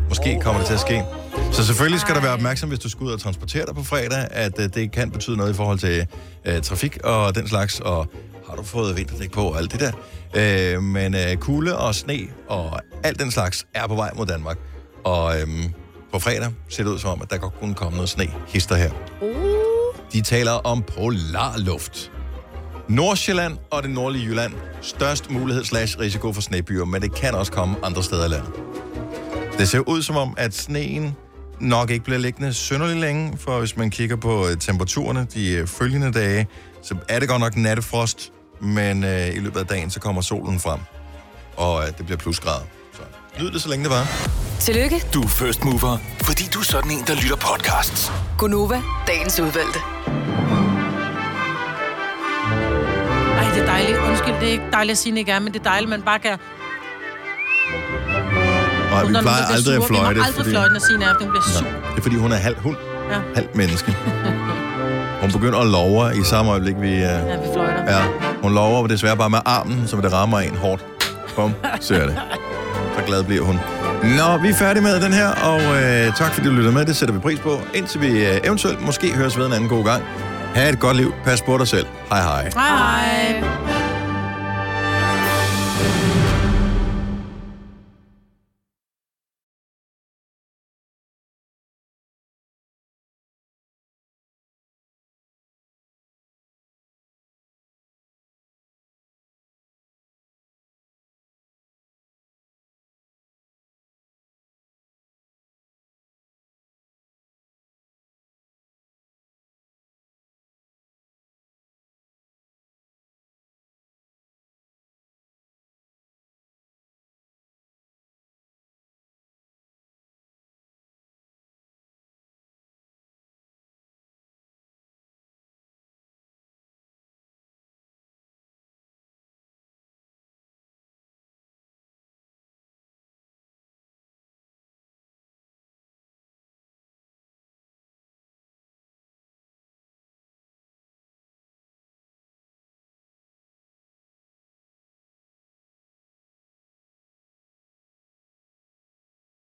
Speaker 1: måske kommer det til at ske. Så selvfølgelig skal der være opmærksom, hvis du skal ud og transportere dig på fredag, at øh, det kan betyde noget i forhold til øh, trafik og den slags, og har du fået vinterdæk på og alt det der. Øh, men øh, kulde og sne og alt den slags er på vej mod Danmark. Og øh, på fredag ser det ud som om, at der godt kunne komme noget sne hister her. De taler om polarluft. Nordsjælland og det nordlige Jylland. Størst mulighed slash risiko for snebyer, men det kan også komme andre steder i landet. Det ser ud som om, at sneen nok ikke bliver liggende synderlig længe, for hvis man kigger på øh, temperaturerne de øh, følgende dage, så er det godt nok nattefrost, men øh, i løbet af dagen, så kommer solen frem, og øh, det bliver plusgrader. Så nyd det, så længe det var.
Speaker 6: Tillykke,
Speaker 5: Du er first mover, fordi du er sådan en, der lytter podcasts.
Speaker 6: Gunova, dagens udvalgte.
Speaker 3: Ej, det er dejligt. Undskyld, det er ikke dejligt at sige, det ikke er, men det er dejligt, man bare kan...
Speaker 1: Og
Speaker 3: Når
Speaker 1: vi
Speaker 3: nogen
Speaker 1: plejer
Speaker 3: bliver
Speaker 1: aldrig at
Speaker 3: sure, Vi
Speaker 1: fløjte,
Speaker 3: må aldrig fordi... fløjte, når Signe er, at hun bliver sur.
Speaker 1: Det er fordi, hun er halv hund,
Speaker 3: Ja.
Speaker 1: ja. halv menneske. Hun begynder at lover i samme øjeblik, vi... Uh... Ja,
Speaker 3: vi fløjter.
Speaker 1: Ja. Hun lover desværre bare med armen, så det rammer en hårdt. Bum, så er det. Så glad bliver hun. Nå, vi er færdige med den her, og øh, tak fordi du lytter med. Det sætter vi pris på. Indtil vi øh, eventuelt måske høres ved en anden god gang. Ha' et godt liv. Pas på dig selv. Hej hej.
Speaker 3: Hej, hej.